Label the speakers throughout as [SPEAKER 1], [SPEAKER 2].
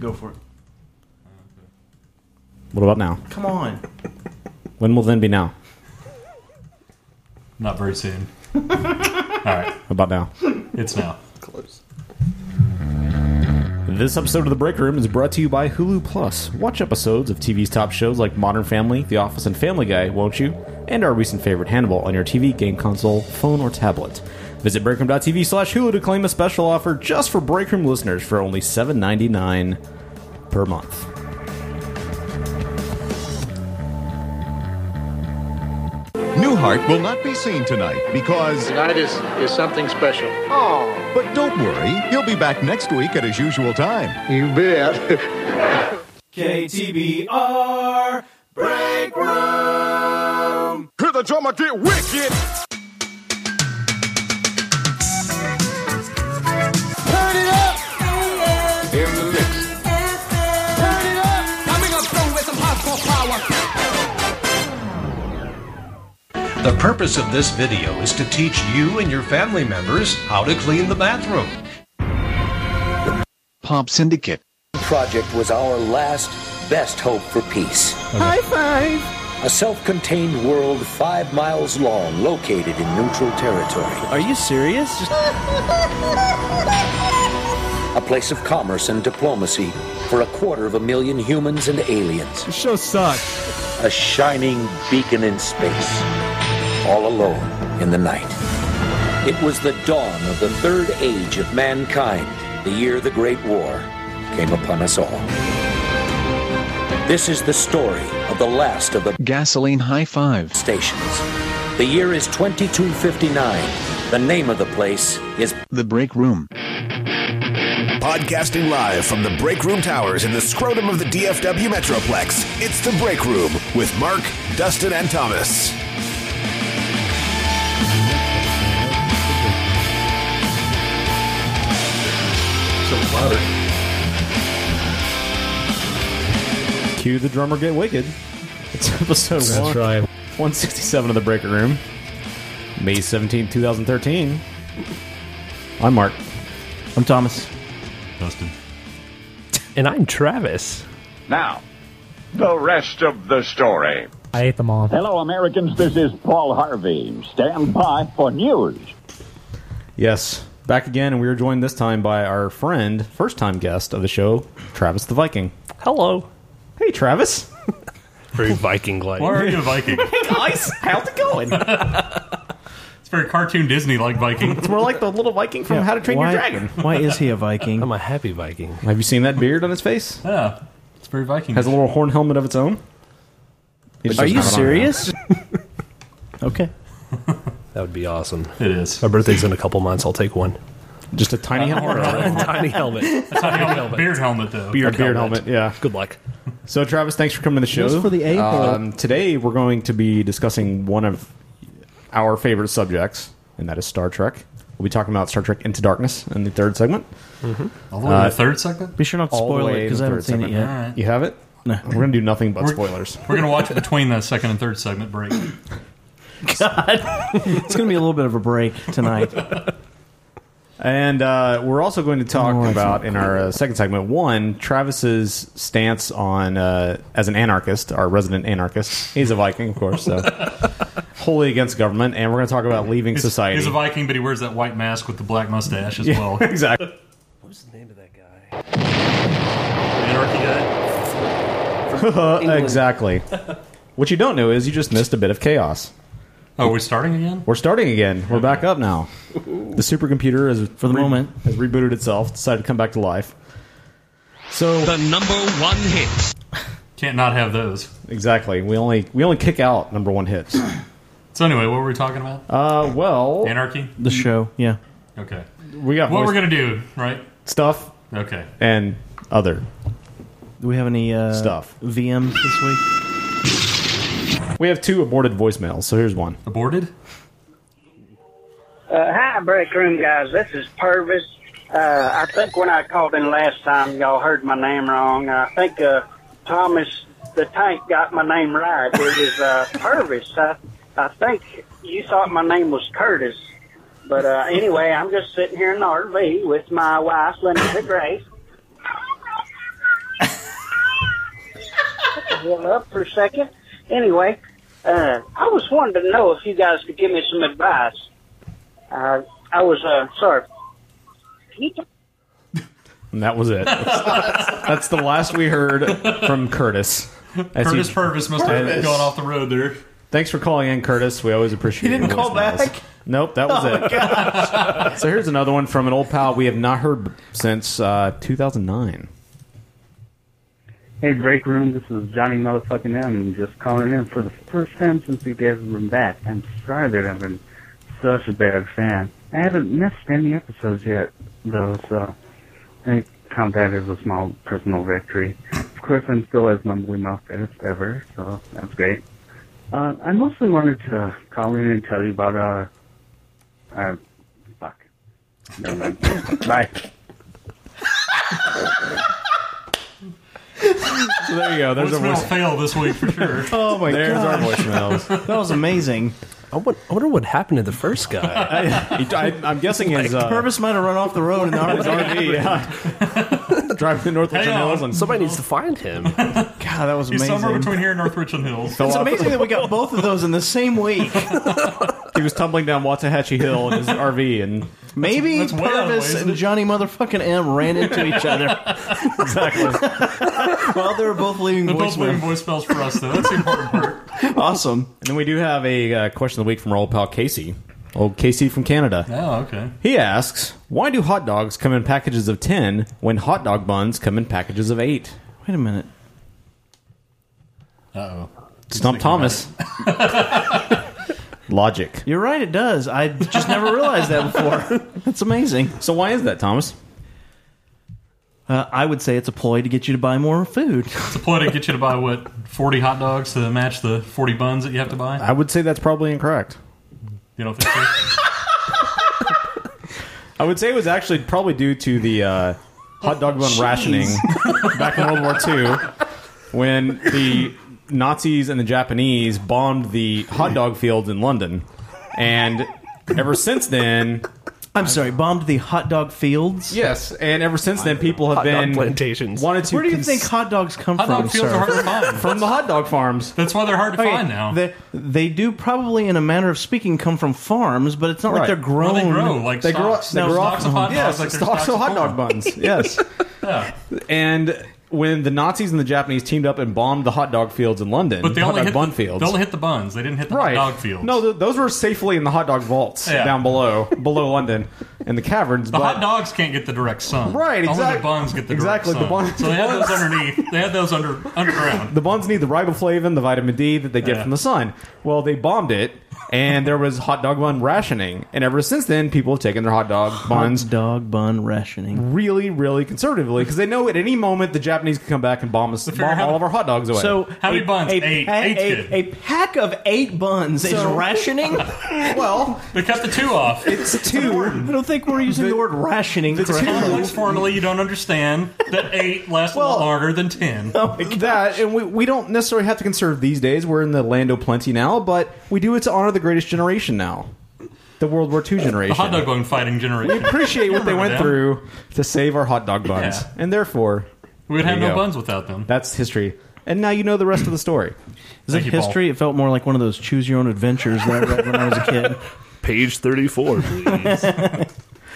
[SPEAKER 1] Go for it.
[SPEAKER 2] What about now?
[SPEAKER 1] Come on.
[SPEAKER 2] When will then be now?
[SPEAKER 3] Not very soon. All right,
[SPEAKER 2] About now.
[SPEAKER 3] it's now.
[SPEAKER 4] Close.
[SPEAKER 2] This episode of The Break Room is brought to you by Hulu Plus. Watch episodes of TV's top shows like Modern Family, The Office, and Family Guy, won't you? And our recent favorite, Hannibal, on your TV, game console, phone, or tablet. Visit breakroom.tv slash Hulu to claim a special offer just for Break Room listeners for only $7.99 per month.
[SPEAKER 5] Newhart will not be seen tonight because.
[SPEAKER 6] Tonight is, is something special.
[SPEAKER 1] Oh.
[SPEAKER 5] But don't worry, he'll be back next week at his usual time.
[SPEAKER 6] You bet.
[SPEAKER 1] KTBR Break Room.
[SPEAKER 5] Hear the drummer get wicked!
[SPEAKER 7] The purpose of this video is to teach you and your family members how to clean the bathroom.
[SPEAKER 8] Pomp Syndicate.
[SPEAKER 9] project was our last, best hope for peace. High five! A self contained world five miles long, located in neutral territory. Are you serious? a place of commerce and diplomacy for a quarter of a million humans and aliens. This show sucks. A shining beacon in space, all alone in the night. It was the dawn of the third age of mankind, the year the Great War came upon us all. This is the story of the last of the
[SPEAKER 8] Gasoline High Five.
[SPEAKER 9] stations. The year is 2259. The name of the place is
[SPEAKER 8] The Break Room.
[SPEAKER 10] Podcasting live from the Break Room Towers in the scrotum of the DFW Metroplex, it's The Break Room with Mark, Dustin, and Thomas.
[SPEAKER 2] Cue the drummer get wicked. It's episode one- 167 of The Break Room, May 17, 2013. I'm Mark.
[SPEAKER 1] I'm Thomas.
[SPEAKER 3] Dustin.
[SPEAKER 11] And I'm Travis.
[SPEAKER 5] Now, the rest of the story.
[SPEAKER 11] I ate them all.
[SPEAKER 6] Hello, Americans. This is Paul Harvey. Stand by for news.
[SPEAKER 2] Yes, back again, and we are joined this time by our friend, first time guest of the show, Travis the Viking.
[SPEAKER 11] Hello.
[SPEAKER 2] Hey, Travis.
[SPEAKER 11] Very Viking like.
[SPEAKER 3] Why are you a Viking?
[SPEAKER 2] Guys, how's it going? It's
[SPEAKER 3] It's very cartoon Disney like Viking.
[SPEAKER 2] more like the little Viking from How to Train
[SPEAKER 1] why,
[SPEAKER 2] Your Dragon.
[SPEAKER 1] Why is he a Viking?
[SPEAKER 11] I'm a happy Viking.
[SPEAKER 2] Have you seen that beard on his face?
[SPEAKER 3] Yeah, it's very Viking.
[SPEAKER 2] Has a little horn helmet of its own. He just doesn't have it on
[SPEAKER 1] okay.
[SPEAKER 11] That would be awesome.
[SPEAKER 3] It is.
[SPEAKER 11] My birthday's in a couple months. I'll take one.
[SPEAKER 2] now. Just a tiny helmet.
[SPEAKER 11] Tiny helmet.
[SPEAKER 3] helmet. Beard helmet though.
[SPEAKER 2] Beard, beard helmet. Yeah.
[SPEAKER 11] Good luck.
[SPEAKER 2] So, Travis, thanks for coming to the show.
[SPEAKER 1] Just for the A-hole.
[SPEAKER 2] um, today, we're going to be discussing one of our favorite subjects, and that is Star Trek. We'll be talking about Star Trek Into Darkness in the third segment. Mm-hmm. Uh,
[SPEAKER 3] All Mm-hmm. the way to the third segment.
[SPEAKER 1] Be sure not to
[SPEAKER 2] All the
[SPEAKER 1] spoil
[SPEAKER 2] way
[SPEAKER 1] it
[SPEAKER 2] to
[SPEAKER 1] because
[SPEAKER 2] the
[SPEAKER 1] I haven't
[SPEAKER 2] third
[SPEAKER 1] seen it
[SPEAKER 3] All
[SPEAKER 1] yet.
[SPEAKER 3] right.
[SPEAKER 2] You have it?
[SPEAKER 1] No.
[SPEAKER 2] We're going to do nothing but
[SPEAKER 3] We're-
[SPEAKER 2] spoilers.
[SPEAKER 3] We're gonna watch it between the second and third segment break.
[SPEAKER 1] It's going to be a little bit of a break tonight.
[SPEAKER 2] And uh, we're also going to talk
[SPEAKER 1] Oh, that's
[SPEAKER 2] about in our uh, second segment one Travis's stance on uh, as an anarchist, our resident anarchist. He's a Viking, of course, so wholly against government. And we're going to talk about leaving society.
[SPEAKER 3] He's a Viking, but he wears that white mask with the black mustache as well.
[SPEAKER 2] exactly.
[SPEAKER 11] What was the name of that guy?
[SPEAKER 3] Anarchy guy.
[SPEAKER 2] exactly. What you don't know is you just missed a bit of chaos.
[SPEAKER 3] Oh, are we starting again?
[SPEAKER 2] We're starting again. We're back up now. The supercomputer is for
[SPEAKER 1] the moment.
[SPEAKER 2] has rebooted itself, decided to come back to life. So
[SPEAKER 7] The number one hit.
[SPEAKER 3] Can't not have those.
[SPEAKER 2] exactly, we only we only kick out number one hits.
[SPEAKER 3] So anyway, what were we talking about?
[SPEAKER 2] Uh, well,
[SPEAKER 3] Anarchy.
[SPEAKER 1] The show, yeah.
[SPEAKER 3] Okay.
[SPEAKER 2] we got
[SPEAKER 3] What
[SPEAKER 2] voice
[SPEAKER 3] we're gonna do, right?
[SPEAKER 2] stuff
[SPEAKER 3] Okay.
[SPEAKER 2] and other.
[SPEAKER 1] Do we have any uh,
[SPEAKER 2] Stuff.
[SPEAKER 1] VM this week?
[SPEAKER 2] We have two aborted voicemails, so here's one.
[SPEAKER 3] Aborted.
[SPEAKER 6] Uh, hi, break room guys. This is Purvis. Uh, I think when I called in last time, y'all heard my name wrong. I think uh, Thomas the Tank got my name right. It is uh, Purvis. I, I think you thought my name was Curtis. But uh, anyway, I'm just sitting here in the RV with my wife, Linda Grace. hell up for a second. Anyway, uh, I was wanting to know if you guys could give me some advice. Uh, I was, uh, sorry. Can you talk
[SPEAKER 2] And that was it. That's the last we heard from Curtis. As
[SPEAKER 3] Curtis
[SPEAKER 2] he-
[SPEAKER 3] Purvis must have been
[SPEAKER 2] Curtis.
[SPEAKER 3] going off the road there.
[SPEAKER 2] Thanks for calling in, Curtis. We always
[SPEAKER 3] He
[SPEAKER 2] appreciate
[SPEAKER 3] didn't
[SPEAKER 2] your voice
[SPEAKER 3] call back? Oh,
[SPEAKER 2] mails. Nope, that was it. So here's another one from an old pal we have not heard since uh, 2009.
[SPEAKER 4] Hey, break room. This is Johnny motherfucking M. Just calling in for the first time since you guys have been back. I'm sorry that I've been such a bad fan. I haven't missed any episodes yet, though, so I count that as a small personal victory. Of course, I'm still as mumbly mouthed as ever, so that's great. Uh, I mostly wanted to call in and tell you about uh, uh, fuck. Never mind. Bye.
[SPEAKER 2] So there you go. Oh, There's
[SPEAKER 3] Voicemail
[SPEAKER 2] our voice.
[SPEAKER 3] fail this week for sure.
[SPEAKER 2] Oh my There's our
[SPEAKER 3] gosh.
[SPEAKER 2] voicemails.
[SPEAKER 1] That was amazing.
[SPEAKER 11] I won- I wonder what happened to the first guy.
[SPEAKER 2] I, am guessing his uh,
[SPEAKER 1] Purvis might have run off the road in the
[SPEAKER 2] his RV yeah. driving to North
[SPEAKER 3] Hey,
[SPEAKER 2] Richmond Hills
[SPEAKER 3] on.
[SPEAKER 2] and
[SPEAKER 11] Somebody needs to find him.
[SPEAKER 1] God, that was
[SPEAKER 3] He's
[SPEAKER 1] amazing.
[SPEAKER 3] somewhere between here and North Richland Hills.
[SPEAKER 2] fell
[SPEAKER 1] It's
[SPEAKER 2] off.
[SPEAKER 1] amazing that we got both of those in the same week.
[SPEAKER 2] He was tumbling down Watahatchee Hill in his RV, and
[SPEAKER 1] Maybe
[SPEAKER 3] That's way out of the way,
[SPEAKER 1] Purvis
[SPEAKER 3] isn't
[SPEAKER 1] and
[SPEAKER 3] it?
[SPEAKER 1] Johnny motherfucking M ran into each other
[SPEAKER 2] exactly.
[SPEAKER 1] while they were both leaving
[SPEAKER 3] They're both leaving
[SPEAKER 1] voicemail.
[SPEAKER 3] voicemails for us, though. That's the important part.
[SPEAKER 1] Awesome.
[SPEAKER 2] And then we do have a uh, question of the week from our old pal Casey. Old Casey from Canada.
[SPEAKER 3] Oh, okay.
[SPEAKER 2] He asks, "Why do hot dogs come in packages of ten when hot dog buns come in packages of eight?
[SPEAKER 1] Wait a minute.
[SPEAKER 3] Uh-oh.
[SPEAKER 2] Stump Thomas. Logic.
[SPEAKER 1] You're right, it does. I just never realized that before. That's amazing.
[SPEAKER 2] So why is that, Thomas?
[SPEAKER 1] Uh, I would say it's a ploy to get you to buy more food.
[SPEAKER 3] It's a ploy to get you to buy, what, 40 hot dogs to match the 40 buns that you have to buy?
[SPEAKER 2] I would say that's probably incorrect.
[SPEAKER 3] You don't think so?
[SPEAKER 2] I would say it was actually probably due to the uh, hot dog bun rationing back in World War II when the Nazis and the Japanese bombed the hot dog fields in London. And ever since then,
[SPEAKER 1] I'm sorry, bombed the hot dog fields.
[SPEAKER 2] yes, and ever since then, people have
[SPEAKER 11] Hot dog
[SPEAKER 2] been
[SPEAKER 11] plantations.
[SPEAKER 2] wanted to
[SPEAKER 1] Where do you
[SPEAKER 2] cons-
[SPEAKER 1] think hot dogs come
[SPEAKER 3] Hot
[SPEAKER 1] from,
[SPEAKER 3] dog fields
[SPEAKER 1] sir?
[SPEAKER 3] are hard to find.
[SPEAKER 2] from the hot dog farms?
[SPEAKER 3] That's why they're hard to
[SPEAKER 1] Okay,
[SPEAKER 3] find now.
[SPEAKER 1] They, they do probably, in a manner of speaking, come from farms, but it's not
[SPEAKER 2] Right.
[SPEAKER 1] like they're
[SPEAKER 3] Well,
[SPEAKER 1] grown.
[SPEAKER 3] they grow like
[SPEAKER 2] They grow,
[SPEAKER 3] stocks.
[SPEAKER 2] they
[SPEAKER 3] There's
[SPEAKER 2] grow off
[SPEAKER 1] Oh.
[SPEAKER 3] stocks of hot dogs.
[SPEAKER 2] yes,
[SPEAKER 3] like there's
[SPEAKER 2] stocks of
[SPEAKER 3] corn.
[SPEAKER 2] hot dog buns. Yes.
[SPEAKER 3] Yeah.
[SPEAKER 2] And when the Nazis and the Japanese teamed up and bombed the hot dog fields in London,
[SPEAKER 3] But they
[SPEAKER 2] hot
[SPEAKER 3] only,
[SPEAKER 2] dog
[SPEAKER 3] hit
[SPEAKER 2] bun
[SPEAKER 3] the,
[SPEAKER 2] fields,
[SPEAKER 3] they only hit the buns. They didn't hit the
[SPEAKER 2] right?
[SPEAKER 3] hot dog fields.
[SPEAKER 2] No, th- those were safely in the hot dog vaults
[SPEAKER 3] Yeah.
[SPEAKER 2] down below, below London, in the caverns.
[SPEAKER 3] the
[SPEAKER 2] but
[SPEAKER 3] hot dogs can't get the direct sun.
[SPEAKER 2] Right,
[SPEAKER 3] Only
[SPEAKER 2] exact-
[SPEAKER 3] the buns get the
[SPEAKER 2] exactly, the
[SPEAKER 3] direct sun.
[SPEAKER 2] bun-
[SPEAKER 3] so they had those underneath. They had those under underground.
[SPEAKER 2] the buns need the riboflavin, the vitamin D that they get
[SPEAKER 3] Yeah.
[SPEAKER 2] from the sun. Well, they bombed it, and there was hot dog bun rationing, and ever since then, people have taken their hot dog buns
[SPEAKER 1] Hot dog bun rationing.
[SPEAKER 2] really, really conservatively because they know at any moment the Japanese can come back and bomb us,
[SPEAKER 3] figure
[SPEAKER 2] bomb
[SPEAKER 3] out-
[SPEAKER 2] all of our hot dogs away.
[SPEAKER 1] So
[SPEAKER 3] How many buns? Eight.
[SPEAKER 1] pa-
[SPEAKER 3] Eight's
[SPEAKER 1] a-
[SPEAKER 3] good.
[SPEAKER 1] a pack of eight buns is rationing.
[SPEAKER 2] well,
[SPEAKER 3] They cut the two off.
[SPEAKER 2] it's two.
[SPEAKER 1] I don't think we're using the, word rationing. correctly.
[SPEAKER 3] Complex formula you don't understand that eight lasts a lot longer than ten.
[SPEAKER 2] That and we, we don't necessarily have to conserve these days. We're in the land of plenty now, but we do it to honor the greatest generation now, the World War II generation.
[SPEAKER 3] The hot dog bun fighting
[SPEAKER 2] we
[SPEAKER 3] generation.
[SPEAKER 2] appreciate what they
[SPEAKER 3] remember
[SPEAKER 2] went
[SPEAKER 3] them.
[SPEAKER 2] through to save our hot dog buns,
[SPEAKER 3] Yeah.
[SPEAKER 2] and therefore
[SPEAKER 3] We would have
[SPEAKER 2] There
[SPEAKER 3] no
[SPEAKER 2] you go.
[SPEAKER 3] buns without them.
[SPEAKER 2] that's history. And now you know the rest of the story.
[SPEAKER 1] Is it
[SPEAKER 3] Thank you, Paul.
[SPEAKER 1] history? It felt more like one of those choose your own adventures that I read when I was a kid.
[SPEAKER 11] Page 34, please.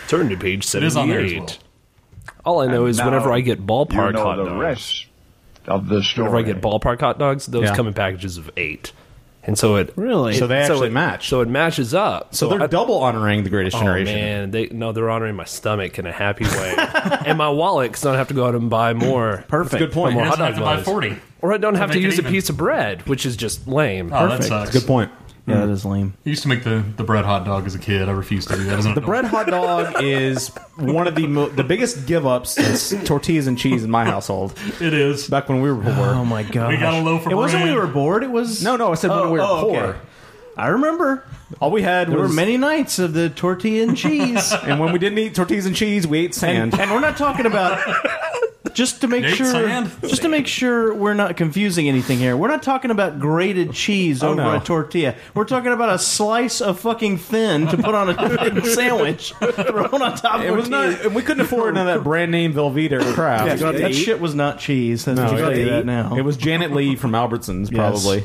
[SPEAKER 11] Turn to page 78.
[SPEAKER 3] It is on there as well.
[SPEAKER 11] All I know is
[SPEAKER 12] now
[SPEAKER 11] whenever I get ballpark
[SPEAKER 12] you know
[SPEAKER 11] hot
[SPEAKER 12] the
[SPEAKER 11] dogs,
[SPEAKER 12] rest of the story.
[SPEAKER 11] whenever I get ballpark hot dogs, those
[SPEAKER 2] Yeah.
[SPEAKER 11] come in packages of eight. And so it
[SPEAKER 1] Really?
[SPEAKER 2] So they actually
[SPEAKER 11] it,
[SPEAKER 2] match.
[SPEAKER 11] So it matches up.
[SPEAKER 2] So they're
[SPEAKER 11] I-
[SPEAKER 2] double honoring the greatest
[SPEAKER 11] Oh
[SPEAKER 2] generation.
[SPEAKER 11] man, they no, they're honoring my stomach in a happy way, and my wallet because I don't have to go out and buy more.
[SPEAKER 2] Perfect. That's a good point.
[SPEAKER 11] More
[SPEAKER 3] You
[SPEAKER 11] hot
[SPEAKER 3] don't
[SPEAKER 11] dog
[SPEAKER 3] have to buy
[SPEAKER 11] buns.
[SPEAKER 3] forty.
[SPEAKER 11] or I don't have
[SPEAKER 3] To
[SPEAKER 11] to
[SPEAKER 3] make it
[SPEAKER 11] use a
[SPEAKER 3] even.
[SPEAKER 11] piece of bread, which is just lame.
[SPEAKER 3] Oh, that sucks.
[SPEAKER 2] Good point.
[SPEAKER 1] yeah, that is lame.
[SPEAKER 3] I used to make the, the bread hot dog as a kid. I refused to do that. As an
[SPEAKER 2] The bread hot dog is one of the mo- the biggest give ups since tortillas and cheese in my household.
[SPEAKER 3] It is.
[SPEAKER 2] Back when we were poor.
[SPEAKER 1] Oh my god!
[SPEAKER 3] got a loaf of
[SPEAKER 1] It wasn't
[SPEAKER 3] bread.
[SPEAKER 1] we were bored. It was
[SPEAKER 2] No, no, I said when we were
[SPEAKER 1] oh,
[SPEAKER 2] poor.
[SPEAKER 1] okay. I remember
[SPEAKER 2] All we had
[SPEAKER 1] there were
[SPEAKER 2] was
[SPEAKER 1] many nights of the tortilla and cheese,
[SPEAKER 2] and when we didn't eat tortillas and cheese, we ate sand.
[SPEAKER 1] and we're not talking about Just to make
[SPEAKER 3] Nate
[SPEAKER 1] sure,
[SPEAKER 3] Sand.
[SPEAKER 1] just to make sure we're not confusing anything here. We're not talking about grated cheese
[SPEAKER 2] Oh,
[SPEAKER 1] over
[SPEAKER 2] no.
[SPEAKER 1] a tortilla. We're talking about a slice of fucking thin to put on a thin sandwich thrown on top.
[SPEAKER 2] It
[SPEAKER 1] of
[SPEAKER 2] was not. and We couldn't afford none of that brand name Velveeta or crap.
[SPEAKER 1] Yeah, that shit was not cheese. That's what you got to eat now.
[SPEAKER 2] It was Janet Lee from Albertsons,
[SPEAKER 1] Yes.
[SPEAKER 2] probably.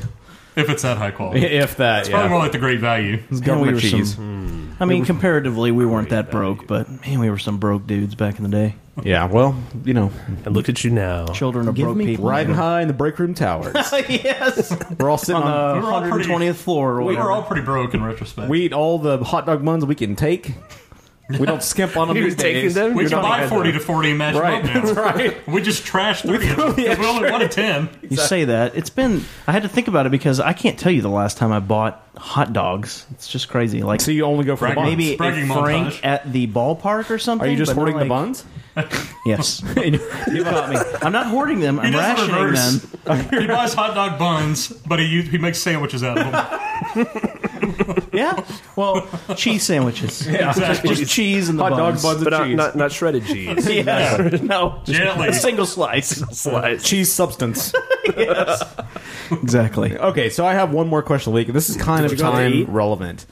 [SPEAKER 3] If it's that high quality.
[SPEAKER 2] If that,
[SPEAKER 3] It's probably
[SPEAKER 2] yeah.
[SPEAKER 3] more like the great value.
[SPEAKER 1] It's government cheese.
[SPEAKER 2] Hmm.
[SPEAKER 1] I mean, comparatively, we weren't that broke, but man, we were some broke dudes back in the day.
[SPEAKER 2] Yeah, well, you know.
[SPEAKER 13] And look at you now.
[SPEAKER 1] Children of broke people.
[SPEAKER 2] riding high in the break room towers.
[SPEAKER 1] yes.
[SPEAKER 2] We're all
[SPEAKER 1] on
[SPEAKER 2] sitting on-
[SPEAKER 1] the
[SPEAKER 2] We were all pretty-
[SPEAKER 1] 120th floor. Or
[SPEAKER 2] we were
[SPEAKER 1] whatever.
[SPEAKER 2] all
[SPEAKER 3] Pretty broke in retrospect.
[SPEAKER 2] We eat all the hot dog buns we can take. We don't skimp on them.
[SPEAKER 3] You're
[SPEAKER 2] these days.
[SPEAKER 3] We
[SPEAKER 2] You're
[SPEAKER 3] can
[SPEAKER 2] not-
[SPEAKER 3] buy 40 to 40 and match them
[SPEAKER 2] Right,
[SPEAKER 3] up now.
[SPEAKER 2] that's right.
[SPEAKER 3] We just trashed 30 of them. 'cause We only wanted 10.
[SPEAKER 1] You say that. It's been. I had to think about it because I can't tell you the last time I bought hot dogs. It's just crazy. Like, so
[SPEAKER 2] you only go
[SPEAKER 3] for the buns.
[SPEAKER 1] maybe
[SPEAKER 3] Bragging
[SPEAKER 1] a Frank
[SPEAKER 3] montage.
[SPEAKER 1] at the ballpark or something.
[SPEAKER 2] Are you just
[SPEAKER 1] but not
[SPEAKER 2] hoarding the
[SPEAKER 1] like-
[SPEAKER 2] buns?
[SPEAKER 1] Yes, you caught me. I'm not hoarding them.
[SPEAKER 3] He
[SPEAKER 1] I'm
[SPEAKER 3] does the
[SPEAKER 1] rationing them.
[SPEAKER 3] reverse. he buys hot dog buns, but he he makes sandwiches out of them.
[SPEAKER 1] Yeah. Well, cheese sandwiches.
[SPEAKER 3] Yeah. Exactly.
[SPEAKER 1] Just cheese and the
[SPEAKER 13] Hot dog
[SPEAKER 1] buns.
[SPEAKER 13] buns and But
[SPEAKER 3] uh,
[SPEAKER 13] not- cheese. not- not shredded cheese.
[SPEAKER 1] yeah.
[SPEAKER 13] Exactly.
[SPEAKER 1] No. just
[SPEAKER 13] Gently.
[SPEAKER 1] A single slice.
[SPEAKER 2] Cheese substance.
[SPEAKER 1] yes. Exactly.
[SPEAKER 2] Okay, so I have one more question, Leak. This is kind
[SPEAKER 1] Did we
[SPEAKER 2] of
[SPEAKER 1] go to
[SPEAKER 2] time
[SPEAKER 1] eight?
[SPEAKER 2] relevant.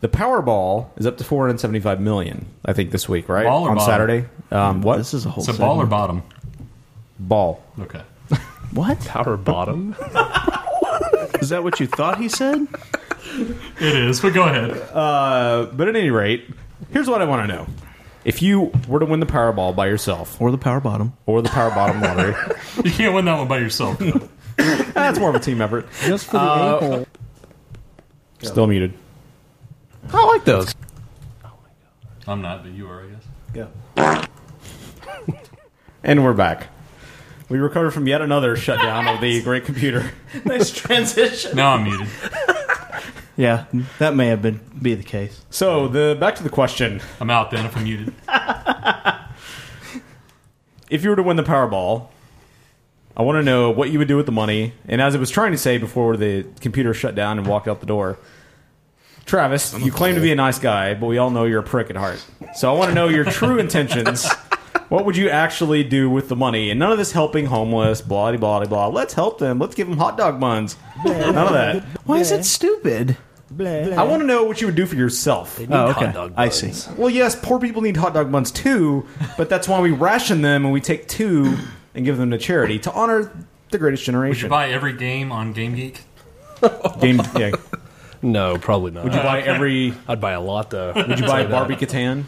[SPEAKER 2] The Powerball is up to 475 million, I think, this week, right?
[SPEAKER 3] Ball or
[SPEAKER 2] On
[SPEAKER 3] bottom?
[SPEAKER 2] Saturday. Um, what? This
[SPEAKER 1] is a whole.
[SPEAKER 3] It's a ball or bottom.
[SPEAKER 2] Ball.
[SPEAKER 3] Okay.
[SPEAKER 1] What?
[SPEAKER 13] Power bottom?
[SPEAKER 1] Is that what you thought he said?
[SPEAKER 3] It is, but go ahead.
[SPEAKER 2] Uh, but at any rate, here's what I want to know. If you were to win the Powerball by yourself,
[SPEAKER 1] or the Power Bottom,
[SPEAKER 2] or the Power Bottom lottery,
[SPEAKER 3] You can't win that one by yourself. though.
[SPEAKER 2] that's more of a team effort.
[SPEAKER 3] Just for the
[SPEAKER 2] Uh,
[SPEAKER 3] ankle.
[SPEAKER 2] Still muted.
[SPEAKER 13] I like those.
[SPEAKER 3] I'm not, but you are, I guess.
[SPEAKER 1] Go.
[SPEAKER 2] And we're back. We recovered from yet another shutdown of the great computer. nice
[SPEAKER 1] transition.
[SPEAKER 3] Now I'm muted.
[SPEAKER 1] Yeah, that may have been be the case.
[SPEAKER 2] So the back to the question.
[SPEAKER 3] I'm out then if I'm muted.
[SPEAKER 2] if you were to win the Powerball, I want to know what you would do with the money. And as I was trying to say before the computer shut down and walked out the door, Travis, you claim to be a nice guy, but we all know you're a prick at heart. So I want to know your true intentions. What would you actually do with the money? And none of this helping homeless, blah de blah de blah. Let's help them. Let's give them hot dog buns. None of that.
[SPEAKER 1] Why is it stupid?
[SPEAKER 2] I want to know what you would do for yourself.
[SPEAKER 1] need Oh, okay. hot dog I see. buns.
[SPEAKER 2] Well, yes, poor people need hot dog buns too, but that's why we ration them and we take two and give them to charity to honor the greatest
[SPEAKER 3] Would you
[SPEAKER 2] generation.
[SPEAKER 3] buy every game on Game Geek?
[SPEAKER 2] Game, yeah.
[SPEAKER 13] No, probably not.
[SPEAKER 2] Would you buy every?
[SPEAKER 13] I'd buy a lot though.
[SPEAKER 2] Would you buy Barbie Catan?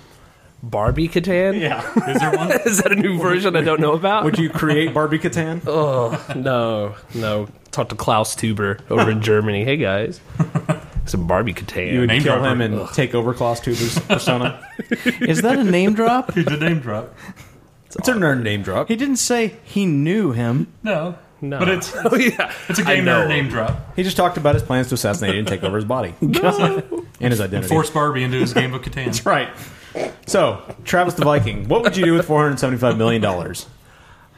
[SPEAKER 13] Barbie Catan?
[SPEAKER 3] Yeah. Is there one?
[SPEAKER 13] Is that a new version I don't know about?
[SPEAKER 2] Would you create Barbie Catan?
[SPEAKER 13] Oh no, no. Talk to Klaus Tuber over in Germany. Hey guys, some Barbie Catan.
[SPEAKER 2] You would
[SPEAKER 13] Name
[SPEAKER 2] kill
[SPEAKER 13] dropper.
[SPEAKER 2] him and
[SPEAKER 13] Ugh.
[SPEAKER 2] take over Klaus Tuber's persona.
[SPEAKER 1] Is that a name drop?
[SPEAKER 3] He did name drop.
[SPEAKER 2] it's a nerd name drop.
[SPEAKER 1] He didn't say he knew him.
[SPEAKER 3] No.
[SPEAKER 13] No.
[SPEAKER 3] But it's
[SPEAKER 13] Oh, yeah.
[SPEAKER 3] it's a
[SPEAKER 13] I
[SPEAKER 3] game
[SPEAKER 13] know.
[SPEAKER 3] nerd name drop.
[SPEAKER 2] He just talked about his plans to assassinate and take over his body and his identity.
[SPEAKER 3] Force Barbie into his game of Catan.
[SPEAKER 2] That's right. So, Travis the Viking, what would you do with four hundred seventy-five million dollars?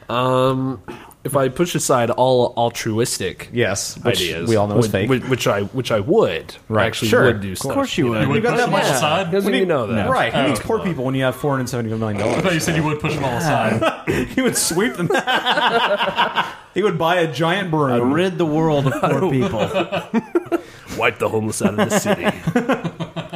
[SPEAKER 13] Um, if I push aside all altruistic
[SPEAKER 2] Yes, which
[SPEAKER 13] ideas,
[SPEAKER 2] we all know
[SPEAKER 13] which,
[SPEAKER 2] is fake.
[SPEAKER 13] Which, which I which I would
[SPEAKER 2] Right,
[SPEAKER 13] actually
[SPEAKER 2] sure.
[SPEAKER 13] would do.
[SPEAKER 2] Of
[SPEAKER 13] Stuff.
[SPEAKER 1] course you would.
[SPEAKER 3] You would
[SPEAKER 13] But
[SPEAKER 3] push them all
[SPEAKER 13] yeah,
[SPEAKER 3] aside?
[SPEAKER 13] Doesn't even know that.
[SPEAKER 2] Right. Who
[SPEAKER 3] Oh,
[SPEAKER 2] needs poor people when you have four hundred seventy-five million
[SPEAKER 3] I
[SPEAKER 2] dollars?
[SPEAKER 3] thought you said you would push them all aside.
[SPEAKER 2] he would sweep them. he would buy a giant broom.
[SPEAKER 1] Rid the world of poor people.
[SPEAKER 13] Wipe the homeless out of the city.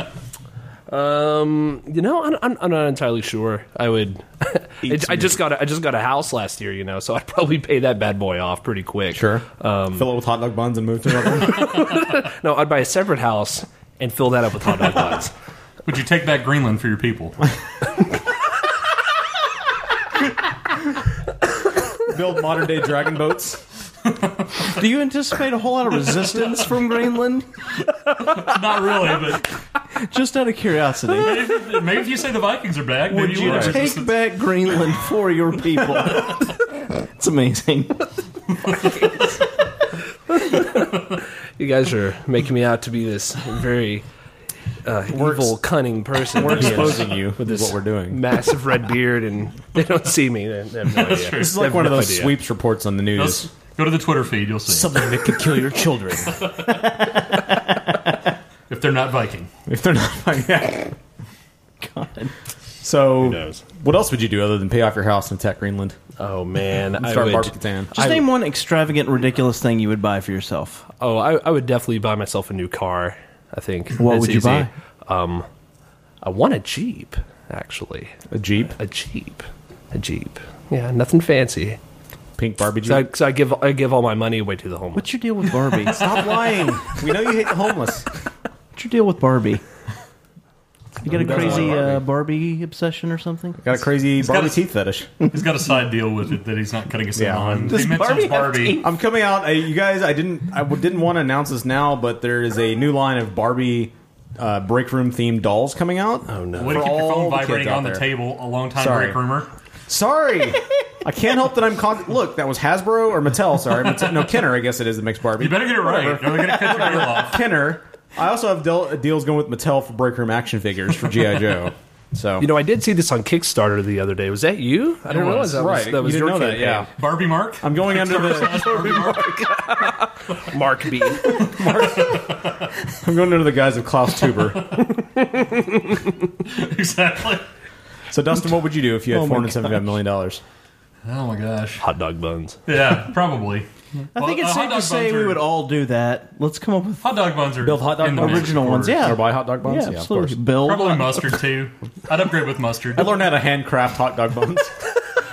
[SPEAKER 13] um, you know, I'm, I'm, I'm not entirely sure. I would. I, I just got a, I just got a house last year, you know, so I'd probably pay that bad boy off pretty quick. Um,
[SPEAKER 2] Sure. Fill it with hot dog buns and move to another. one.
[SPEAKER 13] No, I'd buy a separate house and fill that up with hot dog buns.
[SPEAKER 3] Would you take back Greenland for your people?
[SPEAKER 2] Build modern day dragon boats.
[SPEAKER 1] Do you anticipate a whole lot of resistance from Greenland?
[SPEAKER 3] Not really, but
[SPEAKER 1] Just out of curiosity,
[SPEAKER 3] maybe if, maybe if you say the Vikings are back, then
[SPEAKER 1] would
[SPEAKER 3] you,
[SPEAKER 1] you
[SPEAKER 3] would
[SPEAKER 1] take back Greenland for your people? It's amazing.
[SPEAKER 13] You guys are making me out to be this very uh, evil, cunning person.
[SPEAKER 2] We're exposing you with
[SPEAKER 13] this
[SPEAKER 2] what we're doing.
[SPEAKER 13] massive red beard, and they don't see me. They they have no idea.
[SPEAKER 2] This is
[SPEAKER 13] They
[SPEAKER 2] like
[SPEAKER 13] have
[SPEAKER 2] one of
[SPEAKER 13] no
[SPEAKER 2] those
[SPEAKER 13] idea.
[SPEAKER 2] sweeps reports on the news.
[SPEAKER 3] Go to the Twitter feed, you'll see.
[SPEAKER 2] Something that could kill your children
[SPEAKER 3] if they're not Viking.
[SPEAKER 2] if they're not. Yeah.
[SPEAKER 1] God.
[SPEAKER 2] So, what else would you do other than pay off your house and attack Greenland?
[SPEAKER 13] Oh man, I
[SPEAKER 2] start
[SPEAKER 13] would-
[SPEAKER 2] Barbican.
[SPEAKER 1] Just name one extravagant, ridiculous thing you would buy for yourself.
[SPEAKER 13] Oh, I, I would definitely buy myself a new car. I think.
[SPEAKER 1] What would you buy?
[SPEAKER 13] Um, I want a Jeep, actually.
[SPEAKER 2] A Jeep.
[SPEAKER 13] A Jeep. A Jeep. Yeah, nothing fancy.
[SPEAKER 2] Pink Barbie Jeep.
[SPEAKER 13] So I, 'cause I give I give all my money away to the homeless.
[SPEAKER 1] What's your deal with Barbie?
[SPEAKER 2] Stop lying. We know you hate the homeless.
[SPEAKER 1] What's your deal with Barbie? You got a
[SPEAKER 2] Who doesn't
[SPEAKER 1] crazy
[SPEAKER 2] love
[SPEAKER 1] uh, Barbie obsession or something?
[SPEAKER 2] Got a crazy
[SPEAKER 1] got
[SPEAKER 2] Barbie
[SPEAKER 1] a-
[SPEAKER 2] teeth fetish.
[SPEAKER 3] He's got a side deal with it that he's not cutting us in on.
[SPEAKER 2] Does
[SPEAKER 3] he mentions Barbie.
[SPEAKER 2] I'm coming out. Uh, you guys, I didn't. I w- didn't want to announce this now, but there is a new line of Barbie uh, break room themed dolls coming out. Oh no!
[SPEAKER 3] Way to keep your phone vibrating on the table. A long time
[SPEAKER 2] Sorry.
[SPEAKER 3] break rumor.
[SPEAKER 2] Sorry, I can't help that I'm. Con- Look, that was Hasbro or Mattel. Sorry, Mattel, no Kenner. I guess it is that makes Barbie.
[SPEAKER 3] You better get it right,
[SPEAKER 2] Whatever.
[SPEAKER 3] or they're gonna cut your ear off.
[SPEAKER 2] Kenner. I also have del- deals going with Mattel for break room action figures for GI Joe. So
[SPEAKER 13] you know, I did see this on Kickstarter the other day. Was that you? I
[SPEAKER 2] It
[SPEAKER 13] didn't
[SPEAKER 2] was.
[SPEAKER 13] realize that
[SPEAKER 2] Right.
[SPEAKER 13] was
[SPEAKER 2] You
[SPEAKER 13] that was
[SPEAKER 2] didn't
[SPEAKER 13] your
[SPEAKER 2] know that,
[SPEAKER 13] campaign.
[SPEAKER 2] yeah.
[SPEAKER 3] Barbie Mark.
[SPEAKER 2] I'm going under the-
[SPEAKER 3] Barbie Mark.
[SPEAKER 13] Mark B.
[SPEAKER 2] I'm going under the guise of Klaus Tuber.
[SPEAKER 3] exactly.
[SPEAKER 2] So Dustin, what would you do if you had
[SPEAKER 3] Oh my
[SPEAKER 2] 475 million dollars?
[SPEAKER 3] Oh my gosh.
[SPEAKER 13] Hot dog buns.
[SPEAKER 3] Yeah, probably.
[SPEAKER 1] I think
[SPEAKER 3] Well,
[SPEAKER 1] it's
[SPEAKER 3] uh,
[SPEAKER 1] safe
[SPEAKER 3] hot
[SPEAKER 1] to
[SPEAKER 3] dog
[SPEAKER 1] say
[SPEAKER 3] buns
[SPEAKER 1] we
[SPEAKER 3] are-
[SPEAKER 1] would all do that. Let's come up with
[SPEAKER 3] hot dog buns are
[SPEAKER 1] build hot dog
[SPEAKER 3] in the
[SPEAKER 1] buns.
[SPEAKER 3] mix.
[SPEAKER 1] original ones. Yeah,
[SPEAKER 2] Or buy hot dog buns?
[SPEAKER 1] Yeah,
[SPEAKER 2] Yeah, of
[SPEAKER 1] absolutely.
[SPEAKER 2] course.
[SPEAKER 1] Build
[SPEAKER 3] Probably mustard too. I'd upgrade with mustard.
[SPEAKER 2] I learned how to handcraft hot dog buns.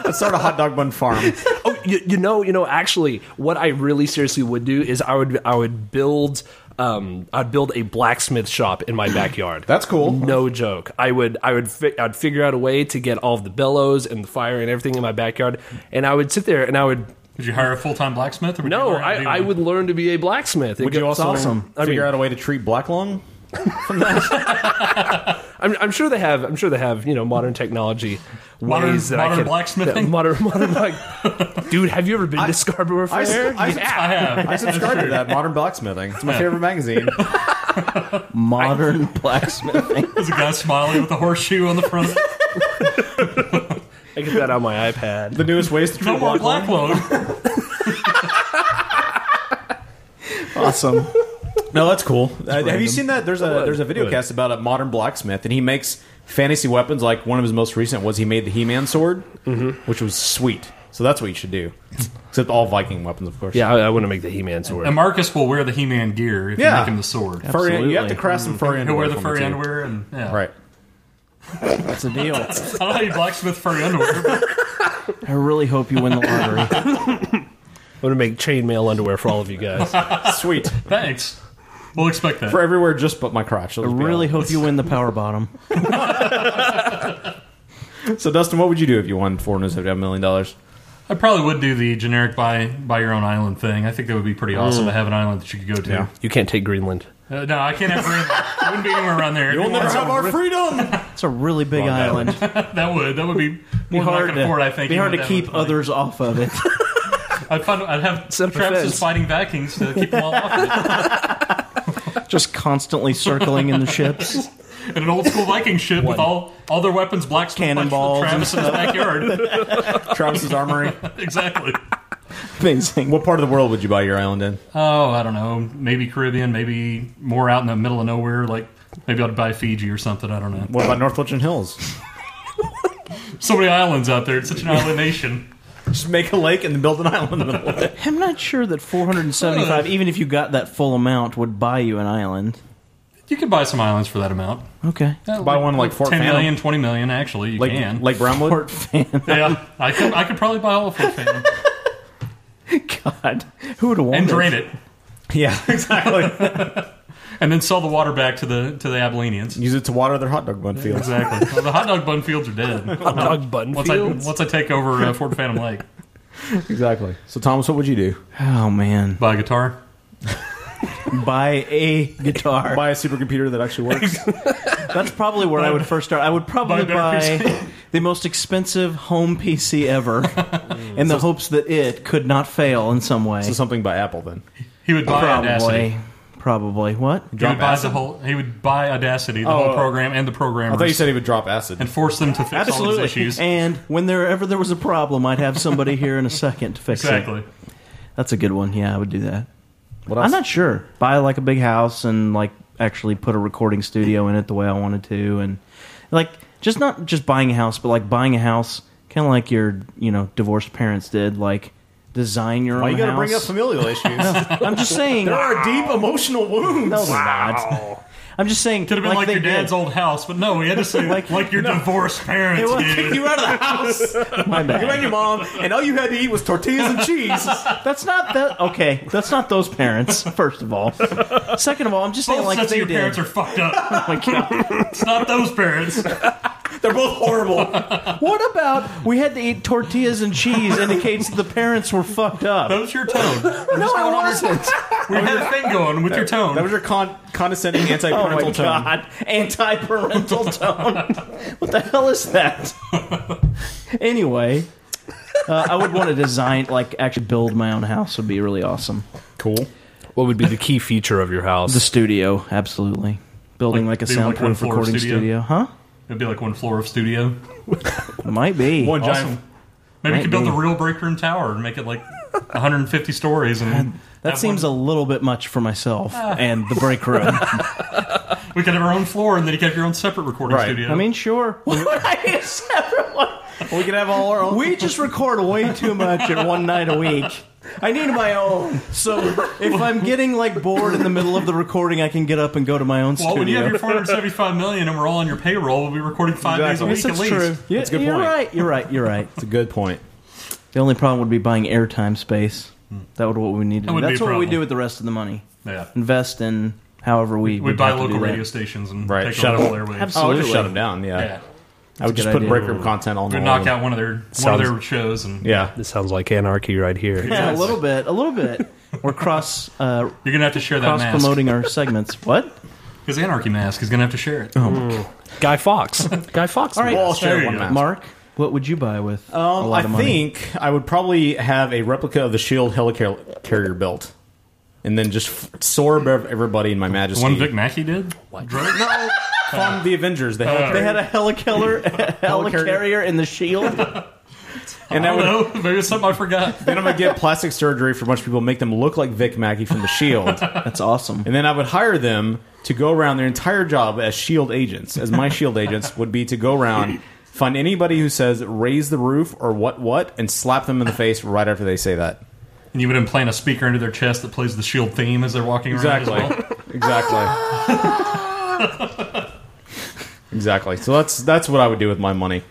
[SPEAKER 2] Let's start a hot dog bun farm.
[SPEAKER 13] Oh, you, you know, you know. Actually, what I really seriously would do is I would I would build um I'd build a blacksmith shop in my backyard.
[SPEAKER 2] That's cool.
[SPEAKER 13] No joke. I would I would fi- I'd figure out a way to get all of the bellows and the fire and everything in my backyard, and I would sit there and I would.
[SPEAKER 3] Did you hire a full time blacksmith? Or would
[SPEAKER 13] no,
[SPEAKER 3] you learn how to do
[SPEAKER 13] I, I
[SPEAKER 3] one?
[SPEAKER 13] would learn to be a blacksmith. It
[SPEAKER 2] Would you
[SPEAKER 13] gets
[SPEAKER 2] also
[SPEAKER 13] I mean,
[SPEAKER 2] figure out a way to treat black lung?
[SPEAKER 13] I'm, I'm sure they have. I'm sure they have. You know, modern technology
[SPEAKER 3] Modern-
[SPEAKER 13] ways that I
[SPEAKER 3] modern
[SPEAKER 13] can
[SPEAKER 3] blacksmithing?
[SPEAKER 13] yeah, modern, modern, like, dude, have you ever been to Scarborough
[SPEAKER 2] I,
[SPEAKER 13] Fair?
[SPEAKER 2] I,
[SPEAKER 13] Yeah.
[SPEAKER 2] I, subscribe to that modern blacksmithing. It's my favorite magazine.
[SPEAKER 1] modern blacksmithing.
[SPEAKER 3] There's a guy smiling with a horseshoe on the front. of it.
[SPEAKER 13] I get that on my iPad.
[SPEAKER 2] The newest ways to treat
[SPEAKER 3] No more
[SPEAKER 2] black,
[SPEAKER 3] black
[SPEAKER 2] lung.
[SPEAKER 3] load.
[SPEAKER 2] Awesome. No, that's cool. Uh, have you
[SPEAKER 13] random.
[SPEAKER 2] seen that? There's a there's a video
[SPEAKER 13] Wood.
[SPEAKER 2] cast about a modern blacksmith, and he makes fantasy weapons. Like one of his most recent was he made the He-Man sword, which was sweet. So that's what you should do. Except all Viking weapons, of course.
[SPEAKER 13] Yeah, I, I want to make the He-Man sword.
[SPEAKER 3] And Marcus will wear the He Man gear if
[SPEAKER 2] Yeah.
[SPEAKER 3] you make him the sword.
[SPEAKER 2] Furry, you have to
[SPEAKER 1] Absolutely.
[SPEAKER 2] craft some furry
[SPEAKER 3] He'll
[SPEAKER 2] underwear.
[SPEAKER 3] wear the
[SPEAKER 2] for me,
[SPEAKER 3] furry
[SPEAKER 2] too.
[SPEAKER 3] underwear and yeah.
[SPEAKER 2] Right.
[SPEAKER 1] That's a deal.
[SPEAKER 3] I don't know how you blacksmith furry underwear. but
[SPEAKER 1] I really hope you win the lottery.
[SPEAKER 13] I'm gonna make chainmail underwear for all of you guys.
[SPEAKER 2] Sweet.
[SPEAKER 3] Thanks. We'll expect that.
[SPEAKER 2] For everywhere just but my crotch.
[SPEAKER 1] I really hope you win the power bottom.
[SPEAKER 2] So, Dustin, what would you do if you won four hundred seventy-five million dollars?
[SPEAKER 3] I probably would do the generic buy buy your own island thing. I think that would be pretty awesome to have an island that you could go to.
[SPEAKER 2] Yeah.
[SPEAKER 13] you can't take Greenland.
[SPEAKER 3] Uh, no, I can't have Greenland. I wouldn't be anywhere around there.
[SPEAKER 2] You'll never have our freedom.
[SPEAKER 1] It's a really big island.
[SPEAKER 3] that would that would be
[SPEAKER 1] Be
[SPEAKER 3] more than I
[SPEAKER 1] hard
[SPEAKER 3] can
[SPEAKER 1] to,
[SPEAKER 3] afford. I think
[SPEAKER 1] be
[SPEAKER 3] even
[SPEAKER 1] hard
[SPEAKER 3] with
[SPEAKER 1] to
[SPEAKER 3] that
[SPEAKER 1] keep
[SPEAKER 3] much money.
[SPEAKER 1] others off of it.
[SPEAKER 3] I'd, find, I'd have
[SPEAKER 13] Set up a
[SPEAKER 3] Travis's
[SPEAKER 13] fence.
[SPEAKER 3] fighting Vikings to keep them all off. of it.
[SPEAKER 1] Just constantly circling in the ships.
[SPEAKER 3] And an old school Viking ship with all all their weapons, black
[SPEAKER 1] Cannonballs and
[SPEAKER 3] Travis's backyard.
[SPEAKER 2] Travis's armory.
[SPEAKER 3] exactly.
[SPEAKER 1] Amazing.
[SPEAKER 2] What part of the world would you buy your island in?
[SPEAKER 3] Oh, I don't know. Maybe Caribbean. Maybe more out in the middle of nowhere. Like maybe I'd buy Fiji or something. I don't know.
[SPEAKER 2] What about North Wilton Hills?
[SPEAKER 3] So many islands out there. It's such an island nation.
[SPEAKER 2] Just make a lake and then build an island in the middle of it.
[SPEAKER 1] I'm not sure that 475, even if you got that full amount, would buy you an island.
[SPEAKER 3] You could buy some islands for that amount.
[SPEAKER 1] Okay.
[SPEAKER 2] Buy one like Fort
[SPEAKER 3] Ten
[SPEAKER 2] Phantom.
[SPEAKER 3] million, twenty million. Actually, you
[SPEAKER 2] Lake,
[SPEAKER 3] can.
[SPEAKER 2] Lake Brownwood.
[SPEAKER 1] Fort Fan.
[SPEAKER 3] yeah, I could. I could probably buy all of Fort Phantom
[SPEAKER 1] God. Who would have wanted
[SPEAKER 3] and drain it,
[SPEAKER 2] Yeah, exactly.
[SPEAKER 3] and then sell the water back to the to the Abilenians.
[SPEAKER 2] Use it to water their hot dog bun fields.
[SPEAKER 3] Exactly. Well, the hot dog bun fields are dead.
[SPEAKER 13] Hot dog bun
[SPEAKER 3] Once I,
[SPEAKER 13] fields.
[SPEAKER 3] once I take over uh, Fort Phantom Lake,
[SPEAKER 2] Exactly. So, Thomas, what would you do?
[SPEAKER 1] Oh, man.
[SPEAKER 3] buy a guitar.
[SPEAKER 1] Buy a guitar.
[SPEAKER 2] Buy a supercomputer that actually works.
[SPEAKER 1] That's probably where I would first start. I would probably
[SPEAKER 3] Buy a
[SPEAKER 1] buy
[SPEAKER 3] better
[SPEAKER 1] the most expensive home PC ever in the hopes that it could not fail in some way.
[SPEAKER 2] so something by Apple then.
[SPEAKER 3] He would buy Audacity.
[SPEAKER 1] Probably. Probably. What?
[SPEAKER 3] He would, buy the
[SPEAKER 2] acid?
[SPEAKER 3] whole, he would buy Audacity, the
[SPEAKER 2] Oh.
[SPEAKER 3] whole program, and the
[SPEAKER 2] I
[SPEAKER 3] programmers,
[SPEAKER 2] thought you said he would drop acid.
[SPEAKER 3] and force them to fix all these issues.
[SPEAKER 1] And whenever there was a problem, I'd have somebody here in a second to fix it.
[SPEAKER 3] exactly.
[SPEAKER 1] That's a good one. Yeah, I would do that.
[SPEAKER 2] What else?
[SPEAKER 1] I'm not sure. Buy like a big house and like actually put a recording studio in it the way I wanted to, and like just not just buying a house, but like buying a house, kind of like your you know divorced parents did. Like design your
[SPEAKER 2] Why
[SPEAKER 1] own.
[SPEAKER 2] you got to
[SPEAKER 1] house.
[SPEAKER 2] bring up familial issues?
[SPEAKER 1] I'm just saying.
[SPEAKER 2] there are deep emotional wounds.
[SPEAKER 1] No, they're not. I'm just saying.
[SPEAKER 3] Could have been like,
[SPEAKER 1] they
[SPEAKER 3] your dad's
[SPEAKER 1] did.
[SPEAKER 3] old house, but no, we had to say like, your divorced
[SPEAKER 2] They
[SPEAKER 3] parents
[SPEAKER 2] will
[SPEAKER 3] did.
[SPEAKER 2] kick you out of the house.
[SPEAKER 1] My bad.
[SPEAKER 2] You and your mom, and all you had to eat was tortillas and cheese.
[SPEAKER 1] That's not that. Okay, that's not those parents. First of all, second of all, I'm just saying
[SPEAKER 3] Both
[SPEAKER 1] like
[SPEAKER 3] sets of
[SPEAKER 1] they
[SPEAKER 3] your
[SPEAKER 1] did.
[SPEAKER 3] parents are fucked up.
[SPEAKER 1] Oh my God.
[SPEAKER 3] It's not those parents.
[SPEAKER 2] They're both horrible.
[SPEAKER 1] What about we had to eat tortillas and cheese indicates that the parents were fucked up. That
[SPEAKER 3] was your tone.
[SPEAKER 1] no, I wasn't.
[SPEAKER 3] We had a thing going with your tone.
[SPEAKER 2] That was your con- condescending
[SPEAKER 1] oh my
[SPEAKER 2] anti-parental tone.
[SPEAKER 1] god, anti-parental tone. what the hell is that? anyway, uh, I would want to design, like, actually build my own house would be really awesome.
[SPEAKER 2] Cool.
[SPEAKER 11] What would be the key feature of your house?
[SPEAKER 1] The studio, absolutely. Building like, a
[SPEAKER 3] Be like one
[SPEAKER 1] soundproof
[SPEAKER 3] floor of
[SPEAKER 1] recording
[SPEAKER 3] studio?
[SPEAKER 1] studio. huh?
[SPEAKER 3] It'd be like one floor of studio.
[SPEAKER 1] Might be
[SPEAKER 2] One
[SPEAKER 3] Awesome.
[SPEAKER 2] giant.
[SPEAKER 3] Maybe you could
[SPEAKER 1] Might
[SPEAKER 3] build
[SPEAKER 1] be.
[SPEAKER 3] the real break room tower and make it like 150 stories. And
[SPEAKER 1] That
[SPEAKER 3] have
[SPEAKER 1] seems a little bit much for myself and the break room.
[SPEAKER 3] one- Ah. we could have our own floor, and then you could have your own separate recording
[SPEAKER 2] Right.
[SPEAKER 3] studio.
[SPEAKER 1] I mean, sure.
[SPEAKER 2] We could have all our own.
[SPEAKER 1] We just record way too much at one night a week. I need my own. So if I'm getting like bored in the middle of the recording, I can get up and go to my own
[SPEAKER 3] well,
[SPEAKER 1] studio.
[SPEAKER 3] when you have your 475 million and we're all on your payroll, we'll be recording five days a week
[SPEAKER 1] That's
[SPEAKER 3] at least.
[SPEAKER 1] true. Yeah,
[SPEAKER 2] That's a good
[SPEAKER 1] you're
[SPEAKER 2] point.
[SPEAKER 1] right. You're right. You're right.
[SPEAKER 2] It's a good point.
[SPEAKER 1] The only problem would be buying airtime space. That would what we need to
[SPEAKER 3] Hmm. That
[SPEAKER 1] do.
[SPEAKER 3] would be
[SPEAKER 1] That's
[SPEAKER 3] a
[SPEAKER 1] what we
[SPEAKER 3] problem.
[SPEAKER 1] do with the rest of the money.
[SPEAKER 3] Yeah.
[SPEAKER 1] Invest in however we
[SPEAKER 3] We
[SPEAKER 1] would
[SPEAKER 3] buy
[SPEAKER 1] have to
[SPEAKER 3] local
[SPEAKER 1] do that.
[SPEAKER 3] radio stations and
[SPEAKER 2] Right,
[SPEAKER 3] take
[SPEAKER 2] shut
[SPEAKER 3] over all their
[SPEAKER 2] them.
[SPEAKER 3] waves.
[SPEAKER 2] Oh, I'll
[SPEAKER 1] Absolutely.
[SPEAKER 2] just shut them down. Yeah,
[SPEAKER 3] Yeah.
[SPEAKER 2] I would
[SPEAKER 1] That's a
[SPEAKER 2] just
[SPEAKER 1] good
[SPEAKER 2] put
[SPEAKER 1] idea.
[SPEAKER 2] break room content on.
[SPEAKER 3] We
[SPEAKER 2] all of
[SPEAKER 3] knock
[SPEAKER 2] them.
[SPEAKER 3] out one of their
[SPEAKER 2] Sounds-
[SPEAKER 3] one of their shows, and
[SPEAKER 2] Yeah,
[SPEAKER 11] This sounds like anarchy right here.
[SPEAKER 1] Yeah, a little bit. A little bit. We're cross uh,
[SPEAKER 3] you're gonna have to share that
[SPEAKER 1] cross
[SPEAKER 3] mask
[SPEAKER 1] promoting our segments. What? Oh,
[SPEAKER 3] because Anarchy Mask is gonna have to share it.
[SPEAKER 11] Guy Fox. Guy Fox.
[SPEAKER 1] All right.
[SPEAKER 2] We'll all share
[SPEAKER 3] There
[SPEAKER 2] one
[SPEAKER 3] you
[SPEAKER 2] mask.
[SPEAKER 1] Mark, what would you buy with a
[SPEAKER 2] Um,
[SPEAKER 1] lot
[SPEAKER 2] I
[SPEAKER 1] of money?
[SPEAKER 2] think I would probably have a replica of the Shield helicarrier built, and then just f- soar above everybody in my majesty.
[SPEAKER 3] One Vic Mackey did. Uh, Drake?
[SPEAKER 2] no, from the Avengers. They,
[SPEAKER 1] They had a helicarrier, helicarrier in the shield.
[SPEAKER 2] and
[SPEAKER 3] I
[SPEAKER 2] I would.
[SPEAKER 3] don't know. Maybe it's something I forgot.
[SPEAKER 2] Then I'm gonna get plastic surgery for a bunch of people, make them look like Vic Mackey from the Shield, E and
[SPEAKER 1] That's awesome.
[SPEAKER 2] then I would hire them to go around their entire job as Shield E agents. As my Shield E agents would be to go around. Find anybody who says raise the roof or what what and slap them in the face right after they say that.
[SPEAKER 3] And you would implant a speaker into their chest that plays the Shield E theme as they're walking around. as well.
[SPEAKER 2] exactly. exactly. So that's that's what I would do with my money.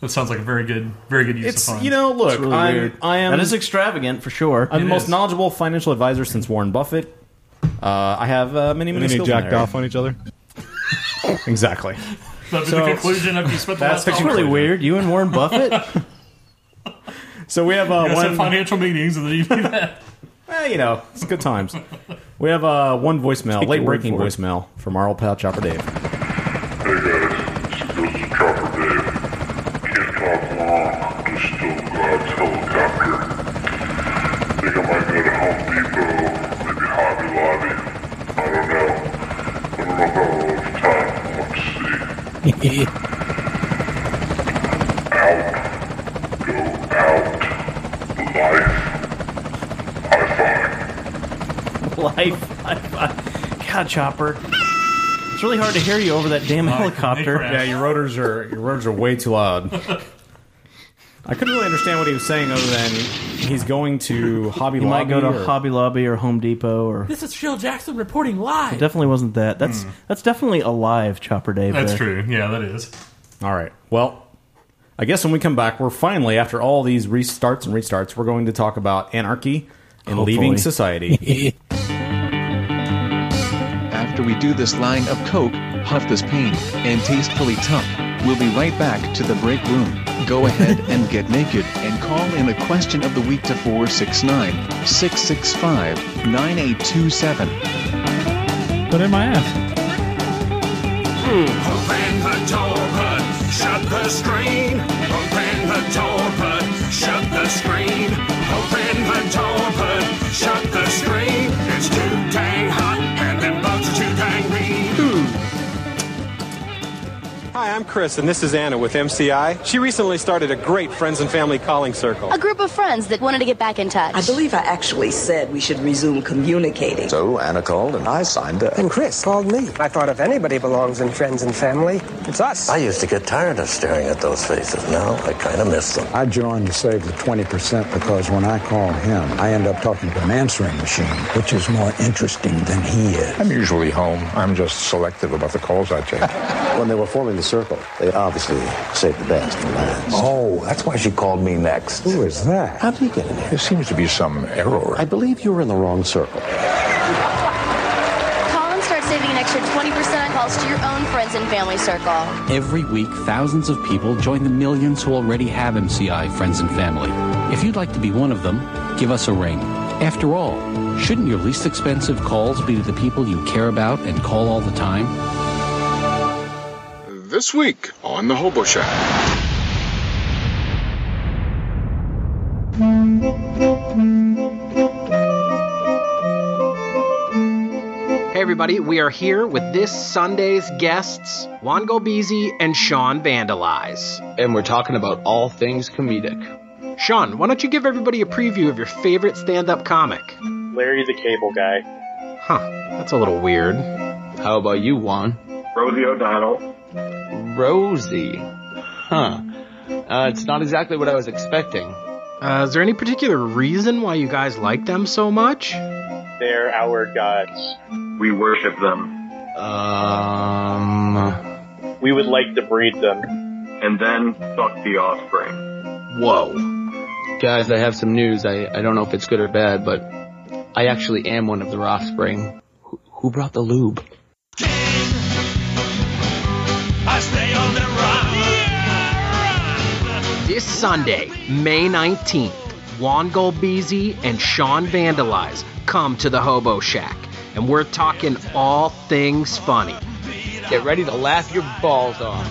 [SPEAKER 3] That sounds like a very good, very good use
[SPEAKER 2] It's
[SPEAKER 3] of funds.
[SPEAKER 2] you know, look,
[SPEAKER 1] It's really
[SPEAKER 2] I'm,
[SPEAKER 1] weird.
[SPEAKER 2] I am
[SPEAKER 1] that is extravagant for sure.
[SPEAKER 2] I'm the most
[SPEAKER 3] is.
[SPEAKER 2] knowledgeable financial advisor since Warren Buffett. Uh, I have uh, many many
[SPEAKER 12] And then you
[SPEAKER 2] skills in
[SPEAKER 12] jacked
[SPEAKER 2] there.
[SPEAKER 12] off on each other.
[SPEAKER 2] Exactly.
[SPEAKER 3] That'd be
[SPEAKER 2] So-
[SPEAKER 3] the conclusion after you spent the
[SPEAKER 2] That's
[SPEAKER 3] last
[SPEAKER 1] It's
[SPEAKER 3] hour.
[SPEAKER 1] really weird. You and Warren Buffett.
[SPEAKER 2] So we have uh,
[SPEAKER 3] You guys have
[SPEAKER 2] one.
[SPEAKER 3] financial meetings and then you do that.
[SPEAKER 2] Eh, you know, it's good times. We have uh, one voicemail,
[SPEAKER 1] Take
[SPEAKER 2] late
[SPEAKER 1] your word
[SPEAKER 2] breaking
[SPEAKER 1] for it.
[SPEAKER 2] voicemail from our old pal Chopper Dave.
[SPEAKER 14] Hey guys, this is Chopper Dave. Can't talk long, just still God's helicopter. Think I might go to Home Depot, maybe Hobby Lobby. I don't know. I don't know if I'll have time. Let's see. out. Go out. Life. High five.
[SPEAKER 1] Life. I- I- God, Chopper. It's really hard to hear you over that damn helicopter.
[SPEAKER 2] Yeah, your rotors are your rotors are way too loud. I couldn't really understand what he was saying other than he's going to Hobby
[SPEAKER 1] You might go
[SPEAKER 2] Lobby.
[SPEAKER 1] to
[SPEAKER 2] or-
[SPEAKER 1] Hobby Lobby or Home Depot or.
[SPEAKER 15] This is Phil Jackson reporting live.
[SPEAKER 1] Definitely wasn't that. That's that's definitely alive, Chopper Dave.
[SPEAKER 3] Hmm. That's
[SPEAKER 1] there.
[SPEAKER 3] true. Yeah, that is.
[SPEAKER 2] All right. Well, I guess when we come back, we're finally after all these restarts and restarts, we're going to talk about anarchy and
[SPEAKER 1] Hopefully.
[SPEAKER 2] leaving society.
[SPEAKER 8] After we do this line of coke, huff this paint, and tastefully tuck, we'll be right back to the break room. Go ahead and get naked and call in a question of the week to 469 665 9827.
[SPEAKER 12] Put in my ass.
[SPEAKER 14] Open the door, but shut the screen. Open the door, but shut the screen. Open the door, but shut the screen. It's too dang hot, and them bugs are too dang mean.
[SPEAKER 12] Hi, I'm
[SPEAKER 16] Chris, and this is Anna with MCI. She recently started a great friends and family calling circle.
[SPEAKER 17] A group of friends that wanted to get back in touch.
[SPEAKER 18] I believe I actually said we should resume communicating.
[SPEAKER 9] So Anna called and I signed up.
[SPEAKER 19] And Chris called me. I thought if anybody belongs in friends and family, it's us.
[SPEAKER 20] I used to get tired of staring at those faces. Now I kind of miss them.
[SPEAKER 21] I joined to save the 20% because when I call him, I end up talking to an answering machine, which is more interesting than he is.
[SPEAKER 22] I'm usually home. I'm just selective about the calls I take.
[SPEAKER 20] when they were forming the circle, they obviously saved the best for last.
[SPEAKER 22] Oh, that's why she called me next.
[SPEAKER 21] Who is that?
[SPEAKER 20] How do you get in here?
[SPEAKER 22] There seems to be some error.
[SPEAKER 20] I believe you were in the wrong circle.
[SPEAKER 17] Call and start saving an extra 20% on calls to your own friends and family circle.
[SPEAKER 23] Every week, thousands of people join the millions who already have MCI friends and family. If you'd like to be one of them, give us a ring. After all, shouldn't your least expensive calls be to the people you care about and call all the time?
[SPEAKER 24] This week on The Hobo Shack.
[SPEAKER 25] Hey, everybody, we are here with this Sunday's guests, Juan Golbeezy and Sean Vandalize. And we're talking about all things comedic. Sean, why don't you give everybody a preview of your favorite stand up comic?
[SPEAKER 26] Larry the Cable Guy.
[SPEAKER 25] Huh, that's a little weird. How about you, Juan?
[SPEAKER 26] Rosie O'Donnell.
[SPEAKER 25] Rosie. Huh. Uh, it's not exactly what I was expecting. Uh, is there any particular reason why you guys like them so much?
[SPEAKER 26] They're our gods. We worship them.
[SPEAKER 25] Um.
[SPEAKER 26] We would like to breed them. And then fuck the offspring.
[SPEAKER 25] Whoa.
[SPEAKER 24] Guys, I have some news. I, I don't know if it's good or bad, but I actually am one of the offspring. Who, who brought the lube?
[SPEAKER 25] I stay on the This Sunday, May 19th, Juan Golbeezy and Sean Vandalize come to the Hobo Shack, and we're talking all things funny. Get ready to laugh your balls off.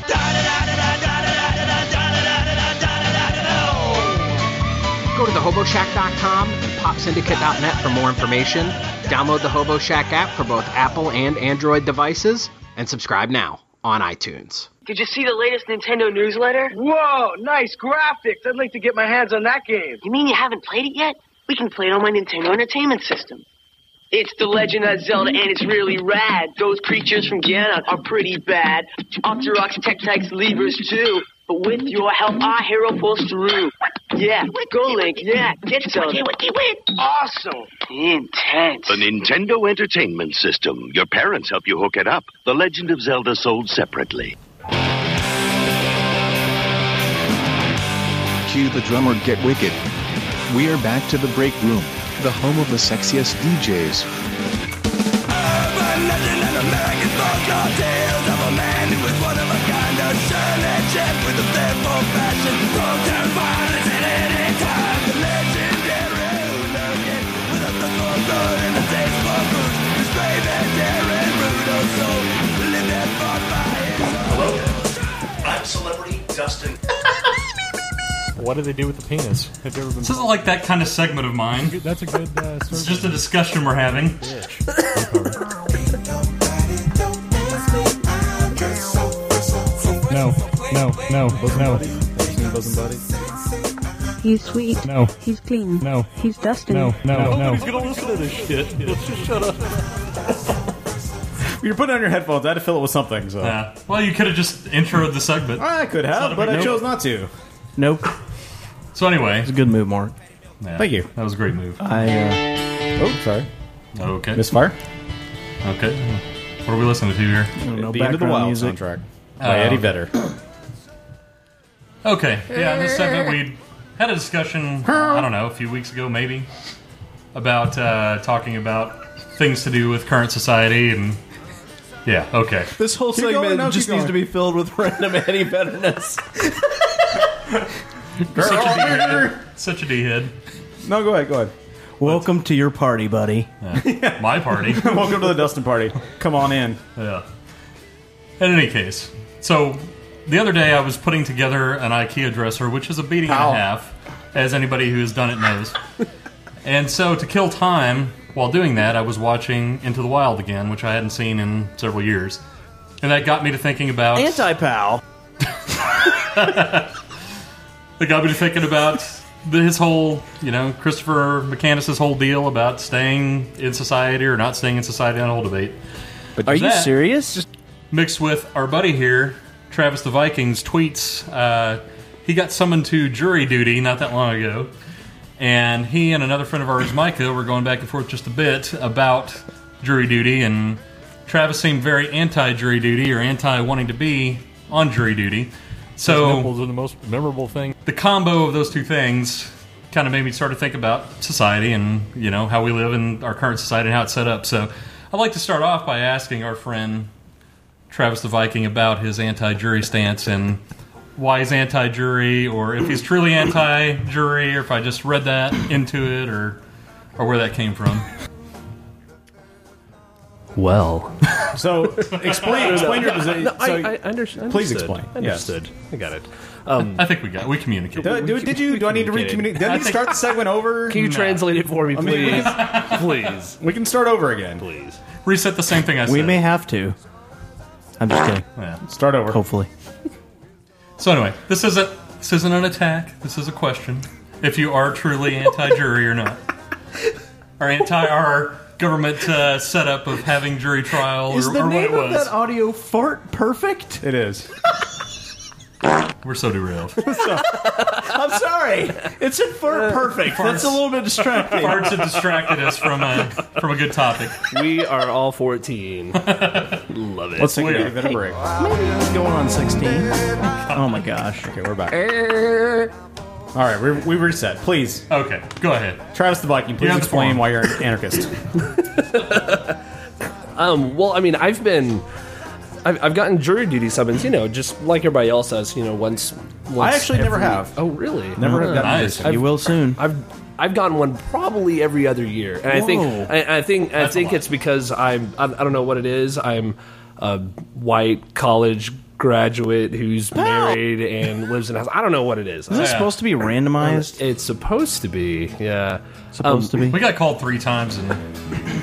[SPEAKER 25] Go to thehoboshack.com and popsyndicate.net for more information. Download the Hobo Shack app for both Apple and Android devices, and subscribe now on iTunes.
[SPEAKER 27] Did you see the latest Nintendo newsletter? Whoa, nice graphics. I'd like to get my hands on that game. You mean you haven't played it yet? We can play it on my Nintendo Entertainment System. It's The Legend of Zelda, and it's really rad. Those creatures from Ganon are pretty bad. Octoroks, Tektites, Levers, too. But with your help, our hero pulls through. Yeah, go Link, yeah, get Zelda. Awesome. Intense.
[SPEAKER 28] The Nintendo Entertainment System. Your parents help you hook it up. The Legend of Zelda sold separately.
[SPEAKER 8] Cue the drummer Get Wicked. We're back to the break room, the home of the sexiest DJs.
[SPEAKER 25] oh,
[SPEAKER 7] I'm celebrity Dustin.
[SPEAKER 13] What do they do with the penis? Have you ever been?
[SPEAKER 3] This isn't like that kind of segment of mine.
[SPEAKER 13] That's a good. Uh,
[SPEAKER 3] It's just a discussion we're having.
[SPEAKER 13] no, no, no, no.
[SPEAKER 29] He's sweet.
[SPEAKER 13] No.
[SPEAKER 29] He's clean.
[SPEAKER 13] No.
[SPEAKER 29] He's Dustin.
[SPEAKER 13] No,
[SPEAKER 3] Oh,
[SPEAKER 13] no, no. Nobody's
[SPEAKER 3] gonna listen to this shit. Let's just shut up.
[SPEAKER 2] You're putting on your headphones. I had to fill it with something. So
[SPEAKER 3] Yeah. Well, you could have just introed the segment.
[SPEAKER 2] I could have, but I chose not to.
[SPEAKER 1] Nope.
[SPEAKER 3] So anyway,
[SPEAKER 1] it's a good move, Mark.
[SPEAKER 2] Thank you.
[SPEAKER 3] That was a great move.
[SPEAKER 1] I.
[SPEAKER 2] Uh, oh, sorry.
[SPEAKER 3] Okay.
[SPEAKER 2] Misfire.
[SPEAKER 3] Okay. What are we listening to here?
[SPEAKER 2] know, The End of the background Wild music. soundtrack by Eddie Vedder.
[SPEAKER 3] Okay. Yeah, in this segment we had a discussion, I don't know, a few weeks ago maybe, about uh, talking about things to do with current society and. Yeah, okay.
[SPEAKER 1] This whole
[SPEAKER 3] Keep
[SPEAKER 1] segment
[SPEAKER 3] going, no, keep
[SPEAKER 1] just needs
[SPEAKER 3] going.
[SPEAKER 1] to be filled with random Eddie Betterness.
[SPEAKER 3] You're such a D-head. Such a D-head.
[SPEAKER 2] No, go ahead, go ahead.
[SPEAKER 1] Welcome to your party, buddy.
[SPEAKER 3] My party.
[SPEAKER 2] Welcome to the Dustin party. Come on in.
[SPEAKER 3] oh, Yeah. In any case, so the other day I was putting together an IKEA dresser, which is a beating
[SPEAKER 2] Ow.
[SPEAKER 3] and a half, as anybody who has done it knows. and so to kill time while doing that, I was watching Into the Wild again, which I hadn't seen in several years, and that got me to thinking about
[SPEAKER 1] Anti pal.
[SPEAKER 3] Like I've been thinking about the- his whole, you know, Christopher McCandless's whole deal about staying in society or not staying in society on a whole debate.
[SPEAKER 1] But Are you serious? Just
[SPEAKER 3] mixed with our buddy here, Travis the Vikings tweets. Uh, he got summoned to jury duty not that long ago, and he and another friend of ours, Micah, were going back and forth just a bit about jury duty. And Travis seemed very anti-jury duty or anti wanting to be on jury duty.
[SPEAKER 13] His
[SPEAKER 3] So
[SPEAKER 13] nipples are the most memorable thing.
[SPEAKER 3] the combo of those two things kind of made me start to think about society and you know how we live in our current society and how it's set up. So I'd like to start off by asking our friend Travis the Viking about his anti-jury stance and why he's anti-jury, or if he's truly anti-jury, or if I just read that into it, or or where that came from.
[SPEAKER 23] Well,
[SPEAKER 4] So explain, explain your position.
[SPEAKER 13] No, I-
[SPEAKER 4] so,
[SPEAKER 13] I under- understood.
[SPEAKER 4] Please explain.
[SPEAKER 13] Understood. I got it. Um, Uh,
[SPEAKER 3] I think we got we communicated.
[SPEAKER 4] Do, do- did you? Do I need to recommunicate? Did I need to start the segment over?
[SPEAKER 13] Can you translate it for me,
[SPEAKER 4] I mean, we
[SPEAKER 13] please?
[SPEAKER 4] can-
[SPEAKER 13] please.
[SPEAKER 4] We can start over again.
[SPEAKER 13] Please.
[SPEAKER 3] Reset the same thing I said.
[SPEAKER 1] We may have to. I'm just kidding.
[SPEAKER 3] Yeah.
[SPEAKER 4] Start over.
[SPEAKER 1] Hopefully.
[SPEAKER 3] So anyway, this isn't this isn't an attack. This is a question. If you are truly anti-jury or not, or anti our government uh, setup of having jury trial
[SPEAKER 1] Is
[SPEAKER 3] or,
[SPEAKER 1] the
[SPEAKER 3] or what
[SPEAKER 1] name
[SPEAKER 3] it
[SPEAKER 1] of that
[SPEAKER 3] was.
[SPEAKER 1] audio fart perfect?
[SPEAKER 4] It is.
[SPEAKER 3] We're so derailed.
[SPEAKER 1] I'm sorry. It said fart perfect. That's a little bit distracting.
[SPEAKER 3] Farts have distracted us from a from a good topic.
[SPEAKER 13] We are all 14. Love it.
[SPEAKER 1] Let's take a bit of a break. What's going on 16? Oh my gosh.
[SPEAKER 4] Okay, we're back.
[SPEAKER 13] Uh.
[SPEAKER 4] All right, we, we reset. Please.
[SPEAKER 3] Okay, go ahead.
[SPEAKER 4] Travis the Viking, please
[SPEAKER 13] have the
[SPEAKER 4] explain
[SPEAKER 13] form.
[SPEAKER 4] why you're an anarchist.
[SPEAKER 13] Um, well, I mean, I've been, I've, I've gotten jury duty summons, you know, just like everybody else has, you know, once. once
[SPEAKER 4] I actually never
[SPEAKER 13] every-
[SPEAKER 4] have.
[SPEAKER 13] Oh, really?
[SPEAKER 4] Never have gotten
[SPEAKER 13] Nice.
[SPEAKER 4] this.
[SPEAKER 13] I've-
[SPEAKER 1] You will soon.
[SPEAKER 13] I've I've gotten one probably every other year, and I
[SPEAKER 1] Whoa.
[SPEAKER 13] think I, I think
[SPEAKER 1] That's
[SPEAKER 13] I
[SPEAKER 1] a
[SPEAKER 13] think
[SPEAKER 1] lot.
[SPEAKER 13] it's because I'm I, I don't know what it is. I'm a white college graduate who's married and lives in a house. I don't know what it is. Um,
[SPEAKER 1] Is this supposed to be randomized?
[SPEAKER 13] It's supposed to be, yeah. Um,
[SPEAKER 1] Supposed to be.
[SPEAKER 3] We got called three times in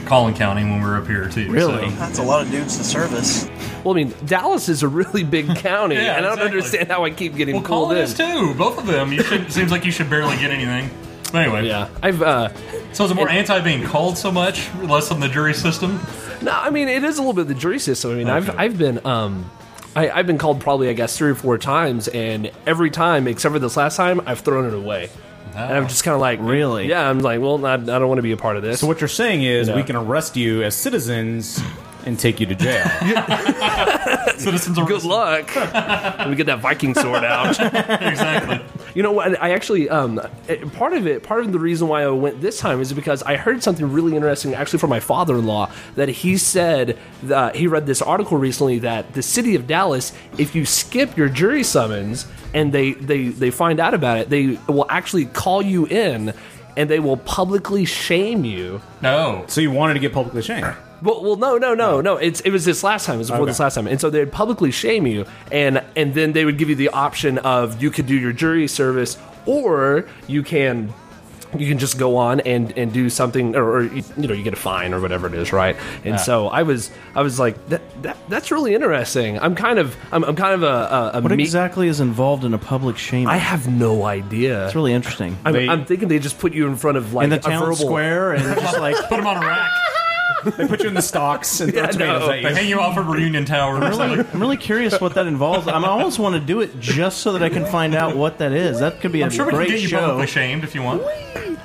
[SPEAKER 3] Collin County when we were up here too.
[SPEAKER 13] Really?
[SPEAKER 3] so-
[SPEAKER 13] That's a lot of dudes to service. Well, I mean, Dallas is a really big county,
[SPEAKER 3] Yeah,
[SPEAKER 13] and I don't
[SPEAKER 3] exactly.
[SPEAKER 13] understand how I keep getting
[SPEAKER 3] Well,
[SPEAKER 13] pulled
[SPEAKER 3] Collin
[SPEAKER 13] in.
[SPEAKER 3] is too. Both of them. You should, seems like you should barely get anything. But anyway,
[SPEAKER 13] yeah. I've uh,
[SPEAKER 3] so is it more anti being called so much, less than the jury system?
[SPEAKER 13] No, I mean it is a little bit of the jury system. I mean, I've I've been um, I, I've been called probably I guess three or four times, and every time except for this last time, I've thrown it away. And I'm just kind of like,
[SPEAKER 1] really?
[SPEAKER 13] Yeah, I'm like, well, I, I don't want to be a part of this.
[SPEAKER 4] So what you're saying is
[SPEAKER 13] Yeah.
[SPEAKER 4] we can arrest you as citizens and take you to jail.
[SPEAKER 3] Citizens
[SPEAKER 13] Good luck. Let me get that Viking sword out.
[SPEAKER 3] exactly.
[SPEAKER 13] You know what? I actually um, it- part of it, part of the reason why I went this time is because I heard something really interesting actually from my father-in-law that he said that he read this article recently that the city of Dallas, if you skip your jury summons and they they they find out about it, they will actually call you in and they will publicly shame you.
[SPEAKER 3] No.
[SPEAKER 4] So you wanted to get publicly shamed.
[SPEAKER 13] Well, well, no, no, no, no. It's it was this last time. It was before
[SPEAKER 4] Okay.
[SPEAKER 13] this last time, and so they'd publicly shame you, and and then they would give you the option of you could do your jury service, or you can you can just go on and and do something, or, or you know you get a fine or whatever it is, right? And
[SPEAKER 1] Yeah.
[SPEAKER 13] so I was I was like that, that that's really interesting. I'm kind of I'm, I'm kind of a, a, a
[SPEAKER 1] What
[SPEAKER 13] meat-
[SPEAKER 1] exactly is involved in a public shaming? I
[SPEAKER 13] have no idea.
[SPEAKER 1] It's really interesting.
[SPEAKER 13] I'm, I'm thinking they just put you in front of like
[SPEAKER 1] in the
[SPEAKER 13] a
[SPEAKER 1] town
[SPEAKER 13] verbal-
[SPEAKER 1] square and just like
[SPEAKER 3] put them on a rack.
[SPEAKER 4] they put you in the stocks and throw
[SPEAKER 13] Yeah,
[SPEAKER 4] tomatoes
[SPEAKER 13] no.
[SPEAKER 4] at you.
[SPEAKER 3] They hang you off a reunion tower.
[SPEAKER 1] I'm
[SPEAKER 3] Or
[SPEAKER 1] really,
[SPEAKER 3] something.
[SPEAKER 1] I'm really curious what that involves. I'm, I almost want to do it just so that I can find out what that is. That could be a
[SPEAKER 13] I'm sure we can
[SPEAKER 1] great
[SPEAKER 13] get you
[SPEAKER 1] show.
[SPEAKER 13] publicly
[SPEAKER 3] shamed if you want.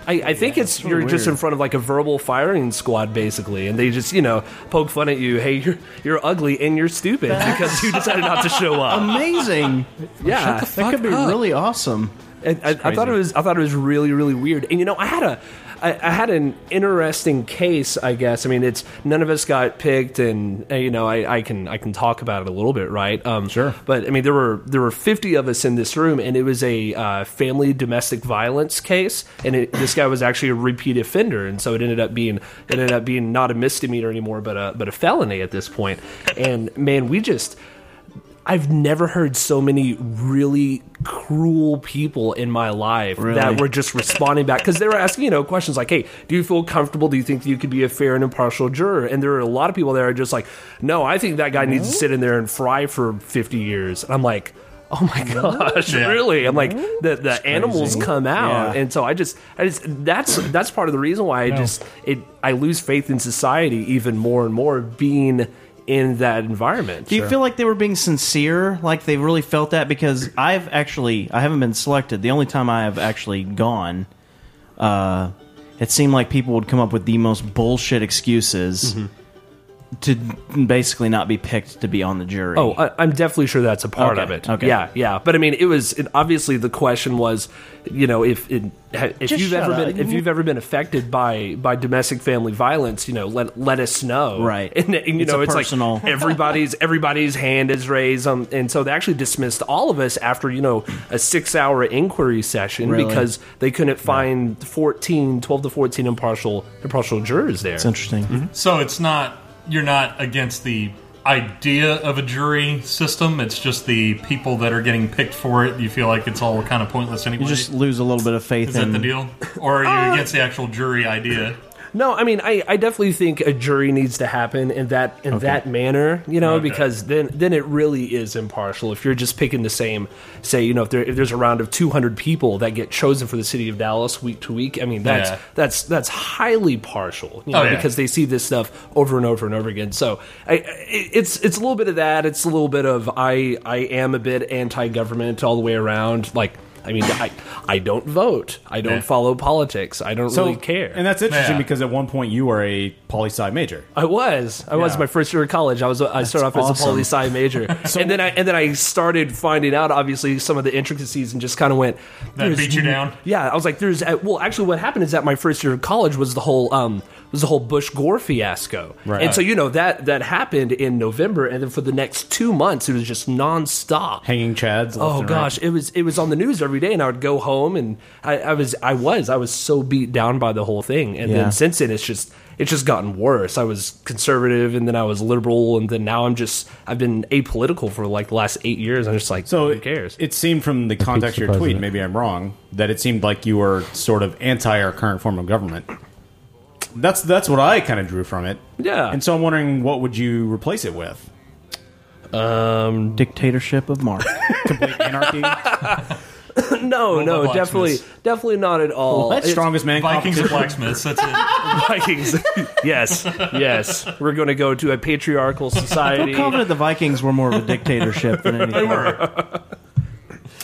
[SPEAKER 13] I, I think it's you're just
[SPEAKER 1] weird.
[SPEAKER 13] in front of like a verbal firing squad basically, and they just you know poke fun at you. Hey, you're you're ugly and you're stupid because you decided not to show up.
[SPEAKER 1] Amazing.
[SPEAKER 13] Yeah,
[SPEAKER 1] Shut the fuck that could be
[SPEAKER 13] up.
[SPEAKER 1] really awesome.
[SPEAKER 13] And I, I thought it was I thought it was really really weird. And you know I had a I, I had an interesting case. I guess I mean it's none of us got picked, and uh, you know I, I can I can talk about it a little bit, right? Um, sure. But I mean there were there were fifty of us in this room, and it was a uh, family domestic violence case, and it, this guy was actually a repeat offender, and so it ended up being it ended up being not a misdemeanor anymore, but a but a felony at this point. And man, we just I've never heard so many really cruel people in my life
[SPEAKER 1] Really?
[SPEAKER 13] that were just responding back because they were asking, you know, questions like, "Hey, do you feel comfortable? Do you think you could be a fair and impartial juror?" And there are a lot of people that are just like, "No, I think that guy needs to sit in there and fry for fifty years." And I'm like, oh my gosh, Yeah. really? I'm like the the animals crazy. come out, Yeah. and so I just, I just that's that's part of the reason why I No. just it I lose faith in society even more and more being in that environment.
[SPEAKER 1] Do you feel like they were being sincere? Like they really felt that? Because I've actually, I haven't been selected. The only time I have actually gone, uh, it seemed like people would come up with the most bullshit excuses
[SPEAKER 13] Mhm.
[SPEAKER 1] to basically not be picked to be on the jury.
[SPEAKER 13] Oh, I, I'm definitely sure that's a part
[SPEAKER 1] Okay,
[SPEAKER 13] of it.
[SPEAKER 1] okay.
[SPEAKER 13] Yeah, yeah. But I mean, it was it, obviously the question was, you know, if it, if
[SPEAKER 1] Just
[SPEAKER 13] you've ever
[SPEAKER 1] shut
[SPEAKER 13] been
[SPEAKER 1] up.
[SPEAKER 13] if you've ever been affected by by domestic family violence, you know, let let us know.
[SPEAKER 1] Right.
[SPEAKER 13] And, and, you
[SPEAKER 1] It's
[SPEAKER 13] know,
[SPEAKER 1] a
[SPEAKER 13] it's
[SPEAKER 1] personal-
[SPEAKER 13] like everybody's everybody's hand is raised, um, and so they actually dismissed all of us after you know a six hour inquiry session
[SPEAKER 1] Really?
[SPEAKER 13] because they couldn't find 14, 12 to fourteen impartial impartial jurors there.
[SPEAKER 1] It's interesting.
[SPEAKER 13] Mm-hmm.
[SPEAKER 3] So it's not you're not against the idea of a jury system. It's just the people that are getting picked for it. You feel like it's all kind of pointless anyway.
[SPEAKER 1] You just lose a little bit of faith
[SPEAKER 3] Is that
[SPEAKER 1] in
[SPEAKER 3] the deal, or are
[SPEAKER 13] Ah!
[SPEAKER 3] you against the actual jury idea?
[SPEAKER 13] No, I mean, I, I definitely think a jury needs to happen in that in that manner, you know,
[SPEAKER 3] Okay.
[SPEAKER 13] because then then it really is impartial. If you're just picking the same, say, you know, if, there, if there's a round of 200 people that get chosen for the city of Dallas week to week, I mean, that's
[SPEAKER 3] Yeah.
[SPEAKER 13] that's that's highly partial, you know,
[SPEAKER 3] Oh, yeah.
[SPEAKER 13] because they see this stuff over and over and over again. So I, I, it's it's a little bit of that. It's a little bit of I I am a bit anti-government all the way around, like. I mean, I, I don't vote. I don't
[SPEAKER 2] Yeah.
[SPEAKER 13] follow politics. I don't
[SPEAKER 2] So-
[SPEAKER 13] really care.
[SPEAKER 2] And that's interesting because at one point you were a poli sci major.
[SPEAKER 13] I was. I was
[SPEAKER 2] Yeah.
[SPEAKER 13] my first year of college. I was. I started off as a
[SPEAKER 2] awesome.
[SPEAKER 13] poli sci major, and then I and then I started finding out obviously some of the intricacies and just kind of went.
[SPEAKER 3] That
[SPEAKER 13] "There's
[SPEAKER 3] beat you
[SPEAKER 13] n-
[SPEAKER 3] down?"
[SPEAKER 13] Yeah, I was like, "There's uh, well, actually, what happened is that my first year of college was the whole um was the whole Bush Gore fiasco,
[SPEAKER 2] Right.
[SPEAKER 13] and so you know that that happened in November, and then for the next two months it was just nonstop.
[SPEAKER 2] Hanging Chads. left
[SPEAKER 13] Oh
[SPEAKER 2] and right.
[SPEAKER 13] gosh, it was it was on the news every day, and I would go home, and I, I was I was I was so beat down by the whole thing, and
[SPEAKER 2] Yeah.
[SPEAKER 13] then since then it's just it's just gotten worse. I was conservative, and then I was liberal, and then now I'm just I've been apolitical for like the last eight years. I'm just like so who cares?
[SPEAKER 2] It seemed from the context of your tweet,
[SPEAKER 13] president.
[SPEAKER 2] maybe I'm wrong, that it seemed like you were sort of anti our current form of government. That's that's what I kind of drew from it.
[SPEAKER 13] Yeah.
[SPEAKER 2] And so I'm wondering what would you replace it with?
[SPEAKER 1] Um, dictatorship of Mark.
[SPEAKER 13] Oh, no,
[SPEAKER 1] by
[SPEAKER 13] no, definitely
[SPEAKER 1] blacksmiths.
[SPEAKER 13] definitely not at all.
[SPEAKER 2] What? Strongest man
[SPEAKER 3] Vikings and
[SPEAKER 13] competition.
[SPEAKER 3] blacksmiths. That's it.
[SPEAKER 13] Vikings, yes, yes. We're going to go to a patriarchal society.
[SPEAKER 1] I'm confident the Vikings were more of a dictatorship than anything.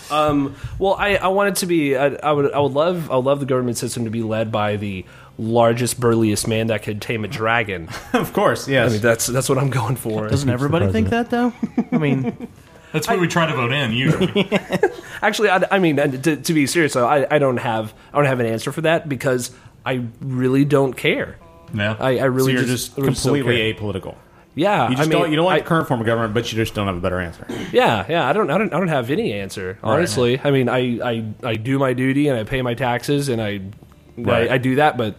[SPEAKER 13] Um, well, I, I want it to be. I, I would. I would love. I would love the government system to be led by the largest, burliest man that could tame a dragon.
[SPEAKER 2] of course, yes.
[SPEAKER 13] I mean, that's that's what I'm going for.
[SPEAKER 1] Doesn't everybody think that though? I mean,
[SPEAKER 3] that's what we try to vote in usually.
[SPEAKER 13] Actually, I, I mean, and to, to be serious, though, I, I don't have. I don't have an answer for that because I really don't care.
[SPEAKER 3] Yeah.
[SPEAKER 13] I, I really
[SPEAKER 2] so you're
[SPEAKER 13] just,
[SPEAKER 2] just,
[SPEAKER 13] I really just don't
[SPEAKER 2] completely
[SPEAKER 13] care.
[SPEAKER 2] apolitical.
[SPEAKER 13] Yeah,
[SPEAKER 2] You just
[SPEAKER 13] I mean,
[SPEAKER 2] don't, you don't like the current form of government, but you just don't have a better answer.
[SPEAKER 13] Yeah, yeah. I don't, I don't, I don't have any answer.
[SPEAKER 2] Right.
[SPEAKER 13] Honestly, I mean, I, I, I do my duty and I pay my taxes and I,
[SPEAKER 2] Right.
[SPEAKER 13] I, I do that, but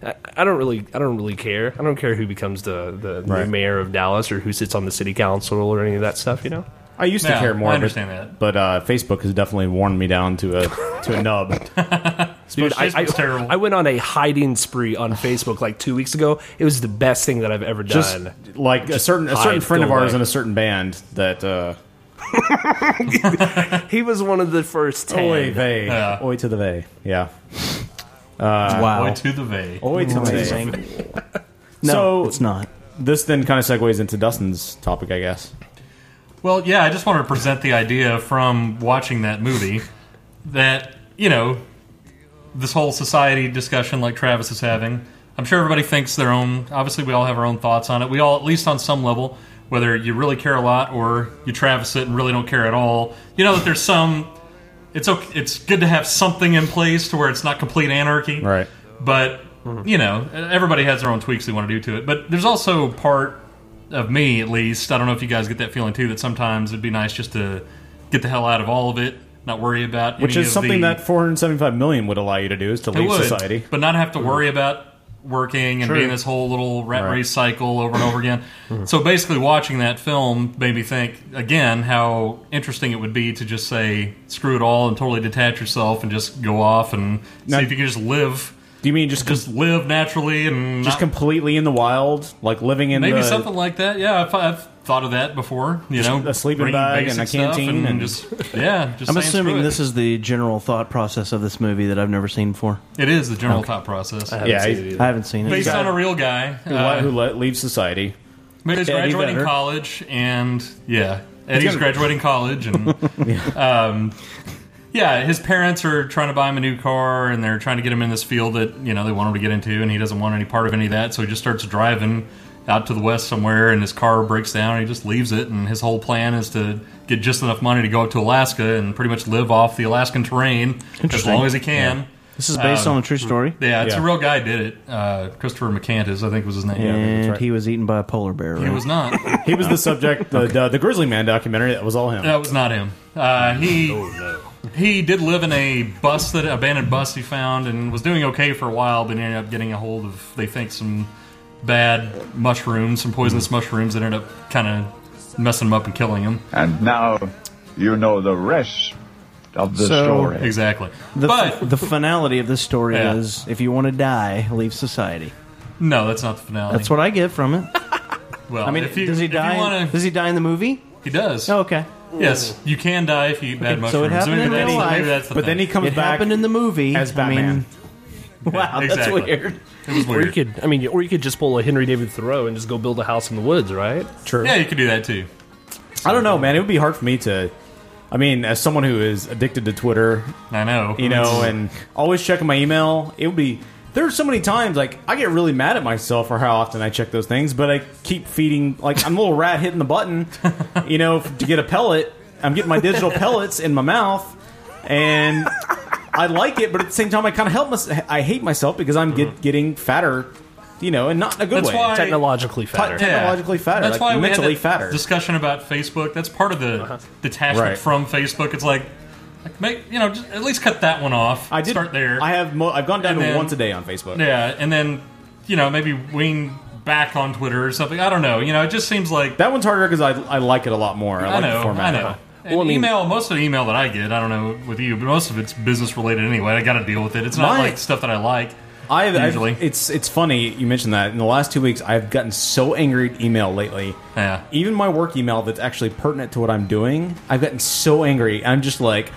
[SPEAKER 13] I, I don't really, I don't really care. I don't care who becomes the the, the
[SPEAKER 2] Right.
[SPEAKER 13] mayor of Dallas or who sits on the city council or any of that stuff. You know.
[SPEAKER 2] I used to
[SPEAKER 13] Yeah,
[SPEAKER 2] care more.
[SPEAKER 13] I
[SPEAKER 2] of it,
[SPEAKER 13] understand that.
[SPEAKER 2] but uh, Facebook has definitely worn me down to a to a nub.
[SPEAKER 13] Dude, I, I,
[SPEAKER 2] Facebook's terrible.
[SPEAKER 13] I went on a hiding spree on Facebook like two weeks ago. It was the best thing that I've ever
[SPEAKER 2] Just
[SPEAKER 13] done.
[SPEAKER 2] like a
[SPEAKER 13] Just
[SPEAKER 2] certain a certain
[SPEAKER 13] hide,
[SPEAKER 2] friend
[SPEAKER 13] go
[SPEAKER 2] of ours
[SPEAKER 13] away.
[SPEAKER 2] in a certain band that uh,
[SPEAKER 13] he was one of the first ten.
[SPEAKER 2] Oy vey. Oy to the vey. Yeah. Uh,
[SPEAKER 3] Oy to the vey.
[SPEAKER 2] Oy to the
[SPEAKER 1] Amazing.
[SPEAKER 2] vey.
[SPEAKER 1] No,
[SPEAKER 2] so,
[SPEAKER 1] it's not.
[SPEAKER 2] This then kind of segues into Dustin's topic, I guess.
[SPEAKER 3] Well, yeah, I just wanted to present the idea from watching that movie that, you know, this whole society discussion like Travis is having. I'm sure everybody thinks their own. Obviously, we all have our own thoughts on it. We all, at least on some level, whether you really care a lot or you Travis it and really don't care at all, you know that there's some. It's okay, it's good to have something in place to where it's not complete anarchy.
[SPEAKER 2] Right.
[SPEAKER 3] But you know, everybody has their own tweaks they want to do to it. But there's also part of me, at least. I don't know if you guys get that feeling too. That sometimes it'd be nice just to get the hell out of all of it, not worry about
[SPEAKER 2] Which
[SPEAKER 3] any
[SPEAKER 2] is
[SPEAKER 3] of
[SPEAKER 2] something
[SPEAKER 3] the,
[SPEAKER 2] that 475 million would allow you to do is to
[SPEAKER 3] it
[SPEAKER 2] leave
[SPEAKER 3] would,
[SPEAKER 2] society. Mm.
[SPEAKER 3] but not have to worry about working and
[SPEAKER 2] True.
[SPEAKER 3] being this whole little rat
[SPEAKER 2] Right. Mm.
[SPEAKER 3] race cycle over and over again. so basically, watching that film made me think again how interesting it would be to just say screw it all and totally detach yourself and just go off and
[SPEAKER 2] Now-
[SPEAKER 3] see if you can just live.
[SPEAKER 2] Do you mean just just
[SPEAKER 3] live naturally and
[SPEAKER 2] just completely in the wild, like living in
[SPEAKER 3] Mm, Maybe
[SPEAKER 2] the,
[SPEAKER 3] something like that. Yeah, I've, I've thought of that before. You
[SPEAKER 2] Just
[SPEAKER 3] know,
[SPEAKER 2] a sleeping
[SPEAKER 3] bringing
[SPEAKER 2] bag and
[SPEAKER 3] basic
[SPEAKER 2] a
[SPEAKER 3] stuff
[SPEAKER 2] canteen
[SPEAKER 3] and,
[SPEAKER 2] and-
[SPEAKER 3] just yeah. Just
[SPEAKER 1] I'm
[SPEAKER 3] saying
[SPEAKER 1] assuming
[SPEAKER 3] screw it.
[SPEAKER 1] this is the general thought process of this movie that I've never seen before.
[SPEAKER 3] It is the general
[SPEAKER 1] Okay.
[SPEAKER 3] thought process.
[SPEAKER 1] I haven't Yeah, seen I- it either. I haven't seen it.
[SPEAKER 3] Based
[SPEAKER 1] Guy
[SPEAKER 3] on a real guy
[SPEAKER 2] who,
[SPEAKER 3] uh,
[SPEAKER 2] le- who le- leaves society.
[SPEAKER 3] But he's
[SPEAKER 2] Eddie
[SPEAKER 3] graduating
[SPEAKER 2] Vedder.
[SPEAKER 3] college, and yeah, and
[SPEAKER 2] He's
[SPEAKER 3] he's
[SPEAKER 2] gonna-
[SPEAKER 3] graduating college, and um, yeah, his parents are trying to buy him a new car, and they're trying to get him in this field that you know they want him to get into, and he doesn't want any part of any of that, so he just starts driving out to the west somewhere, and his car breaks down, and he just leaves it, and his whole plan is to get just enough money to go up to Alaska and pretty much live off the Alaskan terrain as
[SPEAKER 1] Interesting.
[SPEAKER 3] long as he can. Um,
[SPEAKER 1] Yeah. This is based on a true story?
[SPEAKER 3] Yeah, it's
[SPEAKER 1] Yeah.
[SPEAKER 3] a real guy did it. Uh, Christopher McCandless, I think was his name.
[SPEAKER 1] and he was eaten by a polar bear.
[SPEAKER 3] He
[SPEAKER 1] right?
[SPEAKER 3] was not.
[SPEAKER 2] He was the subject, the, the, the Grizzly Man documentary. That was all him.
[SPEAKER 3] That was not him. Uh, he he did live in a bus that abandoned bus he found and was doing okay for a while, but ended up getting a hold of they think some bad mushrooms, some poisonous mushrooms that ended up kind of messing him up and killing him.
[SPEAKER 5] And now you know the rest of the story.
[SPEAKER 3] exactly.
[SPEAKER 1] The, but the finality of this story is: if you want to die, leave society.
[SPEAKER 3] No, that's not the finale.
[SPEAKER 1] That's what I get from it.
[SPEAKER 3] Well,
[SPEAKER 1] I mean,
[SPEAKER 3] if you,
[SPEAKER 1] does he
[SPEAKER 3] if you
[SPEAKER 1] die?
[SPEAKER 3] wanna-
[SPEAKER 1] does he die in the movie?
[SPEAKER 3] He does.
[SPEAKER 1] Oh, okay.
[SPEAKER 3] Yes, you can die if you eat bad
[SPEAKER 1] Okay,
[SPEAKER 3] mushrooms.
[SPEAKER 1] so it happened
[SPEAKER 3] maybe
[SPEAKER 1] in
[SPEAKER 3] that's,
[SPEAKER 1] real life,
[SPEAKER 3] maybe that's the
[SPEAKER 1] but then
[SPEAKER 3] thing.
[SPEAKER 1] he comes It back happened in the movie as Batman.
[SPEAKER 3] wow, that's weird. It was
[SPEAKER 13] Or you
[SPEAKER 3] weird.
[SPEAKER 13] could, I mean, or you could just pull a Henry David Thoreau and just go build a house in the woods, right?
[SPEAKER 2] True.
[SPEAKER 3] Yeah, you could do that too.
[SPEAKER 2] I don't know, man. It would be hard for me to. I mean, as someone who is addicted to Twitter,
[SPEAKER 3] I know,
[SPEAKER 2] you know, and always checking my email. It would be. There are so many times like I get really mad at myself for how often I check those things, but I keep feeding like I'm a little rat hitting the button, you know, f- to get a pellet. I'm getting my digital pellets in my mouth, and I like it, but at the same time, I kind of help myself. I hate myself because I'm get, getting fatter, you know, and not in a good
[SPEAKER 3] Mm-hmm. That's
[SPEAKER 2] way.
[SPEAKER 3] why-
[SPEAKER 13] Technologically
[SPEAKER 2] fatter. Technologically fatter.
[SPEAKER 3] That's
[SPEAKER 2] like
[SPEAKER 3] why we had
[SPEAKER 2] mentally
[SPEAKER 3] that
[SPEAKER 2] fatter.
[SPEAKER 3] Discussion about Facebook. That's part of the
[SPEAKER 2] Uh-huh.
[SPEAKER 3] detachment
[SPEAKER 2] Right.
[SPEAKER 3] from Facebook. It's like, like, make you know, just at least cut that one off. I did start there.
[SPEAKER 2] I have mo- I've gone down
[SPEAKER 3] And
[SPEAKER 2] to
[SPEAKER 3] then-
[SPEAKER 2] once a day on Facebook.
[SPEAKER 3] Yeah, and then you know maybe wing back on Twitter or something. I don't know. You know, it just seems like
[SPEAKER 2] that one's harder because I I like it a lot more. I,
[SPEAKER 3] I
[SPEAKER 2] like
[SPEAKER 3] know.
[SPEAKER 2] the format.
[SPEAKER 3] I know. And
[SPEAKER 2] Well, I mean-
[SPEAKER 3] email. Most of the email that I get, I don't know with you, but most of it's business related anyway. I got to deal with it. It's not
[SPEAKER 2] My-
[SPEAKER 3] like stuff that I like.
[SPEAKER 2] I've, I've-
[SPEAKER 3] usually.
[SPEAKER 2] it's it's funny you mentioned that. In the last two weeks, I've gotten so angry at email lately.
[SPEAKER 3] Yeah.
[SPEAKER 2] Even my work email that's actually pertinent to what I'm doing, I've gotten so angry. I'm just like,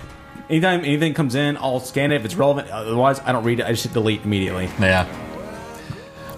[SPEAKER 2] anytime anything comes in, I'll scan it if it's relevant. Otherwise, I don't read it. I just hit delete immediately.
[SPEAKER 3] Yeah.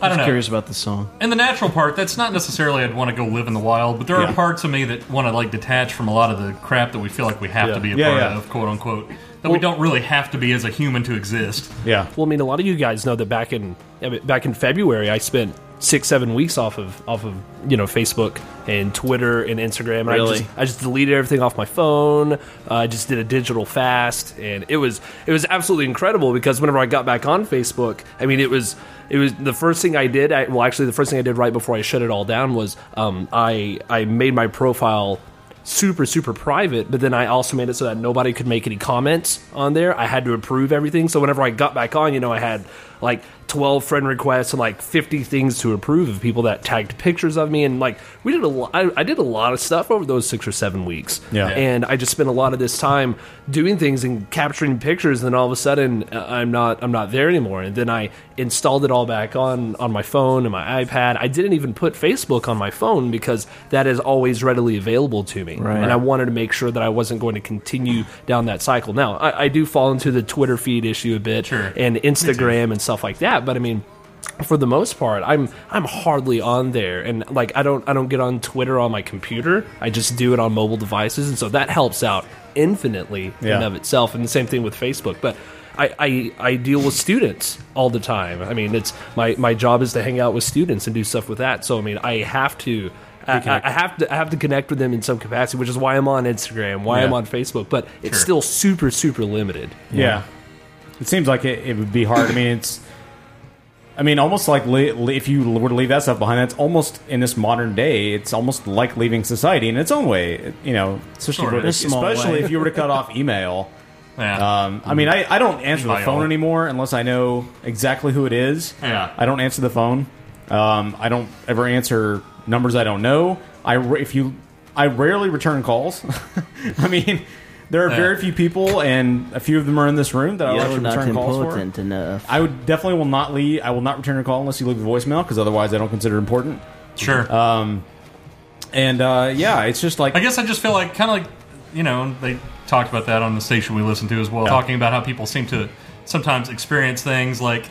[SPEAKER 3] I
[SPEAKER 1] was
[SPEAKER 3] don't know.
[SPEAKER 1] curious about the song.
[SPEAKER 3] And the natural part, that's not necessarily I'd want to go live in the wild, but there
[SPEAKER 1] Yeah.
[SPEAKER 3] are parts of me that want to like detach from a lot of the crap that we feel like we have
[SPEAKER 13] Yeah.
[SPEAKER 3] to be a
[SPEAKER 13] Yeah,
[SPEAKER 3] part
[SPEAKER 13] yeah.
[SPEAKER 3] of, quote unquote, that we don't really have to be as a human to exist.
[SPEAKER 2] Yeah.
[SPEAKER 13] Well, I mean, a lot of you guys know that back in I mean, back in February, I spent six, seven weeks off of off of you know Facebook and Twitter and Instagram. And I
[SPEAKER 1] Really?
[SPEAKER 13] just, I just deleted everything off my phone. Uh, I just did a digital fast, and it was it was absolutely incredible because whenever I got back on Facebook, I mean, it was it was the first thing I did. I, well, actually, the first thing I did right before I shut it all down was um, I I made my profile super super private but then i also made it so that nobody could make any comments on there i had to approve everything so whenever i got back on you know i had like 12 friend requests and like 50 things to approve of people that tagged pictures of me and like we did a lot I, I did a lot of stuff over those six or seven weeks
[SPEAKER 2] Yeah.
[SPEAKER 13] and i just spent a lot of this time doing things and capturing pictures and then all of a sudden uh, i'm not i'm not there anymore and then i installed it all back on on my phone and my ipad i didn't even put facebook on my phone because that is always readily available to me
[SPEAKER 1] Right.
[SPEAKER 13] and I wanted to make sure that I wasn't going to continue down that cycle. Now, I, I do fall into the Twitter feed issue a bit and Instagram and stuff like that, but I mean, for the most part, I'm I'm hardly on there, and like I don't I don't get on Twitter on my computer. I just do it on mobile devices, and so that helps out infinitely in
[SPEAKER 2] Yeah.
[SPEAKER 13] and of itself. And the same thing with Facebook, but. I, I, I deal with students all the time. I mean, it's my, my job is to hang out with students and do stuff with that. So I mean, I have to I, I- I have to I have to connect with them in some capacity, which is why I'm on Instagram, why I'm
[SPEAKER 2] Yeah.
[SPEAKER 13] on Facebook. But it's
[SPEAKER 2] Sure.
[SPEAKER 13] still super super limited.
[SPEAKER 2] Yeah. It seems like it, it would be hard. I mean, it's. I mean, almost like li- li- if you were to leave that stuff behind, that's almost in this modern day. It's almost like leaving society in its own way. You know, especially
[SPEAKER 1] Sort of.
[SPEAKER 2] if-
[SPEAKER 1] In a small
[SPEAKER 2] especially
[SPEAKER 1] way.
[SPEAKER 2] if you were to cut off email. Um, I mean, I, I don't answer the
[SPEAKER 1] Email.
[SPEAKER 2] phone anymore unless I know exactly who it is.
[SPEAKER 1] Yeah.
[SPEAKER 2] I don't answer the phone. Um, I don't ever answer numbers I don't know. I ra- if you I rarely return calls. I mean, There
[SPEAKER 3] Uh,
[SPEAKER 2] are
[SPEAKER 1] Yeah.
[SPEAKER 2] very few people, and a few of them are in this room that I will
[SPEAKER 1] You're
[SPEAKER 2] actually
[SPEAKER 1] not
[SPEAKER 2] return calls
[SPEAKER 1] important
[SPEAKER 2] for. Enough. I would definitely will not leave. I will not return a call unless you leave a voicemail because otherwise I don't consider it important.
[SPEAKER 3] Sure.
[SPEAKER 2] Um, and uh, yeah, it's just like
[SPEAKER 3] I guess I just feel like kind of like you know they talked about that on the station we listened to as well, talking about how people seem to sometimes experience things like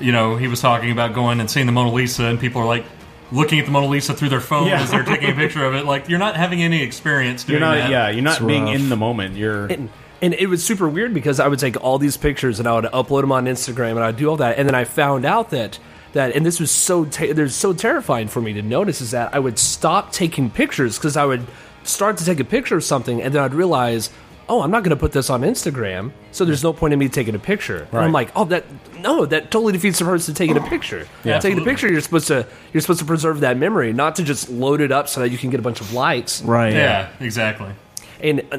[SPEAKER 3] you know he was talking about going and seeing the Mona Lisa and people are like looking at the Mona Lisa through their phone
[SPEAKER 2] Yeah.
[SPEAKER 3] as they're taking a picture of it. Like you're not having any experience
[SPEAKER 2] You're
[SPEAKER 3] doing
[SPEAKER 2] not-
[SPEAKER 3] that.
[SPEAKER 2] yeah, you're not It's being rough. in the moment. You're
[SPEAKER 13] And, and it was super weird because I would take all these pictures and I would upload them on Instagram and I'd do all that. And then I found out that that and this was so ta- there's so terrifying for me to notice is that I would stop taking pictures because I would start to take a picture of something and then I'd realize. Oh, I'm not going to put this on Instagram, so there's no point in me taking a picture. And I'm
[SPEAKER 2] Right.
[SPEAKER 13] like, oh, that no, that totally defeats the purpose of taking a picture.
[SPEAKER 2] Yeah.
[SPEAKER 13] taking a picture, you're supposed to you're supposed to preserve that memory, not to just load it up so that you can get a bunch of likes.
[SPEAKER 1] Right.
[SPEAKER 3] Yeah, exactly.
[SPEAKER 13] And uh,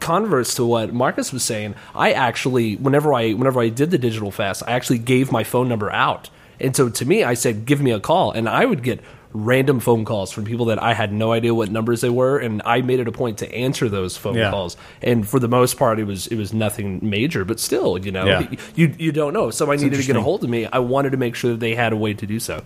[SPEAKER 13] converse to what Marcus was saying, I actually whenever I whenever I did the digital fast, I actually gave my phone number out. And so to me, I said, "Give me a call," and I would get random phone calls from people that I had no idea what numbers they were, and I made it a point to answer those phone
[SPEAKER 2] Yeah.
[SPEAKER 13] calls. And for the most part, it was it was nothing major, but still, you know,
[SPEAKER 2] Yeah.
[SPEAKER 13] you you don't know. If somebody
[SPEAKER 2] It's
[SPEAKER 13] needed to get a
[SPEAKER 2] interesting.
[SPEAKER 13] hold of me, I wanted to make sure that they had a way to do so.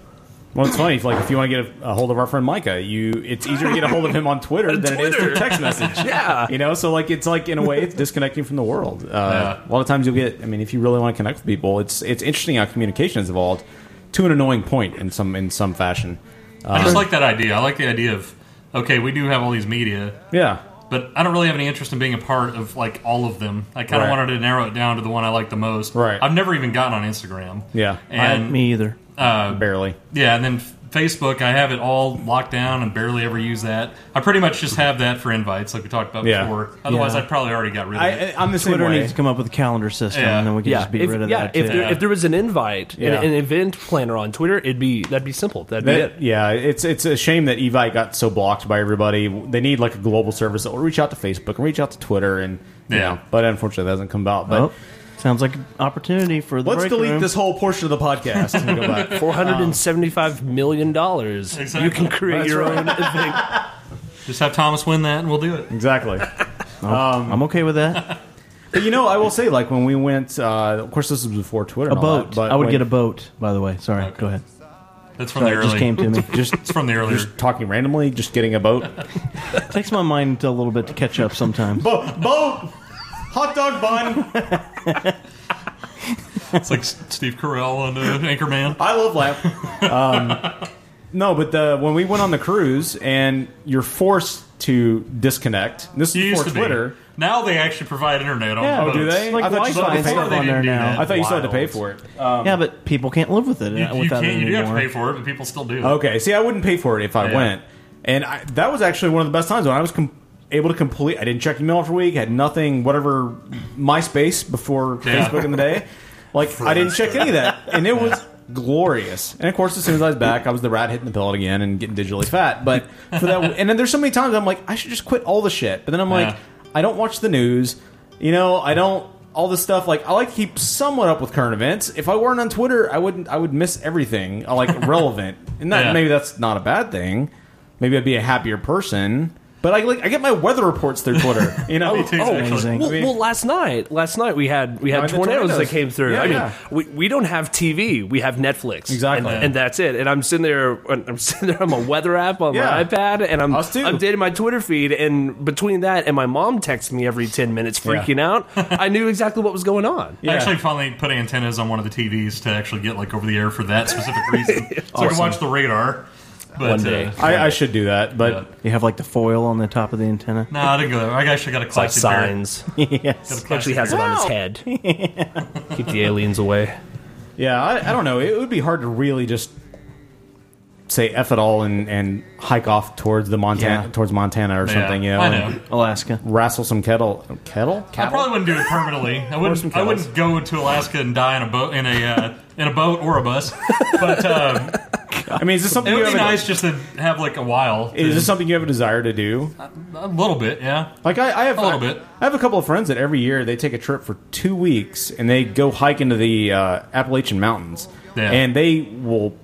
[SPEAKER 2] Well, it's funny. if, Like if you want to get a, a hold of our friend Micah, you it's easier to get a hold of him on Twitter than it is through
[SPEAKER 13] Twitter.
[SPEAKER 2] text message.
[SPEAKER 13] Yeah.
[SPEAKER 2] you know. So like it's like in a way it's disconnecting from the world. Uh, A lot of times you'll get. I mean, if you really want to connect with people, it's it's interesting how communication has evolved to an annoying point in some in some fashion.
[SPEAKER 3] I just
[SPEAKER 2] Um,
[SPEAKER 3] like that idea. I like the idea of okay, we do have all these media,
[SPEAKER 2] yeah.
[SPEAKER 3] but I don't really have any interest in being a part of like all of them. I kind of
[SPEAKER 2] Right.
[SPEAKER 3] wanted to narrow it down to the one I like the most. Right. I've never even gotten on Instagram.
[SPEAKER 2] Yeah.
[SPEAKER 3] And
[SPEAKER 1] I- me either.
[SPEAKER 3] Uh,
[SPEAKER 2] barely.
[SPEAKER 3] Yeah, and then F- Facebook, I have it all locked down and barely ever use that. I pretty much just have that for invites, like we talked about
[SPEAKER 2] Yeah.
[SPEAKER 3] before. Otherwise,
[SPEAKER 2] Yeah.
[SPEAKER 3] I'd probably already got rid of it.
[SPEAKER 1] Twitter needs to come up with a calendar system, and then we can just be
[SPEAKER 13] if,
[SPEAKER 1] rid of
[SPEAKER 13] yeah,
[SPEAKER 1] that.
[SPEAKER 13] If
[SPEAKER 1] too.
[SPEAKER 13] there, if there was an invite,
[SPEAKER 2] Yeah.
[SPEAKER 13] an, an event planner on Twitter, it'd be that'd be simple. That'd be it.
[SPEAKER 2] That- yeah, it's it's a shame that Evite got so blocked by everybody. They need like a global service that will reach out to Facebook and reach out to Twitter, and you
[SPEAKER 1] Yeah.
[SPEAKER 2] know, but unfortunately that hasn't come about. But
[SPEAKER 1] Oh, sounds like an opportunity for the
[SPEAKER 2] let's
[SPEAKER 1] break
[SPEAKER 2] delete
[SPEAKER 1] room.
[SPEAKER 2] this whole portion of the podcast. and go back. Um,
[SPEAKER 13] Four hundred and seventy-five million dollars. You can create
[SPEAKER 2] That's
[SPEAKER 13] your
[SPEAKER 2] right.
[SPEAKER 13] own event.
[SPEAKER 3] Just have Thomas win that, and we'll do it.
[SPEAKER 2] Exactly. Um,
[SPEAKER 1] I'm okay with that.
[SPEAKER 2] But you know, I will say, like when we went, uh, of course, this was before Twitter.
[SPEAKER 1] a
[SPEAKER 2] and all that,
[SPEAKER 1] boat.
[SPEAKER 2] but
[SPEAKER 1] I would
[SPEAKER 2] when-
[SPEAKER 1] get a boat. By the way, sorry. Go ahead.
[SPEAKER 3] That's
[SPEAKER 1] Sorry, it just came to me.
[SPEAKER 2] Just
[SPEAKER 3] it's from the earlier.
[SPEAKER 2] Just talking randomly, just getting a boat.
[SPEAKER 1] takes my mind a little bit to catch up sometimes.
[SPEAKER 2] boat, boat, hot dog bun.
[SPEAKER 3] It's like S- Steve Carell on uh, Anchorman.
[SPEAKER 2] I love laugh. Um, no, but the, when we went on the cruise and you're forced to disconnect. This
[SPEAKER 3] You
[SPEAKER 2] is
[SPEAKER 3] used
[SPEAKER 2] before
[SPEAKER 3] to
[SPEAKER 2] Twitter.
[SPEAKER 3] Be. Now they actually provide internet on
[SPEAKER 2] Yeah.
[SPEAKER 3] the
[SPEAKER 2] Oh, do
[SPEAKER 3] boats.
[SPEAKER 2] they? Like I thought you still had to Wi-Fi pay and for it. stuff
[SPEAKER 3] Before they
[SPEAKER 2] on
[SPEAKER 3] didn't
[SPEAKER 2] there
[SPEAKER 3] do
[SPEAKER 2] now.
[SPEAKER 3] that.
[SPEAKER 2] I thought you still had to pay for it. Um,
[SPEAKER 1] yeah, but people can't live with it.
[SPEAKER 3] You, you
[SPEAKER 1] without
[SPEAKER 3] can't.
[SPEAKER 1] it
[SPEAKER 3] You do have to
[SPEAKER 1] anymore.
[SPEAKER 3] pay for it, but people still do.
[SPEAKER 2] Okay, see, I wouldn't pay for it if I
[SPEAKER 3] Yeah.
[SPEAKER 2] went, and I, that was actually one of the best times when I was com- able to complete. I didn't check email for a week, had nothing, whatever, MySpace before
[SPEAKER 4] Yeah.
[SPEAKER 2] Facebook in the day. Like I didn't check any of that, and it was glorious. And of course, as soon as I was back, I was the rat hitting the pellet again and getting digitally fat. But for that, and then there's so many times I'm like, I should just quit all the shit. But then I'm like,
[SPEAKER 4] Yeah.
[SPEAKER 2] I don't watch the news. You know, I don't all this stuff. Like, I like to keep somewhat up with current events. If I weren't on Twitter, I wouldn't. I would miss everything. I like relevant, and that
[SPEAKER 4] Yeah.
[SPEAKER 2] maybe that's not a bad thing. Maybe I'd be a happier person. But I like I get my weather reports through Twitter. You know,
[SPEAKER 13] Oh,
[SPEAKER 4] Oh,
[SPEAKER 13] well, well, last night, last night we had we had
[SPEAKER 2] Yeah, the
[SPEAKER 13] tornadoes, that
[SPEAKER 2] tornadoes.
[SPEAKER 13] came through.
[SPEAKER 2] Yeah,
[SPEAKER 13] I mean,
[SPEAKER 2] yeah.
[SPEAKER 13] we, we don't have TV, we have Netflix,
[SPEAKER 2] Exactly.
[SPEAKER 13] and, and that's it. And I'm sitting there, and I'm sitting there on my weather app on my
[SPEAKER 2] Yeah.
[SPEAKER 13] iPad, and I'm
[SPEAKER 2] Us too.
[SPEAKER 13] updating my Twitter feed. And between that and my mom texting me every ten minutes, freaking out, I knew exactly what was going on.
[SPEAKER 3] I actually finally put antennas on one of the TVs to actually get like over the air for that specific reason, so I can
[SPEAKER 2] Awesome.
[SPEAKER 3] watch the radar. But,
[SPEAKER 1] One day.
[SPEAKER 3] uh,
[SPEAKER 2] I, I should do that. But
[SPEAKER 1] You have like the foil on the top of the antenna.
[SPEAKER 3] No, I didn't go there. I actually got a classic bear.
[SPEAKER 1] yes,
[SPEAKER 3] classic Actually has it on his
[SPEAKER 13] head. Keep the aliens away.
[SPEAKER 2] Yeah, I, I don't know. It would be hard to really just say F it all and, and hike off towards the Montana
[SPEAKER 1] Yeah.
[SPEAKER 2] towards Montana or
[SPEAKER 1] Yeah,
[SPEAKER 2] something. You know,
[SPEAKER 1] I
[SPEAKER 2] and
[SPEAKER 1] know. Alaska.
[SPEAKER 2] Wrestle some kettle kettle.
[SPEAKER 3] I probably wouldn't do it permanently. I wouldn't. I wouldn't go to Alaska and die in a boat in a uh, in a boat or a bus. But um,
[SPEAKER 2] I mean, is this something
[SPEAKER 3] It would
[SPEAKER 2] you
[SPEAKER 3] be
[SPEAKER 2] have a-
[SPEAKER 3] nice just to have like a while.
[SPEAKER 2] Is
[SPEAKER 3] to-
[SPEAKER 2] this something you have a desire to do?
[SPEAKER 3] a little bit? Yeah.
[SPEAKER 2] Like I, I have
[SPEAKER 3] a little bit.
[SPEAKER 2] I have a couple of friends that every year they take a trip for two weeks and they go hike into the uh, Appalachian Mountains,
[SPEAKER 3] Yeah.
[SPEAKER 2] and they will.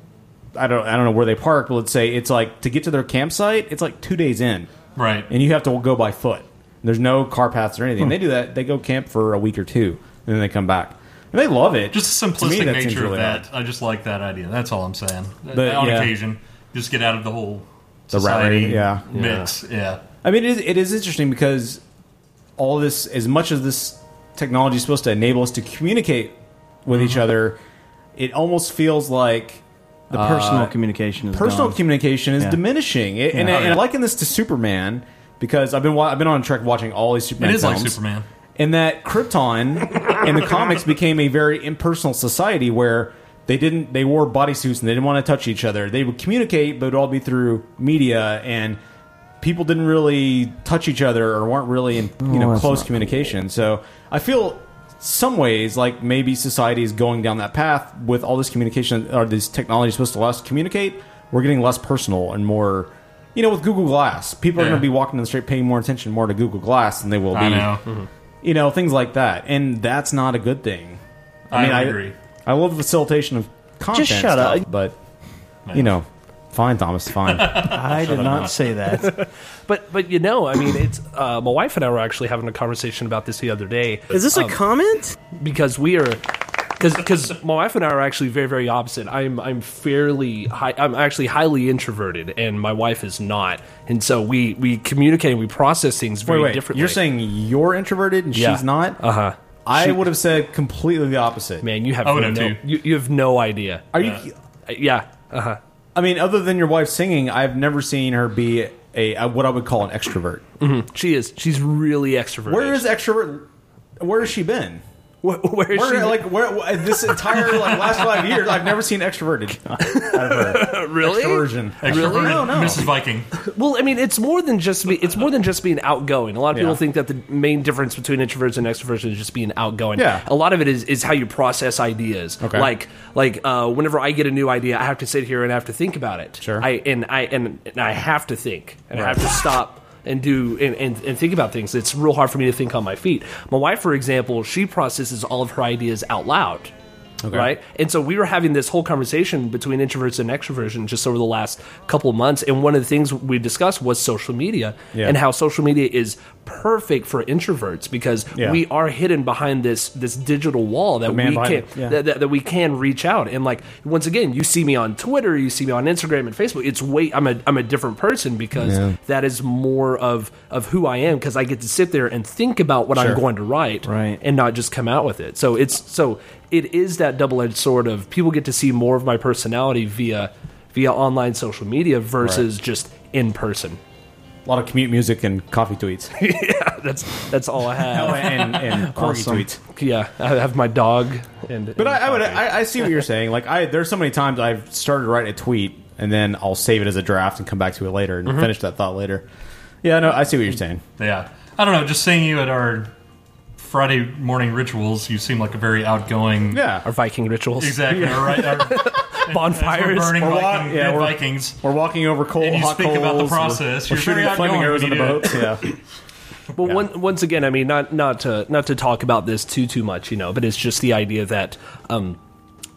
[SPEAKER 2] I don't. I don't know where they park, but let's say it's like to get to their campsite. It's like two days in,
[SPEAKER 3] Right.
[SPEAKER 2] And you have to go by foot. There's no car paths or anything.
[SPEAKER 3] Hmm.
[SPEAKER 2] They do that. They go camp for a week or two, and then they come back, and they love it.
[SPEAKER 3] Just the
[SPEAKER 2] To me,
[SPEAKER 3] simplistic
[SPEAKER 2] that seems
[SPEAKER 3] nature
[SPEAKER 2] really
[SPEAKER 3] of
[SPEAKER 2] odd.
[SPEAKER 3] that. I just like that idea. That's all I'm saying.
[SPEAKER 2] But,
[SPEAKER 3] On
[SPEAKER 2] yeah.
[SPEAKER 3] occasion, just get out of the whole
[SPEAKER 2] The rat
[SPEAKER 3] society
[SPEAKER 2] raid, yeah.
[SPEAKER 3] mix. Yeah.
[SPEAKER 2] I mean, it is, it is interesting because all this, as much as this technology is supposed to enable us to communicate with each other, it almost feels like
[SPEAKER 1] Mm-hmm.
[SPEAKER 2] uh,
[SPEAKER 1] The personal communication is
[SPEAKER 2] personal
[SPEAKER 1] gone.
[SPEAKER 2] communication is
[SPEAKER 1] Yeah.
[SPEAKER 2] diminishing. It, and,
[SPEAKER 1] Yeah.
[SPEAKER 2] I, and I liken this to Superman because I've been wa- I've been on a trek watching all these Superman.
[SPEAKER 3] It is like
[SPEAKER 2] films.
[SPEAKER 3] Superman.
[SPEAKER 2] And that Krypton in the comics became a very impersonal society where they didn't they wore bodysuits and they didn't want to touch each other. They would communicate, but it would all be through media and people didn't really touch each other or weren't really in you
[SPEAKER 1] Oh,
[SPEAKER 2] know
[SPEAKER 1] that's
[SPEAKER 2] close
[SPEAKER 1] not
[SPEAKER 2] communication. So I feel some ways like maybe society is going down that path with all this communication or these technologies supposed to allow us to communicate. We're getting less personal and more. You know, with Google Glass, people are
[SPEAKER 3] Yeah.
[SPEAKER 2] going to be walking down the street paying more attention more to Google Glass than they will be
[SPEAKER 3] I know. Mhm.
[SPEAKER 2] you know things like that and that's not a good thing
[SPEAKER 3] I agree.
[SPEAKER 2] i love the facilitation of content
[SPEAKER 1] Just shut
[SPEAKER 2] stuff,
[SPEAKER 1] up.
[SPEAKER 2] but you know fine thomas fine
[SPEAKER 1] I did not say that.
[SPEAKER 13] but but you know, I mean, it's uh, my wife and I were actually having a conversation about this the other day.
[SPEAKER 6] Is this a
[SPEAKER 13] Um,
[SPEAKER 6] comment?
[SPEAKER 13] because we are because my wife and I are actually very very opposite. I'm I'm fairly high, I'm actually highly introverted, and my wife is not, and so we we communicate and we process things very
[SPEAKER 2] wait wait
[SPEAKER 13] differently.
[SPEAKER 2] you're saying you're introverted and
[SPEAKER 13] Yeah.
[SPEAKER 2] she's not
[SPEAKER 13] uh huh.
[SPEAKER 2] i would have said completely the opposite
[SPEAKER 13] man you have
[SPEAKER 2] I would
[SPEAKER 13] no,
[SPEAKER 2] have too.
[SPEAKER 13] You, you have no idea.
[SPEAKER 2] Are you-
[SPEAKER 13] Uh, yeah. Uh huh.
[SPEAKER 2] i mean other than your wife singing i've never seen her be a, a what i would call an extrovert
[SPEAKER 13] Mhm. She is. She's really extroverted.
[SPEAKER 2] where is extrovert where has she been
[SPEAKER 13] where, where is she-
[SPEAKER 2] like where, where- this entire like last five years i've never seen extroverted
[SPEAKER 13] really?
[SPEAKER 2] Extroversion.
[SPEAKER 13] Really?
[SPEAKER 2] Extroverted. No, no.
[SPEAKER 3] Mrs. Viking.
[SPEAKER 13] Well, I mean, it's more than just be, it's more than just being outgoing. A lot of
[SPEAKER 3] Yeah.
[SPEAKER 13] people think that the main difference between introverts and extroverts is just being outgoing.
[SPEAKER 2] Yeah.
[SPEAKER 13] A lot of it is, is how you process ideas.
[SPEAKER 2] Okay.
[SPEAKER 13] Like like uh, whenever I get a new idea, I have to sit here and I have to think about it. Sure. I and I and, and I have to think and I have to stop and do and, and, and think about things. It's real hard for me to think on my feet. My wife, for example, she processes all of her ideas out loud.
[SPEAKER 2] Okay.
[SPEAKER 13] Right? And so we were having this whole conversation between introverts and extroversion just over the last couple of months. And one of the things we discussed was social media
[SPEAKER 2] Yeah.
[SPEAKER 13] and how social media is perfect for introverts because
[SPEAKER 2] Yeah.
[SPEAKER 13] we are hidden behind this this digital wall that
[SPEAKER 2] The man
[SPEAKER 13] we
[SPEAKER 2] behind
[SPEAKER 13] can
[SPEAKER 2] it, yeah.
[SPEAKER 13] that, that, that we can reach out. And like once again, you see me on Twitter, you see me on Instagram and Facebook. It's way I'm a I'm a different person because
[SPEAKER 2] Yeah.
[SPEAKER 13] that is more of of who I am because I get to sit there and think about what
[SPEAKER 2] Sure.
[SPEAKER 13] I'm going to write right. and not just come out with it. So it's so it is that double edged sword of people get to see more of my personality via via online social media versus
[SPEAKER 2] Right.
[SPEAKER 13] just in person.
[SPEAKER 2] a lot of commute music and coffee tweets
[SPEAKER 13] yeah, that's that's all I have.
[SPEAKER 2] Oh, and- and corgi tweets.
[SPEAKER 13] Yeah, I have my dog. And
[SPEAKER 2] But I, I would I, I see what you're saying. Like I there's so many times I've started to write a tweet and then I'll save it as a draft and come back to it later and
[SPEAKER 13] Mm-hmm.
[SPEAKER 3] Mhm.
[SPEAKER 2] finish that thought later. Yeah, no, I see what you're saying.
[SPEAKER 3] Yeah. I don't know. Just seeing you at our Friday morning rituals, you seem like a very outgoing.
[SPEAKER 2] Yeah.
[SPEAKER 13] Our Viking rituals.
[SPEAKER 3] Exactly. Our, right, our, Bonfires. burning
[SPEAKER 2] We're wa-
[SPEAKER 3] Viking,
[SPEAKER 2] yeah,
[SPEAKER 3] dead
[SPEAKER 2] we're-
[SPEAKER 3] Vikings.
[SPEAKER 2] We're walking over coal,
[SPEAKER 3] And you
[SPEAKER 2] hot
[SPEAKER 3] speak
[SPEAKER 2] coals.
[SPEAKER 3] about the
[SPEAKER 2] we're-
[SPEAKER 3] process.
[SPEAKER 2] We're,
[SPEAKER 3] You're
[SPEAKER 2] shooting
[SPEAKER 3] very
[SPEAKER 2] flaming
[SPEAKER 3] outgoing
[SPEAKER 2] arrows in
[SPEAKER 3] when
[SPEAKER 2] the
[SPEAKER 3] you
[SPEAKER 2] boats.
[SPEAKER 3] do
[SPEAKER 2] Yeah.
[SPEAKER 13] Well, one, once again, I mean, not not to not to talk about this too too much, you know, but it's just the idea that um,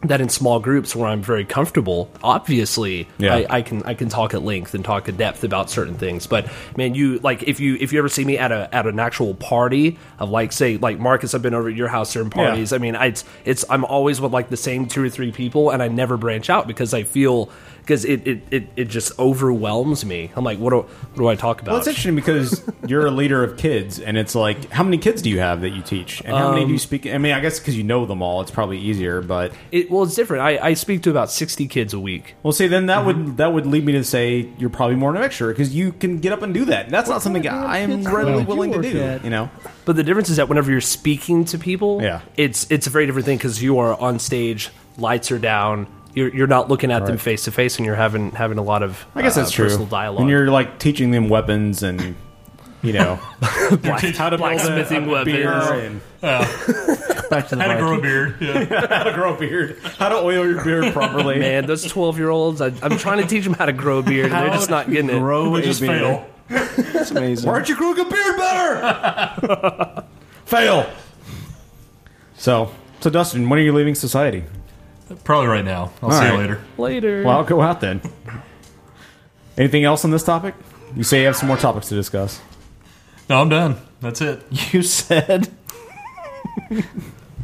[SPEAKER 13] that in small groups where I'm very comfortable, obviously,
[SPEAKER 2] Yeah.
[SPEAKER 13] I, I can I can talk at length and talk at depth about certain things. But man, you like if you if you ever see me at a at an actual party of like say like Marcus, I've been over at your house during
[SPEAKER 2] Yeah.
[SPEAKER 13] parties. I mean, I, it's it's I'm always with like the same two or three people, and I never branch out because I feel. Because it, it, it, it just overwhelms me. I'm like, what do, what do I talk about?
[SPEAKER 2] Well, it's interesting because you're a leader of kids, and it's like, how many kids do you have that you teach, and how many do
[SPEAKER 13] Um,
[SPEAKER 2] you speak? I mean, I guess because you know them all, it's probably easier. But
[SPEAKER 13] It, well, it's different. I, I speak to about sixty kids a week. Mm-hmm.
[SPEAKER 2] Well, see, then that would that would lead me to say you're probably more an extrovert because you can get up and do that. And that's not something I am readily willing to do. You know,
[SPEAKER 13] But the difference is that whenever you're speaking to people,
[SPEAKER 2] Yeah.
[SPEAKER 13] it's it's a very different thing because you are on stage, lights are down, you're you're not looking at them
[SPEAKER 2] Right.
[SPEAKER 13] face to face, and you're having having a lot of
[SPEAKER 2] I guess
[SPEAKER 13] uh,
[SPEAKER 2] that's true.
[SPEAKER 13] personal dialogue.
[SPEAKER 2] When you're like teaching them weapons and you know
[SPEAKER 13] Black-
[SPEAKER 2] how to build a-
[SPEAKER 13] blacksmithing
[SPEAKER 2] a beer
[SPEAKER 13] weapons.
[SPEAKER 2] and
[SPEAKER 13] Back to the How to grow a Vikings.
[SPEAKER 3] beard.
[SPEAKER 2] how to grow a beard. How to oil your beard properly.
[SPEAKER 13] Man, those twelve year olds, I'm trying to teach them how to grow a beard, and they're
[SPEAKER 2] How
[SPEAKER 13] just not getting it.
[SPEAKER 2] grow
[SPEAKER 13] They
[SPEAKER 2] a beard.
[SPEAKER 1] It's amazing.
[SPEAKER 2] Why aren't you growing a beard better? Fail. So, so Dustin, when are you leaving society?
[SPEAKER 3] Probably right now. I'll
[SPEAKER 2] All
[SPEAKER 3] see you
[SPEAKER 2] right.
[SPEAKER 3] later.
[SPEAKER 13] Later.
[SPEAKER 2] Well, I'll go out then. Anything else on this topic? You say you have some more topics to discuss.
[SPEAKER 3] No, I'm done. That's it.
[SPEAKER 1] You said.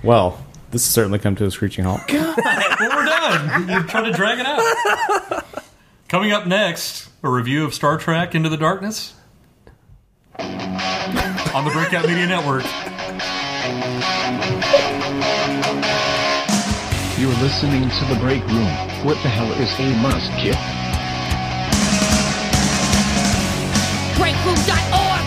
[SPEAKER 2] Well, this has certainly come to a screeching halt.
[SPEAKER 3] well, we're done. We're trying to drag it out. Coming up next, a review of Star Trek Into the Darkness on the Breakout Media Network.
[SPEAKER 8] You're listening to The Break Room. What the hell is a must kit?
[SPEAKER 6] Breakroom.org.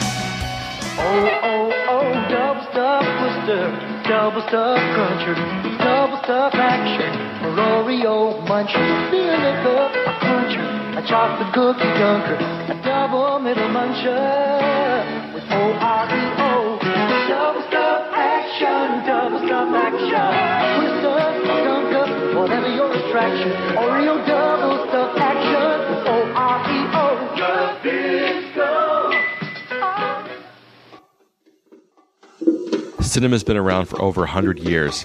[SPEAKER 10] Oh, oh, oh, double stuff blister, double stuff culture, double stuff action, for Oreo muncher, feeling the a cruncher, a chocolate cookie dunker, a double middle muncher, with O-R-E-O, double stuff action, double stuff action, blister, dunker, whatever your attraction, Oreo double stuff action, with E O-R-E-O, the big
[SPEAKER 11] Cinema's been around for over 100 years.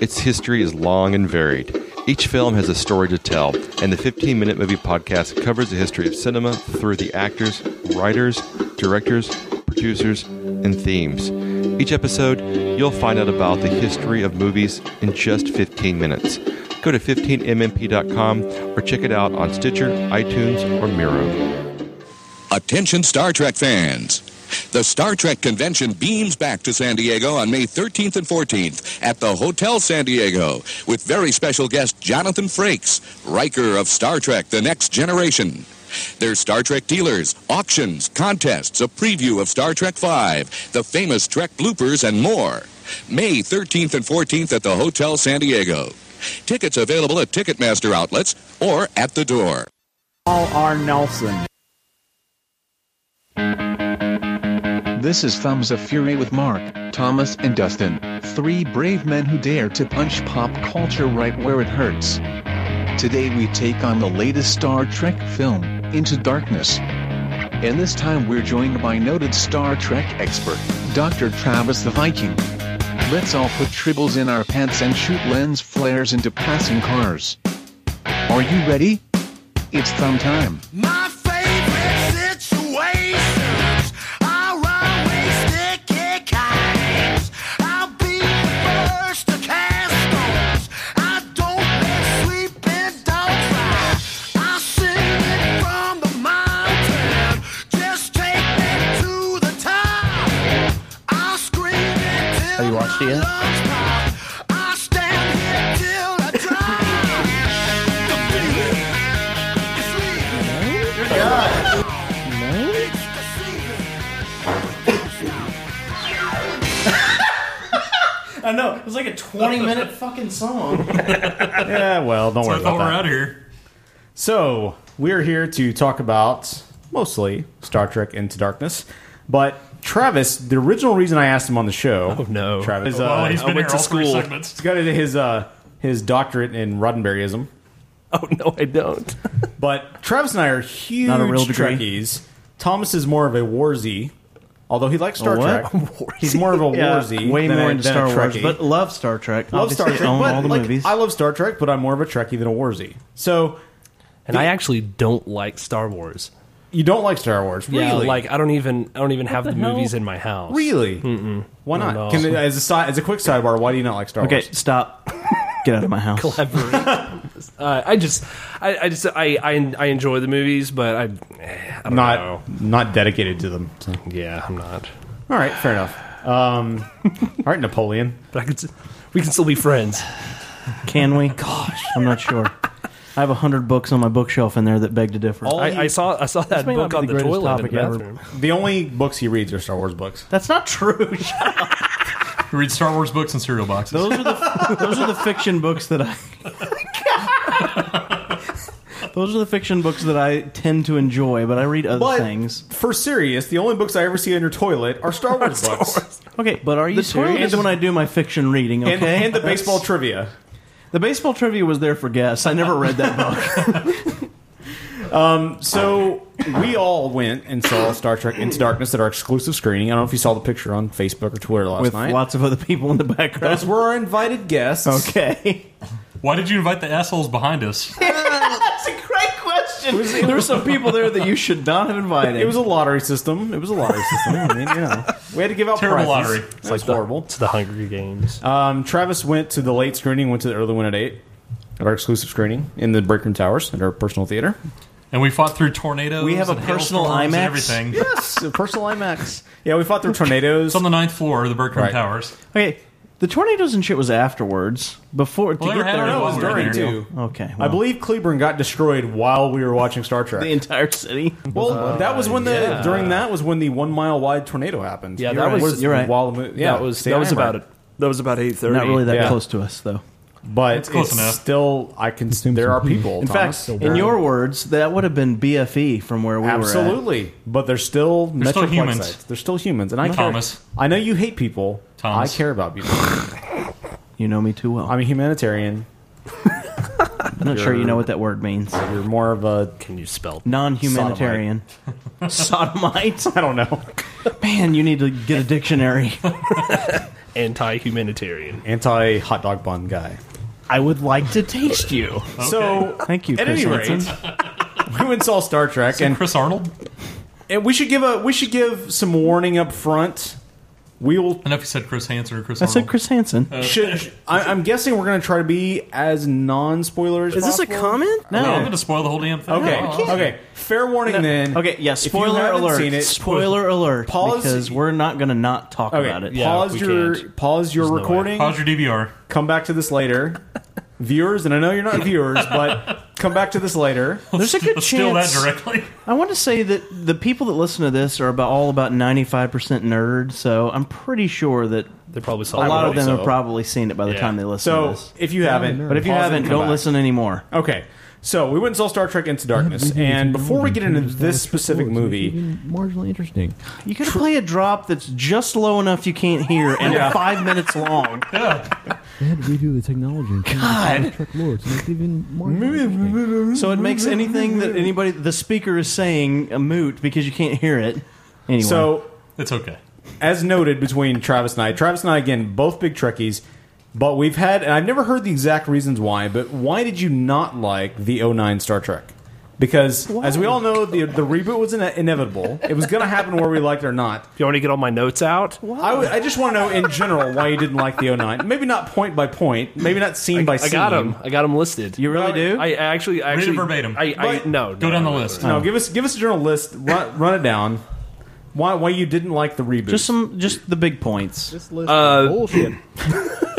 [SPEAKER 11] Its history is long and varied. Each film has a story to tell, and the 15 Minute Movie Podcast covers the history of cinema through the actors, writers, directors, producers, and themes. Each episode, you'll find out about the history of movies in just 15 minutes. Go to 15mmp.com or check it out on Stitcher, iTunes, or Miro.
[SPEAKER 12] Attention Star Trek fans. The Star Trek convention beams back to San Diego on May 13th and 14th at the Hotel San Diego with very special guest Jonathan Frakes, Riker of Star Trek The Next Generation. There's Star Trek dealers, auctions, contests, a preview of Star Trek V, the famous Trek bloopers, and more. May 13th and 14th at the Hotel San Diego. Tickets available at Ticketmaster outlets or at the door.
[SPEAKER 14] All R. Nelson.
[SPEAKER 8] This is Thumbs of Fury with Mark, Thomas, and Dustin, three brave men who dare to punch pop culture right where it hurts. Today we take on the latest Star Trek film, Into Darkness. And this time we're joined by noted Star Trek expert, Dr. Travis the Viking. Let's all put tribbles in our pants and shoot lens flares into passing cars. Are you ready? It's thumb time.
[SPEAKER 15] My favorite situations are always sticky kinds. I'll be the first to cast stones. I don't let sleeping dogs lie. I sing it from the mountain. Just take me to the top. I'll scream it till
[SPEAKER 16] Have you watched it yet?
[SPEAKER 15] I stand here till I die. The feeling is leaving.
[SPEAKER 1] I know. It was like a 20 minute fucking song.
[SPEAKER 2] yeah, well, don't
[SPEAKER 1] So
[SPEAKER 2] worry
[SPEAKER 1] I thought we're
[SPEAKER 2] about that.
[SPEAKER 1] outta
[SPEAKER 3] here.
[SPEAKER 2] So we're here to talk about mostly Star Trek Into Darkness, but Travis. The original reason I asked him on the show. Oh no, Travis.
[SPEAKER 13] Oh, well,
[SPEAKER 2] uh,
[SPEAKER 13] he's been I went here to all three school. segments.
[SPEAKER 2] He's got his uh, his doctorate in Roddenberryism. Oh no, I don't. but Travis and I are huge
[SPEAKER 1] Not a real degree.
[SPEAKER 2] Trekkies. Thomas is more of a Warzy, although he likes Star
[SPEAKER 1] A what?
[SPEAKER 2] Trek. He's more of a
[SPEAKER 1] Yeah,
[SPEAKER 2] Warzy.
[SPEAKER 1] way
[SPEAKER 2] than
[SPEAKER 1] more
[SPEAKER 2] a-
[SPEAKER 1] into
[SPEAKER 2] than a
[SPEAKER 1] Star Wars,
[SPEAKER 2] Trekkie.
[SPEAKER 1] but love Star Trek.
[SPEAKER 2] Love Star
[SPEAKER 1] Obviously,
[SPEAKER 2] Trek,
[SPEAKER 1] I own
[SPEAKER 2] but
[SPEAKER 1] all the
[SPEAKER 2] like,
[SPEAKER 1] movies.
[SPEAKER 2] I love Star Trek, but I'm more of a Trekkie than a Warzy. So,
[SPEAKER 13] And I actually don't like Star Wars.
[SPEAKER 2] You don't like Star Wars, really?
[SPEAKER 13] Yeah, like I don't even I don't even have
[SPEAKER 2] the
[SPEAKER 13] the,
[SPEAKER 2] hell?
[SPEAKER 13] movies in my house.
[SPEAKER 2] Really? Why
[SPEAKER 13] No,
[SPEAKER 2] not?
[SPEAKER 13] no.
[SPEAKER 2] Can, as a side, as a quick sidebar, why do you not like Star
[SPEAKER 1] Okay,
[SPEAKER 2] Wars?
[SPEAKER 1] stop. Get out of my house.
[SPEAKER 13] Uh, I just I, I just I, I I enjoy the movies, but I, eh, I don't
[SPEAKER 2] Not
[SPEAKER 13] know.
[SPEAKER 2] not dedicated to them. so.
[SPEAKER 13] Yeah, I'm not.
[SPEAKER 2] All right, fair enough. Um, all right, Napoleon.
[SPEAKER 13] But I could, s- we can still be friends.
[SPEAKER 1] Can we? Gosh, I'm not sure. I have a hundred books on my bookshelf in there that beg to differ.
[SPEAKER 13] I, I saw I saw that
[SPEAKER 1] may
[SPEAKER 13] book
[SPEAKER 1] not be
[SPEAKER 13] on the
[SPEAKER 1] the greatest
[SPEAKER 13] toilet in
[SPEAKER 1] topic
[SPEAKER 13] the
[SPEAKER 1] ever.
[SPEAKER 13] bathroom.
[SPEAKER 2] The only books he reads are Star Wars books.
[SPEAKER 1] That's not true.
[SPEAKER 3] We read Star Wars books and cereal boxes.
[SPEAKER 1] Those are the those are the fiction books that I. those are the fiction books that I tend to enjoy, but I read other
[SPEAKER 2] But
[SPEAKER 1] things.
[SPEAKER 2] for serious, the only books I ever see on your toilet are Star Wars books.
[SPEAKER 1] Okay, but are you
[SPEAKER 2] The toilet
[SPEAKER 1] serious?
[SPEAKER 2] is-
[SPEAKER 1] when I do my fiction reading, okay,
[SPEAKER 2] And- and the baseball trivia.
[SPEAKER 1] The baseball trivia was there for guess. I never read that book.
[SPEAKER 2] Um, so we all went and saw Star Trek Into Darkness at our exclusive screening. I don't know if you saw the picture on Facebook or Twitter last
[SPEAKER 1] With
[SPEAKER 2] night.
[SPEAKER 1] lots of other people in the background.
[SPEAKER 2] Those were our invited guests.
[SPEAKER 1] Okay.
[SPEAKER 3] Why did you invite the assholes behind us?
[SPEAKER 1] That's a great question.
[SPEAKER 2] There were some people there that you
[SPEAKER 1] should not have invited.
[SPEAKER 2] It was a lottery system. It was a lottery system. I mean, you know, we had to give out
[SPEAKER 13] Terrible
[SPEAKER 2] prizes.
[SPEAKER 13] lottery.
[SPEAKER 2] It's like horrible.
[SPEAKER 13] It's the Hungry Games.
[SPEAKER 2] Um, Travis went to the late screening. Went to the early one at eight. At our exclusive screening in the Break Room Towers at our personal theater.
[SPEAKER 3] And we fought through tornadoes.
[SPEAKER 1] We have a
[SPEAKER 3] and
[SPEAKER 1] personal
[SPEAKER 3] hailstorms and
[SPEAKER 1] IMAX?
[SPEAKER 3] Everything.
[SPEAKER 2] Yes, a personal IMAX. Yeah, we fought through tornadoes.
[SPEAKER 3] It's on the ninth floor of the Berkman Towers.
[SPEAKER 1] Okay, the tornadoes and shit was afterwards. Before
[SPEAKER 3] Well, they
[SPEAKER 1] to
[SPEAKER 3] were
[SPEAKER 1] get there,
[SPEAKER 3] happening
[SPEAKER 2] No, it was
[SPEAKER 3] while we
[SPEAKER 2] during
[SPEAKER 3] were there.
[SPEAKER 2] too.
[SPEAKER 1] Okay,
[SPEAKER 2] I believe Cleburne got destroyed while we were watching Star Trek.
[SPEAKER 1] the entire city. Uh,
[SPEAKER 2] Well, that was when the
[SPEAKER 1] yeah.
[SPEAKER 2] during that was when the one mile wide tornado happened.
[SPEAKER 1] Yeah,
[SPEAKER 2] You're
[SPEAKER 1] that was- you're right.
[SPEAKER 2] While the mo- yeah,
[SPEAKER 1] That was-
[SPEAKER 2] see,
[SPEAKER 1] that
[SPEAKER 2] I
[SPEAKER 1] was
[SPEAKER 2] am
[SPEAKER 1] about
[SPEAKER 2] right.
[SPEAKER 1] it. That was about 8:30. Not really that
[SPEAKER 2] Yeah.
[SPEAKER 1] close to us though.
[SPEAKER 2] But
[SPEAKER 1] That's
[SPEAKER 2] it's,
[SPEAKER 1] close enough.
[SPEAKER 2] still I can. There are people.
[SPEAKER 1] In
[SPEAKER 2] Thomas.
[SPEAKER 1] fact, in your words, that would have been BFE from where we were. at.
[SPEAKER 2] absolutely, but they're still
[SPEAKER 1] They're still
[SPEAKER 2] Metroplex
[SPEAKER 1] humans.
[SPEAKER 2] sites. They're still humans, and I care-
[SPEAKER 1] Thomas.
[SPEAKER 2] I know you hate people.
[SPEAKER 1] Thomas.
[SPEAKER 2] I care about people.
[SPEAKER 1] you know me too well.
[SPEAKER 2] I'm a humanitarian.
[SPEAKER 1] I'm not sure you know what that word means.
[SPEAKER 2] You're more of a
[SPEAKER 13] can you spell
[SPEAKER 1] non-humanitarian sodomite? I don't know. Man, you need to get a dictionary.
[SPEAKER 13] Anti-humanitarian.
[SPEAKER 2] anti hot dog bun guy.
[SPEAKER 1] I would like to taste you.
[SPEAKER 2] So
[SPEAKER 1] thank you.
[SPEAKER 2] At
[SPEAKER 1] Chris
[SPEAKER 2] any rate,
[SPEAKER 1] Hansen.
[SPEAKER 2] we went and saw Star Trek and
[SPEAKER 3] Chris Arnold.
[SPEAKER 2] And we should give a we should give some warning up front. We will.
[SPEAKER 3] I know if you said Chris Hansen or Chris.
[SPEAKER 1] I said Chris Hansen.
[SPEAKER 3] Uh,
[SPEAKER 2] Should, I, I'm guessing we're going to try to be as non spoiler as
[SPEAKER 1] Is this a
[SPEAKER 2] possible.
[SPEAKER 1] comment?
[SPEAKER 3] No, I'm
[SPEAKER 2] No.
[SPEAKER 3] going to spoil the whole damn thing.
[SPEAKER 2] Okay.
[SPEAKER 3] No, I can't.
[SPEAKER 2] okay. Fair warning then.
[SPEAKER 1] Okay, yeah,
[SPEAKER 2] If you
[SPEAKER 1] spoiler
[SPEAKER 2] haven't
[SPEAKER 1] alert.
[SPEAKER 2] seen it-
[SPEAKER 1] spoiler alert.
[SPEAKER 2] Pause-
[SPEAKER 1] because we're not going to not talk
[SPEAKER 2] Okay,
[SPEAKER 1] about it.
[SPEAKER 2] pause your pause your recording.
[SPEAKER 3] Pause your DVR.
[SPEAKER 2] Come back to this later, viewers. And I know you're not viewers, but come back to this later.
[SPEAKER 1] There's a good
[SPEAKER 3] Steal that
[SPEAKER 1] chance.
[SPEAKER 3] directly.
[SPEAKER 1] I want to say that the people that listen to this are about all about 95% nerd, so I'm pretty sure that
[SPEAKER 13] they probably
[SPEAKER 1] a lot of them have probably seen it by the time they listen
[SPEAKER 2] So
[SPEAKER 1] to this.
[SPEAKER 2] if you haven't,
[SPEAKER 1] But if you
[SPEAKER 2] pause it
[SPEAKER 1] haven't,
[SPEAKER 2] and come
[SPEAKER 1] don't
[SPEAKER 2] back.
[SPEAKER 1] listen anymore.
[SPEAKER 2] Okay. So we went and saw Star Trek Into Darkness, and before we get into this specific movie,
[SPEAKER 1] Marginally interesting. You could play a drop that's just low enough you can't hear and
[SPEAKER 2] Yeah.
[SPEAKER 1] five minutes long.
[SPEAKER 6] They had to redo the technology and change
[SPEAKER 1] God.
[SPEAKER 6] the Star Trek lore to make it even more.
[SPEAKER 1] So it makes anything that anybody, the speaker is saying, a moot because you can't hear it. Anyway.
[SPEAKER 2] So
[SPEAKER 3] it's okay.
[SPEAKER 2] as noted between Travis and I, Travis and I again both big Trekkies, but we've had and I've never heard the exact reasons why, but why did you not like the 09 Star Trek? Because as we all know, the the reboot was ine- inevitable. It was going to happen whether we liked it or not.
[SPEAKER 13] You want to get all my notes out?
[SPEAKER 2] I, would- I just want to know in general why you didn't like the 09. Maybe not point by point, maybe not scene by
[SPEAKER 13] I
[SPEAKER 2] scene.
[SPEAKER 13] got them. I got them listed. You
[SPEAKER 1] really do?
[SPEAKER 13] I, I actually, I
[SPEAKER 2] Read it
[SPEAKER 13] actually
[SPEAKER 2] verbatim.
[SPEAKER 13] I, I
[SPEAKER 2] But-
[SPEAKER 13] no. no, no, no, no,
[SPEAKER 2] No,
[SPEAKER 13] no.
[SPEAKER 2] give us give us a general list. Run, run it down. Why why you didn't like the reboot? Just
[SPEAKER 1] some just the big points.
[SPEAKER 6] This list
[SPEAKER 13] Uh,
[SPEAKER 6] is bullshit.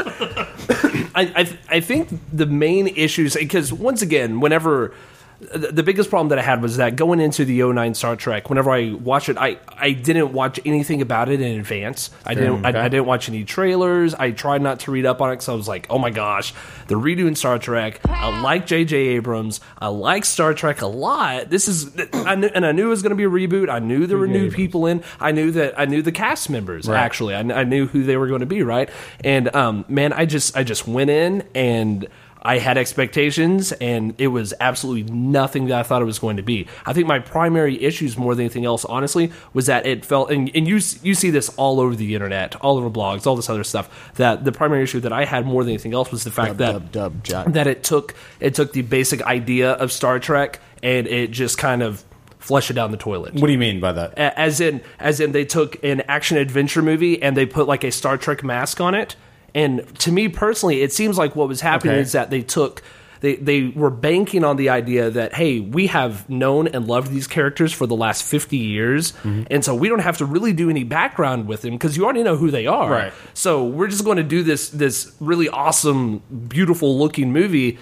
[SPEAKER 13] I, I, th- I think the main issues because once again, whenever the the biggest problem that I had was that going into the 09 Star Trek, whenever I watched it, I, I didn't watch anything about it in advance. I
[SPEAKER 6] Fair,
[SPEAKER 13] didn't
[SPEAKER 6] okay.
[SPEAKER 13] I, I didn't watch any trailers. I tried not to read up on it because I was like, oh my gosh, they're redoing Star Trek. I like J.J. Abrams. I like Star Trek a lot. This is I knew, and I knew it was going to be a reboot. I knew there were new people in. I knew that I knew the cast members
[SPEAKER 6] Right.
[SPEAKER 13] actually actually. I, I knew who they were going to be, right? And um, man, I just I just went in and I had expectations, and it was absolutely nothing that I thought it was going to be. I think my primary issues, more than anything else, honestly, was that it felt and, and you s- you see this all over the internet, all over blogs, all this other stuff. That the primary issue that I had more than anything else was the fact that that it took it took the basic idea of Star Trek and it just kind of flushed it down the toilet.
[SPEAKER 2] What do you mean by that?
[SPEAKER 13] A- as in as in they took an action adventure movie and they put like a Star Trek mask on it. And to me personally, it seems like what was happening
[SPEAKER 6] Okay.
[SPEAKER 13] is that they took they, they were banking on the idea that hey we have known and loved these characters for the last 50 years
[SPEAKER 1] Mm-hmm.
[SPEAKER 13] and so we don't have to really do any background with them because you already know who they are
[SPEAKER 2] Right.
[SPEAKER 13] so we're just going to do this this really awesome beautiful looking movie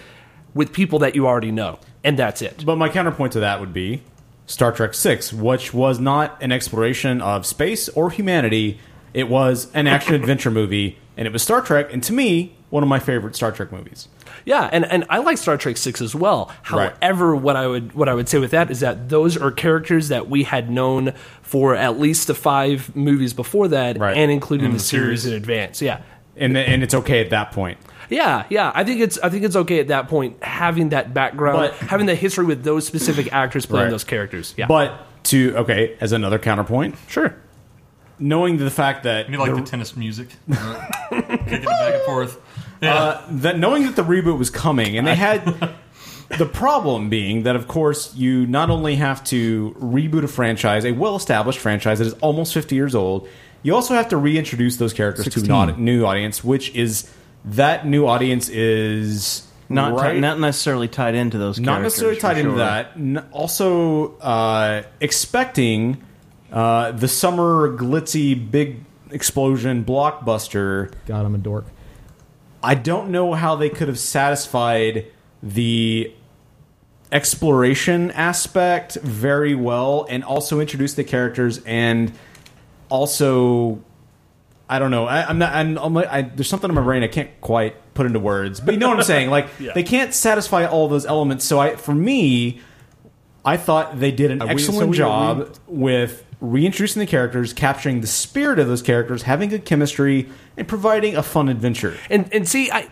[SPEAKER 13] with people that you already know and that's it
[SPEAKER 2] But my counterpoint to that would be Star Trek Six, which was not an exploration of space or humanity. It was an action adventure movie, and it was Star Trek, and to me, one of my favorite Star Trek movies.
[SPEAKER 13] Yeah, and, and I like Star Trek Six as well.
[SPEAKER 2] Right.
[SPEAKER 13] However, what I would what I would say with that is that those are characters that we had known for at least the five movies before that, and including the, series. in advance. Yeah,
[SPEAKER 2] Mm-hmm. and and it's okay at that point.
[SPEAKER 13] Yeah, yeah. I think it's I think it's okay at that point having that background, having the history with those specific actors playing
[SPEAKER 2] Right.
[SPEAKER 13] those characters. Yeah,
[SPEAKER 2] But to okay, as another counterpoint,
[SPEAKER 13] sure.
[SPEAKER 2] Knowing the fact that
[SPEAKER 3] You like the tennis music. Kicking it back and forth.
[SPEAKER 2] Uh, that knowing that the reboot was coming, and they had the problem being that, of course, you not only have to reboot a franchise, a well-established franchise that is almost fifty years old, you also have to reintroduce those characters to
[SPEAKER 1] 16.
[SPEAKER 2] an audi- new audience, which is that new audience is
[SPEAKER 1] Not ti-
[SPEAKER 2] right-
[SPEAKER 1] not necessarily tied into those.
[SPEAKER 2] not necessarily tied into that. N- also, uh, expecting uh, the summer glitzy big explosion blockbuster.
[SPEAKER 6] God, I'm a dork.
[SPEAKER 2] I don't know how they could have satisfied the exploration aspect very well, and also introduced the characters, and also. I don't know. I, I'm not. I'm, I'm, I, there's something in my brain I can't quite put into words, but you know what I'm saying. Like
[SPEAKER 1] Yeah.
[SPEAKER 2] they can't satisfy all those elements. So I, for me, I thought they did an
[SPEAKER 1] Are we-
[SPEAKER 2] excellent
[SPEAKER 1] so we-
[SPEAKER 2] job
[SPEAKER 1] are we-
[SPEAKER 2] with reintroducing the characters, capturing the spirit of those characters, having good chemistry, and providing a fun adventure.
[SPEAKER 13] And and see, I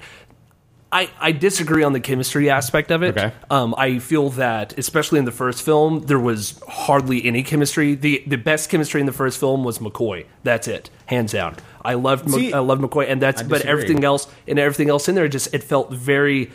[SPEAKER 13] I, I disagree on the chemistry aspect of it. Okay. Um, I feel that, especially in the first film, there was hardly any chemistry. the The best chemistry in the first film was McCoy. That's it, hands down. I loved Mc-
[SPEAKER 2] See,
[SPEAKER 13] I loved McCoy, and that's
[SPEAKER 2] I
[SPEAKER 13] but
[SPEAKER 2] disagree.
[SPEAKER 13] everything else and everything else in there just it felt very.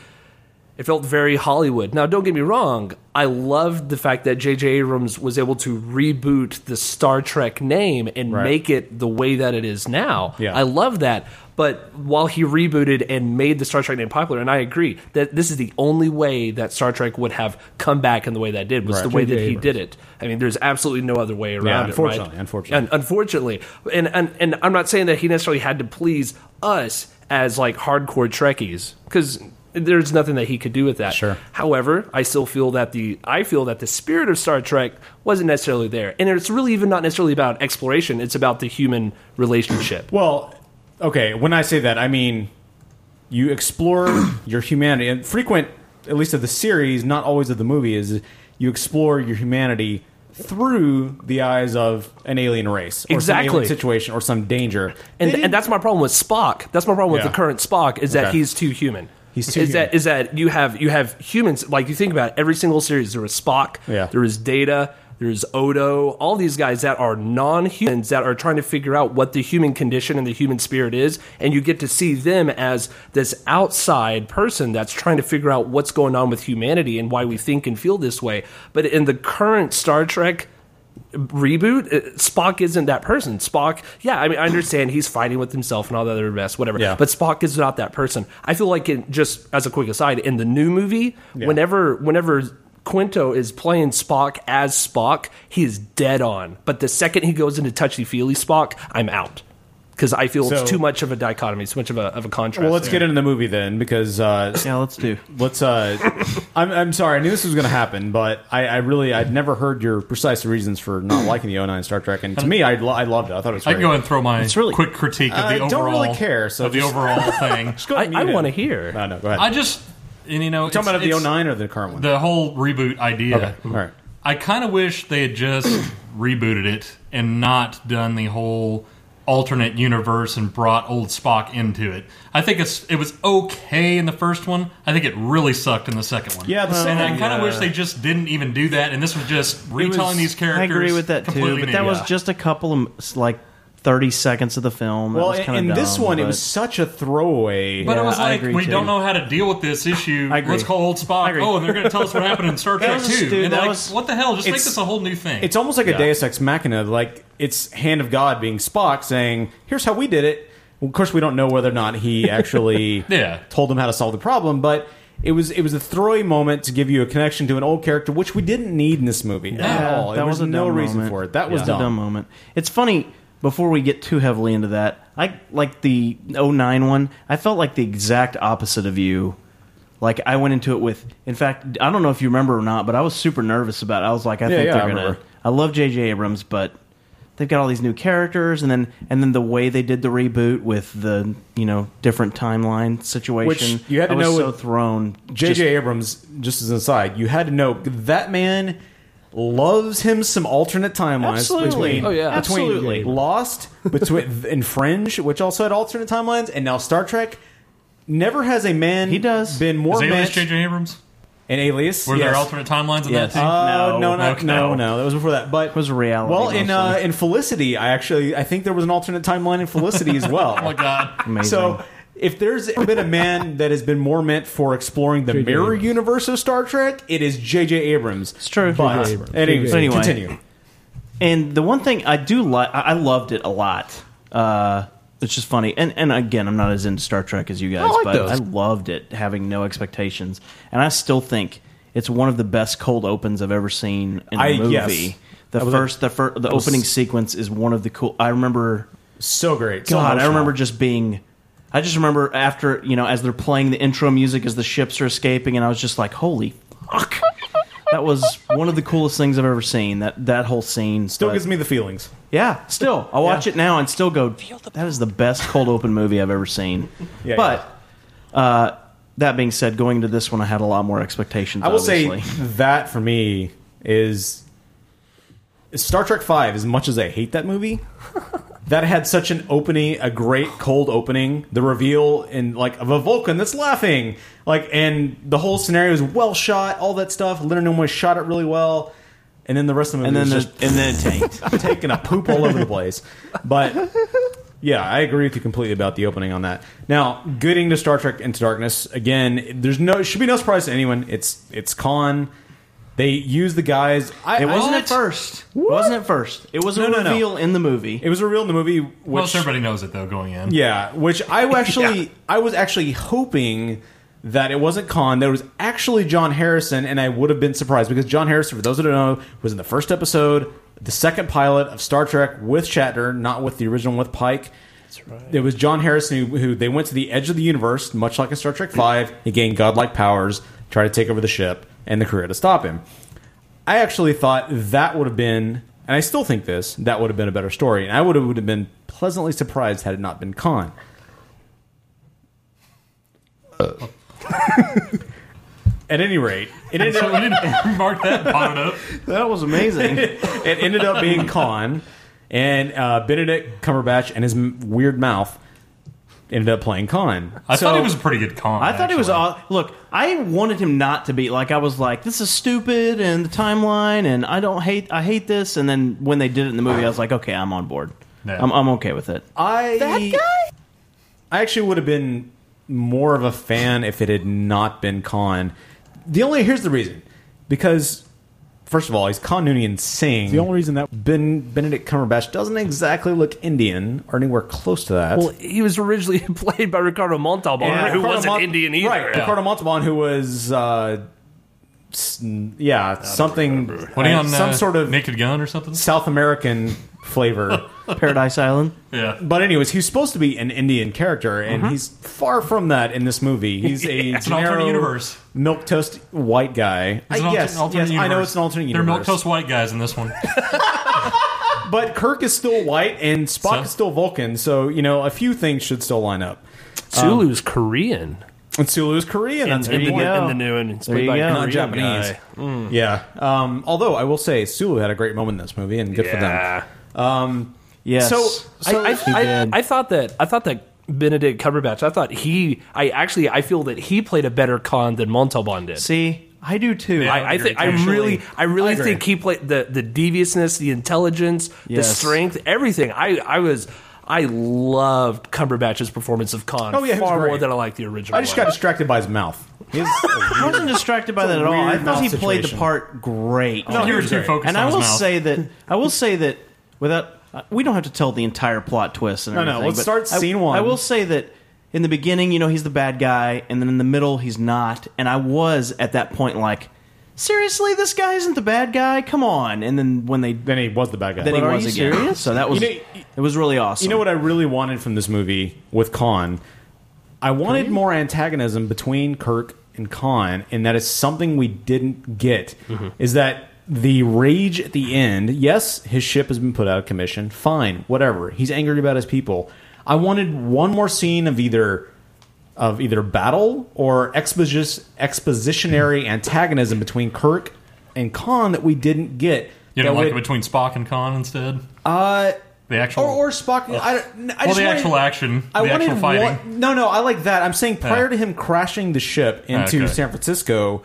[SPEAKER 13] It felt very Hollywood. Now, don't get me wrong. I loved the fact that J.J. Abrams was able to reboot the Star Trek name and
[SPEAKER 2] Right.
[SPEAKER 13] make it the way that it is now.
[SPEAKER 2] Yeah.
[SPEAKER 13] I love that. But while he rebooted and made the Star Trek name popular, and I agree that this is the only way that Star Trek would have come back in the way that it did was
[SPEAKER 2] Right.
[SPEAKER 13] the way
[SPEAKER 2] J.J.
[SPEAKER 13] that he
[SPEAKER 2] Abrams.
[SPEAKER 13] did it. I mean, there's absolutely no other way around
[SPEAKER 2] Yeah,
[SPEAKER 13] it. right?
[SPEAKER 2] unfortunately, unfortunately.
[SPEAKER 13] And unfortunately, and, and and I'm not saying that he necessarily had to please us as like hardcore Trekkies because there's nothing that he could do with that. Sure. However, I still feel that the I feel that the spirit of Star Trek wasn't necessarily there, and it's really even not necessarily about exploration. It's about the human relationship.
[SPEAKER 2] Well, okay, when I say that, I mean you explore your humanity, and frequent, at least of the series, not always of the movie, is you explore your humanity through the eyes of an alien race, or some
[SPEAKER 13] Exactly.
[SPEAKER 2] alien situation, or some danger.
[SPEAKER 13] And,
[SPEAKER 2] They didn't-
[SPEAKER 13] and that's my problem with Spock. That's my problem with
[SPEAKER 2] Yeah.
[SPEAKER 13] the current Spock is that
[SPEAKER 2] Okay.
[SPEAKER 13] he's too human.
[SPEAKER 2] He's too
[SPEAKER 13] is that is that you have you have humans like you think about it, every single series there was Spock,
[SPEAKER 2] Yeah.
[SPEAKER 13] there was Data, there's Odo, all these guys that are non-humans that are trying to figure out what the human condition and the human spirit is, and you get to see them as this outside person that's trying to figure out what's going on with humanity and why we think and feel this way. But in the current Star Trek reboot, uh, Spock isn't that person. Spock, yeah, I mean, I understand he's fighting with himself and all that other mess, whatever. But Spock is not that person. I feel like, it, just as a quick aside, in the new movie, whenever whenever Quinto is playing Spock as Spock, he is dead on. But the second he goes into touchy feely Spock, I'm out because I feel
[SPEAKER 2] So-
[SPEAKER 13] it's too much of a dichotomy, it's too much of a of a contrast.
[SPEAKER 2] Well, let's
[SPEAKER 13] there.
[SPEAKER 2] get into the movie then, because uh, yeah,
[SPEAKER 1] let's do.
[SPEAKER 2] Let's. Uh, I'm, I'm sorry, I knew this was going to happen, but I, I really I'd never heard your precise reasons for not liking the 09 Star Trek, and to me, I, lo- I loved it. I thought it was.
[SPEAKER 3] I
[SPEAKER 2] Great.
[SPEAKER 3] can go ahead and throw my quick critique of the
[SPEAKER 2] I
[SPEAKER 3] overall.
[SPEAKER 2] uh, don't really care, so
[SPEAKER 3] of the
[SPEAKER 2] just-
[SPEAKER 3] overall thing.
[SPEAKER 2] Just go ahead and mute it.
[SPEAKER 13] hear.
[SPEAKER 2] No, no, go ahead.
[SPEAKER 3] I just and you know
[SPEAKER 2] You talking
[SPEAKER 3] it's-
[SPEAKER 2] about the
[SPEAKER 3] it's-
[SPEAKER 2] 09 or the current one?
[SPEAKER 3] the whole reboot idea.
[SPEAKER 2] Okay, all right.
[SPEAKER 3] I kind of wish they had just rebooted it and not done the whole alternate universe and brought old Spock into it. I think it's it was okay in the first one. I think it really sucked in the second one.
[SPEAKER 1] Yeah, the
[SPEAKER 3] and I
[SPEAKER 1] second-
[SPEAKER 3] kind of
[SPEAKER 1] yeah.
[SPEAKER 2] uh,
[SPEAKER 3] wish they just didn't even do that. And this was just retelling these characters.
[SPEAKER 1] I agree with that too,
[SPEAKER 3] completely
[SPEAKER 1] but
[SPEAKER 3] new.
[SPEAKER 1] that was just a couple of s- like thirty seconds of the film. That
[SPEAKER 2] well,
[SPEAKER 1] was
[SPEAKER 2] in,
[SPEAKER 1] kinda
[SPEAKER 2] in this
[SPEAKER 1] dumb,
[SPEAKER 2] one, it
[SPEAKER 1] but-
[SPEAKER 2] was such a throwaway.
[SPEAKER 3] But it was
[SPEAKER 1] Yeah, I
[SPEAKER 3] like
[SPEAKER 1] agree
[SPEAKER 3] we
[SPEAKER 1] too.
[SPEAKER 3] don't know how to deal with this issue.
[SPEAKER 2] I agree.
[SPEAKER 3] Let's call old Spock.
[SPEAKER 2] agree.
[SPEAKER 3] Oh, and they're going to tell us what happened in Star
[SPEAKER 2] That
[SPEAKER 3] Trek
[SPEAKER 2] was
[SPEAKER 3] Two.
[SPEAKER 2] stu-
[SPEAKER 3] And
[SPEAKER 2] that
[SPEAKER 3] like,
[SPEAKER 2] was-
[SPEAKER 3] what the hell? Just make
[SPEAKER 2] it's-
[SPEAKER 3] this a whole new thing.
[SPEAKER 2] It's almost like a
[SPEAKER 3] Yeah.
[SPEAKER 2] Deus Ex Machina. Like it's hand of God being Spock saying, "Here's how we did it." Well, of course, we don't know whether or not he actually
[SPEAKER 3] Yeah.
[SPEAKER 2] told them how to solve the problem, but it was it was a throwaway moment to give you a connection to an old character, which we didn't need in this movie at all. There was,
[SPEAKER 1] a
[SPEAKER 2] no
[SPEAKER 1] dumb
[SPEAKER 2] reason
[SPEAKER 1] moment.
[SPEAKER 2] for it. That was
[SPEAKER 1] Yeah.
[SPEAKER 2] dumb.
[SPEAKER 1] a dumb moment. It's funny. Before we get too heavily into that, I like the 09 one. I felt like the exact opposite of you. Like I went into it with. In fact, I don't know if you remember or not, but I was super nervous about. it. I was like, I
[SPEAKER 2] Yeah,
[SPEAKER 1] think
[SPEAKER 2] yeah, I
[SPEAKER 1] they're gonna.
[SPEAKER 2] remember.
[SPEAKER 1] I love J.J. Abrams, but they've got all these new characters, and then and then the way they did the reboot with the you know different timeline situation.
[SPEAKER 2] Which you had to
[SPEAKER 1] I was
[SPEAKER 2] know
[SPEAKER 1] so
[SPEAKER 2] with
[SPEAKER 1] thrown.
[SPEAKER 2] J.J. Abrams, just as an aside, you had to know that man loves him some alternate timelines.
[SPEAKER 1] Absolutely.
[SPEAKER 2] Between,
[SPEAKER 1] Oh, yeah.
[SPEAKER 2] between
[SPEAKER 1] Absolutely.
[SPEAKER 2] Lost, between and Fringe, which also had alternate timelines, and now Star Trek. Never has a man he does been more
[SPEAKER 3] Is Alias
[SPEAKER 2] matched.
[SPEAKER 3] J.J. Abrams?
[SPEAKER 2] An alias?
[SPEAKER 3] Were there
[SPEAKER 2] yes.
[SPEAKER 3] alternate timelines in
[SPEAKER 2] Yes.
[SPEAKER 3] that? Too?
[SPEAKER 2] Uh, no, no, no, no. That was before that. But
[SPEAKER 1] was reality.
[SPEAKER 2] Well, in uh,
[SPEAKER 1] mostly.
[SPEAKER 2] in Felicity, I actually I think there was an alternate timeline in Felicity as well.
[SPEAKER 3] Oh my god!
[SPEAKER 2] So If there's been a man that has been more meant for exploring the
[SPEAKER 1] J.J.
[SPEAKER 2] mirror universe of Star Trek, it is J.J. Abrams. It's
[SPEAKER 1] true.
[SPEAKER 2] But,
[SPEAKER 1] J.J. Abrams.
[SPEAKER 2] Anyways,
[SPEAKER 1] But anyway.
[SPEAKER 2] continue.
[SPEAKER 1] And the one thing I do like, I I loved it a lot. Uh, it's just funny. And and again, I'm not as into Star Trek as you guys,
[SPEAKER 2] I like
[SPEAKER 1] but
[SPEAKER 2] those.
[SPEAKER 1] I loved it, having no expectations. And I still think it's one of the best cold opens I've ever seen in a
[SPEAKER 2] I-
[SPEAKER 1] movie.
[SPEAKER 2] yes.
[SPEAKER 1] The
[SPEAKER 2] That was
[SPEAKER 1] first,
[SPEAKER 2] a-
[SPEAKER 1] the first, the
[SPEAKER 2] that was-
[SPEAKER 1] opening sequence is one of the cool. I remember
[SPEAKER 2] so great. So
[SPEAKER 1] God, I
[SPEAKER 2] emotional.
[SPEAKER 1] remember just being. I just remember after you know, as they're playing the intro music as the ships are escaping, and I was just like, "Holy fuck!" that was one of the coolest things I've ever seen. That that whole scene
[SPEAKER 2] Still gives me the feelings.
[SPEAKER 1] Yeah, still I watch it now and still go, "That is the best cold open movie I've ever seen."
[SPEAKER 2] Yeah,
[SPEAKER 1] but uh, that being said, going into this one, I had a lot more expectations.
[SPEAKER 2] I will
[SPEAKER 1] obviously.
[SPEAKER 2] say that for me is Star Trek Five. As much as I hate that movie, that had such an opening, a great cold opening, the reveal in like of a Vulcan that's laughing, like, and the whole scenario is well shot, all that stuff. Leonard Nimoy shot it really well, and then the rest of the
[SPEAKER 1] And
[SPEAKER 2] movie
[SPEAKER 1] then
[SPEAKER 2] is
[SPEAKER 1] the-
[SPEAKER 2] just and then tanked, taking a poop all over the place. But yeah, I agree with you completely about the opening on that. Now, getting to Star Trek Into Darkness again, there's no should be no surprise to anyone. It's it's Khan. They use the guys. I,
[SPEAKER 1] it wasn't
[SPEAKER 2] I,
[SPEAKER 1] at first. It wasn't at first. It was a
[SPEAKER 2] No, no, no.
[SPEAKER 1] reveal in the movie.
[SPEAKER 2] It was a reveal in the movie. Which,
[SPEAKER 3] Most everybody knows it though going in.
[SPEAKER 2] Yeah, which I actually I was actually hoping that it wasn't Khan, that it was actually John Harrison, and I would have been surprised because John Harrison, for those who don't know, was in the first episode, the second pilot of Star Trek with Shatner, not with the original with Pike. That's right. It was John Harrison who, who they went to the edge of the universe, much like in Star Trek Five. He gained godlike powers, tried to take over the ship, and the crew had to stop him. I actually thought that would have been, and I still think this, that would have been a better story, and I would have, would have been pleasantly surprised had it not been Khan. Uh. At any rate, it ended
[SPEAKER 3] So
[SPEAKER 2] up,
[SPEAKER 3] we didn't mark that bottom up.
[SPEAKER 1] That was amazing.
[SPEAKER 2] it ended up being Khan, and uh, Benedict Cumberbatch and his m- weird mouth ended up playing Khan.
[SPEAKER 1] I thought he was a
[SPEAKER 3] pretty good Khan.
[SPEAKER 1] I thought it was all. Look, I wanted him not to be like I was like this is stupid and the timeline and I don't hate I hate this and then when they did it in the movie I was like okay I'm on board
[SPEAKER 2] Yeah.
[SPEAKER 1] I'm I'm okay with it.
[SPEAKER 2] I that guy. I actually would have been more of a fan if it had not been Khan. The only here's the reason because first of all he's Khanunian Singh. The only reason that Ben Benedict Cumberbatch doesn't exactly look Indian or anywhere close to that.
[SPEAKER 13] Well, he was originally played by Ricardo Montalban,
[SPEAKER 2] Yeah,
[SPEAKER 13] who
[SPEAKER 2] Ricardo
[SPEAKER 13] wasn't
[SPEAKER 2] Mont-
[SPEAKER 13] Indian either.
[SPEAKER 2] Right, Ricardo Montalban, who was, uh, s- yeah, something,
[SPEAKER 3] What are you on,
[SPEAKER 2] some
[SPEAKER 3] uh,
[SPEAKER 2] sort of
[SPEAKER 3] Naked Gun or something,
[SPEAKER 2] South American flavor,
[SPEAKER 1] Paradise Island.
[SPEAKER 3] Yeah,
[SPEAKER 2] but anyways, he's supposed to be an Indian character, and
[SPEAKER 13] Mm-hmm.
[SPEAKER 3] Mhm.
[SPEAKER 2] he's far from that in this movie. He's a
[SPEAKER 3] Yeah, it's an alternate
[SPEAKER 2] genero-
[SPEAKER 3] universe.
[SPEAKER 2] milk toast white guy.
[SPEAKER 3] It's an
[SPEAKER 2] I,
[SPEAKER 3] alter-
[SPEAKER 2] yes,
[SPEAKER 3] alternate
[SPEAKER 2] yes, I know
[SPEAKER 3] universe.
[SPEAKER 2] it's an alternate
[SPEAKER 3] They're
[SPEAKER 2] universe.
[SPEAKER 3] milk toast white guys in this one.
[SPEAKER 2] but Kirk is still white, and Spock is still Vulcan. So you know, a few things should still line up. Um,
[SPEAKER 13] Sulu's Korean.
[SPEAKER 2] And Sulu's Korean.
[SPEAKER 13] And
[SPEAKER 2] That's
[SPEAKER 13] in
[SPEAKER 2] a good
[SPEAKER 13] the-
[SPEAKER 2] point.
[SPEAKER 13] in the new one, it's There played you by a go.
[SPEAKER 2] not
[SPEAKER 13] Korean
[SPEAKER 2] Japanese.
[SPEAKER 13] guy. Mm.
[SPEAKER 2] Yeah. Um, although I will say Sulu had a great moment in this movie, and good
[SPEAKER 13] Yeah.
[SPEAKER 2] for them. Um,
[SPEAKER 13] So,
[SPEAKER 2] So, so
[SPEAKER 13] I, I, I, I thought that I thought that Benedict Cumberbatch. I thought he. I actually I feel that he played a better con than Montalban did.
[SPEAKER 1] See, I do too.
[SPEAKER 13] I, I think I really I really think he played the the deviousness, the intelligence, the
[SPEAKER 1] Yes.
[SPEAKER 13] strength, everything. I I was. I loved Cumberbatch's performance of Khan
[SPEAKER 2] Oh, yeah, he was
[SPEAKER 13] far more
[SPEAKER 2] great.
[SPEAKER 13] than I liked the original.
[SPEAKER 2] I just
[SPEAKER 13] one.
[SPEAKER 2] got distracted by his mouth.
[SPEAKER 1] I wasn't distracted by
[SPEAKER 2] It's a
[SPEAKER 1] that at all. I
[SPEAKER 2] weird
[SPEAKER 1] thought he
[SPEAKER 2] mouth
[SPEAKER 1] played the
[SPEAKER 2] situation.
[SPEAKER 1] part great.
[SPEAKER 2] No, he was great.
[SPEAKER 1] And I
[SPEAKER 2] on his
[SPEAKER 1] will
[SPEAKER 2] mouth.
[SPEAKER 1] say that I will say that without uh, we don't have to tell the entire plot twist and
[SPEAKER 2] No, no,
[SPEAKER 1] everything.
[SPEAKER 2] let's
[SPEAKER 1] but
[SPEAKER 2] start
[SPEAKER 1] I-
[SPEAKER 2] scene one.
[SPEAKER 1] I will say that in the beginning, you know, he's the bad guy, and then in the middle, he's not. And I was at that point like. Seriously, this guy isn't the bad guy. Come on! And then when they then
[SPEAKER 2] he was the bad guy.
[SPEAKER 1] Then he
[SPEAKER 2] But are
[SPEAKER 1] was
[SPEAKER 2] you
[SPEAKER 1] again.
[SPEAKER 2] serious?
[SPEAKER 1] So that was
[SPEAKER 2] You know-
[SPEAKER 1] it. Was really awesome.
[SPEAKER 2] You know what I really wanted from this movie with Khan? I wanted more antagonism between Kirk and Khan, and that is something we didn't get.
[SPEAKER 1] Mm-hmm.
[SPEAKER 2] Is that the rage at the end? Yes, his ship has been put out of commission. Fine, whatever. He's angry about his people. I wanted one more scene of either of either battle or exposis, expositionary antagonism between Kirk and Khan that we didn't get.
[SPEAKER 3] You know,
[SPEAKER 2] That
[SPEAKER 3] like
[SPEAKER 2] would-
[SPEAKER 3] between Spock and Khan instead.
[SPEAKER 2] uh,
[SPEAKER 3] The actual
[SPEAKER 2] or, or Spock. I, don't- I
[SPEAKER 3] well,
[SPEAKER 2] just
[SPEAKER 3] the
[SPEAKER 2] wanted-
[SPEAKER 3] actual action,
[SPEAKER 2] I
[SPEAKER 3] the
[SPEAKER 2] wanted
[SPEAKER 3] actual fighting. Ah,
[SPEAKER 2] One, no, no, I like that. I'm saying prior to him crashing the ship into
[SPEAKER 3] Okay.
[SPEAKER 2] San Francisco,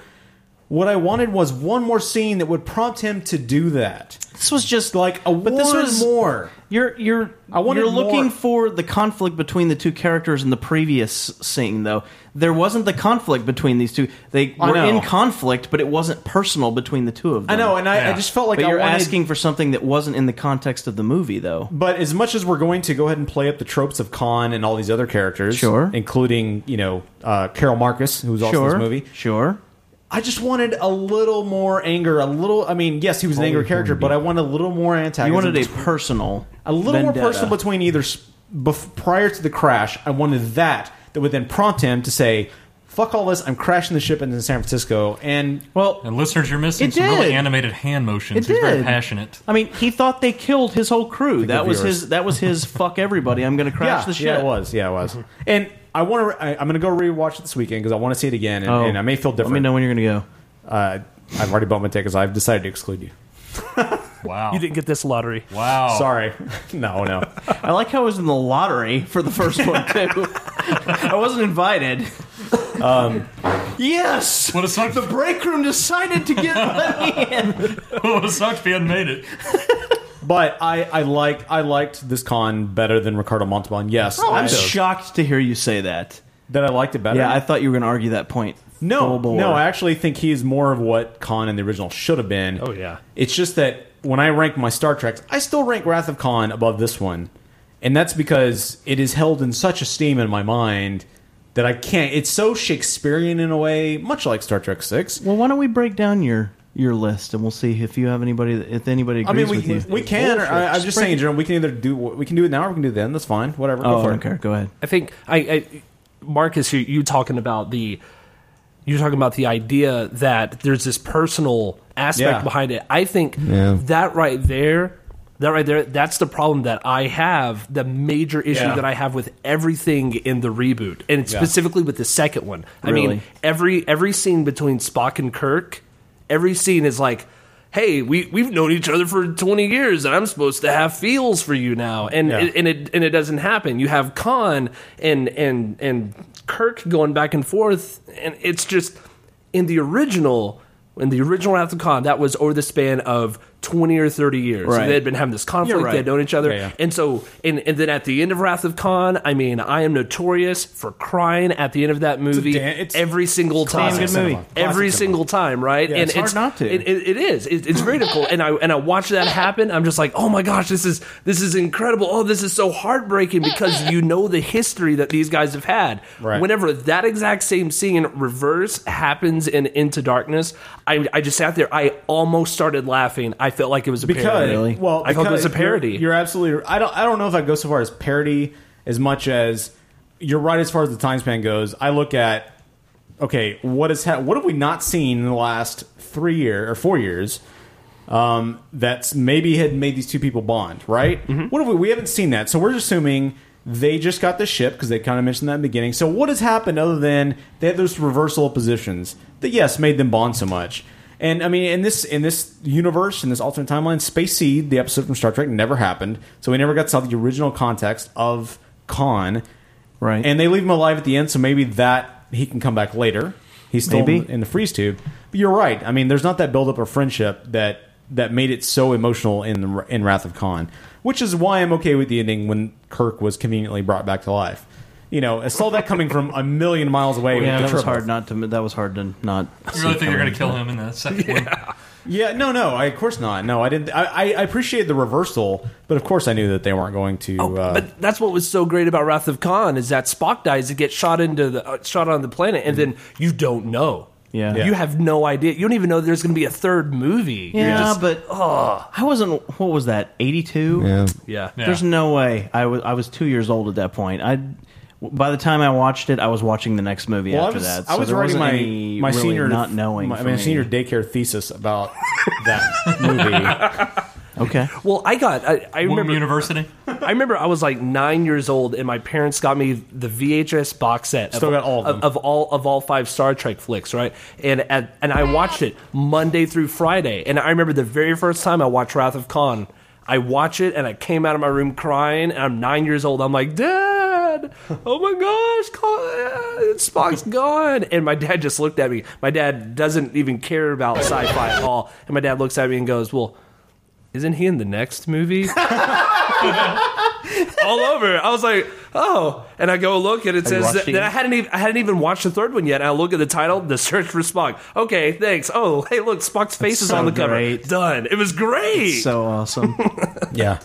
[SPEAKER 2] What I wanted was one more scene that would prompt him to do that.
[SPEAKER 1] This was just like
[SPEAKER 2] a but
[SPEAKER 1] this was-
[SPEAKER 2] more.
[SPEAKER 1] You're you're
[SPEAKER 2] I wanted
[SPEAKER 1] you're looking
[SPEAKER 2] more.
[SPEAKER 1] for the conflict between the two characters in the previous scene, though. There wasn't the conflict between these two. They
[SPEAKER 2] I
[SPEAKER 1] were
[SPEAKER 2] know.
[SPEAKER 1] in conflict, but it wasn't personal between the two of them.
[SPEAKER 2] I know, and I- I Yeah. just felt like
[SPEAKER 1] But
[SPEAKER 2] I
[SPEAKER 1] you're
[SPEAKER 2] wanted-
[SPEAKER 1] asking for something that wasn't in the context of the movie, though.
[SPEAKER 2] But as much as we're going to go ahead and play up the tropes of Khan and all these other characters,
[SPEAKER 1] Sure.
[SPEAKER 2] including you know uh, Carol Marcus, who was also in
[SPEAKER 1] Sure.
[SPEAKER 2] this movie,
[SPEAKER 1] sure.
[SPEAKER 2] I just wanted a little more anger, a little. I mean, yes, he was an angry character, but I wanted a little more antagonism.
[SPEAKER 1] You wanted a
[SPEAKER 2] between-
[SPEAKER 1] personal,
[SPEAKER 2] a little more
[SPEAKER 1] vendetta.
[SPEAKER 2] personal between either s- bef- prior to the crash. I wanted that that would then prompt him to say, "Fuck all this! I'm crashing the ship into San Francisco." And
[SPEAKER 1] well,
[SPEAKER 2] and listeners, you're
[SPEAKER 3] missing some really animated hand motions.
[SPEAKER 1] It
[SPEAKER 3] He's very
[SPEAKER 1] did.
[SPEAKER 3] passionate.
[SPEAKER 1] I mean, he thought they killed his whole crew.
[SPEAKER 2] Think
[SPEAKER 1] That
[SPEAKER 2] of
[SPEAKER 1] was
[SPEAKER 2] yours.
[SPEAKER 1] his. That was his. Fuck everybody! I'm going to crash
[SPEAKER 2] yeah,
[SPEAKER 1] the ship. Mm-hmm.
[SPEAKER 2] Yeah, it was. Yeah, it was. And I want to. I'm going to go rewatch it this weekend because I want to see it again, and,
[SPEAKER 1] Oh.
[SPEAKER 2] and I may feel
[SPEAKER 1] Let
[SPEAKER 2] different.
[SPEAKER 1] me know when you're going to
[SPEAKER 2] go. Uh, I've already bought my tickets. I've decided to exclude you.
[SPEAKER 3] Wow.
[SPEAKER 13] You didn't get this lottery.
[SPEAKER 3] Wow.
[SPEAKER 2] Sorry. no, no.
[SPEAKER 1] I like how I was in the lottery for the first one too. I wasn't invited.
[SPEAKER 2] Um,
[SPEAKER 1] Yes.
[SPEAKER 3] What a sucked
[SPEAKER 1] the break room decided to get let me in.
[SPEAKER 3] what a sucked fan made it.
[SPEAKER 2] but I, I like I liked this con better than Ricardo Montalban. Yes,
[SPEAKER 1] Oh, I'm
[SPEAKER 2] I-
[SPEAKER 1] shocked to hear you say that.
[SPEAKER 2] That I liked it better.
[SPEAKER 1] Yeah, I thought you were going to argue that point.
[SPEAKER 2] No,
[SPEAKER 1] full bore.
[SPEAKER 2] no, I actually think he is more of what Khan in the original should have been. Oh
[SPEAKER 13] yeah.
[SPEAKER 2] It's just that when I rank my Star Treks, I still rank Wrath of Khan above this one, and that's because it is held in such esteem in my mind that I can't. It's so Shakespearean in a way, much like Star Trek Six.
[SPEAKER 1] Well, why don't we break down your your list and we'll see if you have anybody that- if anybody
[SPEAKER 2] I mean,
[SPEAKER 1] agrees
[SPEAKER 2] we
[SPEAKER 1] with you.
[SPEAKER 2] we can. Or, uh, I, I'm just saying, Jerome. We can either do we can do it now or we can do it then. That's fine. Whatever.
[SPEAKER 1] Oh,
[SPEAKER 2] Go for
[SPEAKER 1] I
[SPEAKER 2] it.
[SPEAKER 1] don't care. Go ahead.
[SPEAKER 13] I think I, I Marcus, you, you talking about the you're talking about the idea that there's this personal aspect
[SPEAKER 2] Yeah.
[SPEAKER 13] behind it. I think
[SPEAKER 2] Yeah.
[SPEAKER 13] that right there, that right there, that's the problem that I have, the major issue
[SPEAKER 2] Yeah.
[SPEAKER 13] that I have with everything in the reboot, and
[SPEAKER 2] Yeah.
[SPEAKER 13] specifically with the second one. I
[SPEAKER 2] Really?
[SPEAKER 13] mean, every every scene between Spock and Kirk, every scene is like. Hey, we we've known each other for twenty years, and I'm supposed to have feels for you now, and
[SPEAKER 2] Yeah.
[SPEAKER 13] it, and it and it doesn't happen. You have Khan and and and Kirk going back and forth, and it's just in the original in the original Wrath of Khan that was over the span of twenty or thirty years.
[SPEAKER 1] Right.
[SPEAKER 13] They had been having this conflict.
[SPEAKER 1] You're right.
[SPEAKER 13] They had known each other,
[SPEAKER 1] Yeah, yeah.
[SPEAKER 13] and so and and then at the end of Wrath of Khan, I mean, I am notorious for crying at the end of that movie every single
[SPEAKER 1] damn
[SPEAKER 13] time.
[SPEAKER 1] good movie.
[SPEAKER 13] Every
[SPEAKER 1] Classic
[SPEAKER 13] single time, right?
[SPEAKER 1] Yeah, it's hard not to.
[SPEAKER 13] it- it, it is. It, it's critical, and I and I watch that happen. I'm just like, oh my gosh, this is this is incredible. Oh, this is so heartbreaking because you know the history that these guys have had.
[SPEAKER 2] Right.
[SPEAKER 13] Whenever that exact same scene in reverse happens in Into Darkness, I I just sat there. I almost started laughing. I felt like it was a
[SPEAKER 2] because
[SPEAKER 13] parody.
[SPEAKER 2] well,
[SPEAKER 13] I felt it was
[SPEAKER 2] because
[SPEAKER 13] a parody.
[SPEAKER 2] You're, you're absolutely. I don't. I don't know if I go so far as parody as much as you're right as far as the time span goes. I look at okay, what has ha- what have we not seen in the last three year or four years? Um, that's maybe had made these two people bond, right?
[SPEAKER 13] Mm-hmm.
[SPEAKER 2] What have we? We haven't seen that, so we're assuming they just got the ship because they kind of mentioned that in the beginning. So what has happened other than they had those reversal of positions that yes made them bond so much? And I mean, in this in this universe, in this alternate timeline, Space Seed, the episode from Star Trek, never happened, so we never got to saw the original context of Khan.
[SPEAKER 1] Right.
[SPEAKER 2] And they leave him alive at the end, so maybe that he can come back later. He's still
[SPEAKER 1] Maybe.
[SPEAKER 2] in the freeze tube. But you're right. I mean, there's not that buildup of friendship that that made it so emotional in the, in Wrath of Khan, which is why I'm okay with the ending when Kirk was conveniently brought back to life. You know, I saw that coming from a million miles away. with
[SPEAKER 1] yeah,
[SPEAKER 2] the
[SPEAKER 1] that was
[SPEAKER 2] triple.
[SPEAKER 1] hard not to. That was hard to not.
[SPEAKER 3] You
[SPEAKER 1] see
[SPEAKER 3] really think they're
[SPEAKER 1] coming.
[SPEAKER 3] going to kill him in the second one?
[SPEAKER 2] Yeah, no, no. I, of course not. No, I didn't. I, I, I appreciate the reversal, but of course I knew that they weren't going to.
[SPEAKER 1] Oh,
[SPEAKER 2] uh,
[SPEAKER 13] But that's what was so great about Wrath of Khan is that Spock dies and gets shot into the uh, shot on the planet, and then you don't know.
[SPEAKER 1] Yeah.
[SPEAKER 13] you have no idea. You don't even know there's going to be a third movie. You're
[SPEAKER 1] Yeah,
[SPEAKER 13] just- oh,
[SPEAKER 1] but I wasn't. What was that? Eighty two.
[SPEAKER 13] Yeah. Yeah.
[SPEAKER 1] There's
[SPEAKER 13] Yeah.
[SPEAKER 1] no way. I was. I was two years old at that point. I. By the time I watched it, I was watching the next movie
[SPEAKER 2] Well, I
[SPEAKER 1] after
[SPEAKER 2] was,
[SPEAKER 1] that.
[SPEAKER 2] I
[SPEAKER 1] so
[SPEAKER 2] was
[SPEAKER 1] there wasn't
[SPEAKER 2] writing my
[SPEAKER 1] any
[SPEAKER 2] my
[SPEAKER 1] really
[SPEAKER 2] senior
[SPEAKER 1] not knowing.
[SPEAKER 2] my,
[SPEAKER 1] for
[SPEAKER 2] my
[SPEAKER 1] me.
[SPEAKER 2] senior daycare thesis about that movie.
[SPEAKER 1] Okay.
[SPEAKER 13] Well, I got. I, I
[SPEAKER 3] Wharton
[SPEAKER 13] remember
[SPEAKER 3] University.
[SPEAKER 13] I remember I was like nine years old, and my parents got me the VHS box set.
[SPEAKER 2] Still
[SPEAKER 13] of,
[SPEAKER 2] got all of them.
[SPEAKER 13] of all of all five Star Trek flicks, right? And and and I watched it Monday through Friday. And I remember the very first time I watched Wrath of Khan. I watch it, and I came out of my room crying. And I'm nine years old. I'm like, Dad, dad, oh my gosh, Cla- uh, Spock's gone. And my dad just looked at me. My dad doesn't even care about sci fi at all. And my dad looks at me and goes, well, isn't he in the next movie? all over. I was like, oh, and I go look and it
[SPEAKER 9] Have you
[SPEAKER 13] says
[SPEAKER 9] watched
[SPEAKER 13] that,
[SPEAKER 9] it
[SPEAKER 13] that
[SPEAKER 9] yet?
[SPEAKER 13] I hadn't even I hadn't even watched the third one yet. And I look at the title, The Search for Spock. Okay, thanks. Oh, hey, look, Spock's face is
[SPEAKER 1] so
[SPEAKER 13] on the cover.
[SPEAKER 1] great.
[SPEAKER 13] Done. It was great.
[SPEAKER 1] It's so awesome.
[SPEAKER 2] yeah.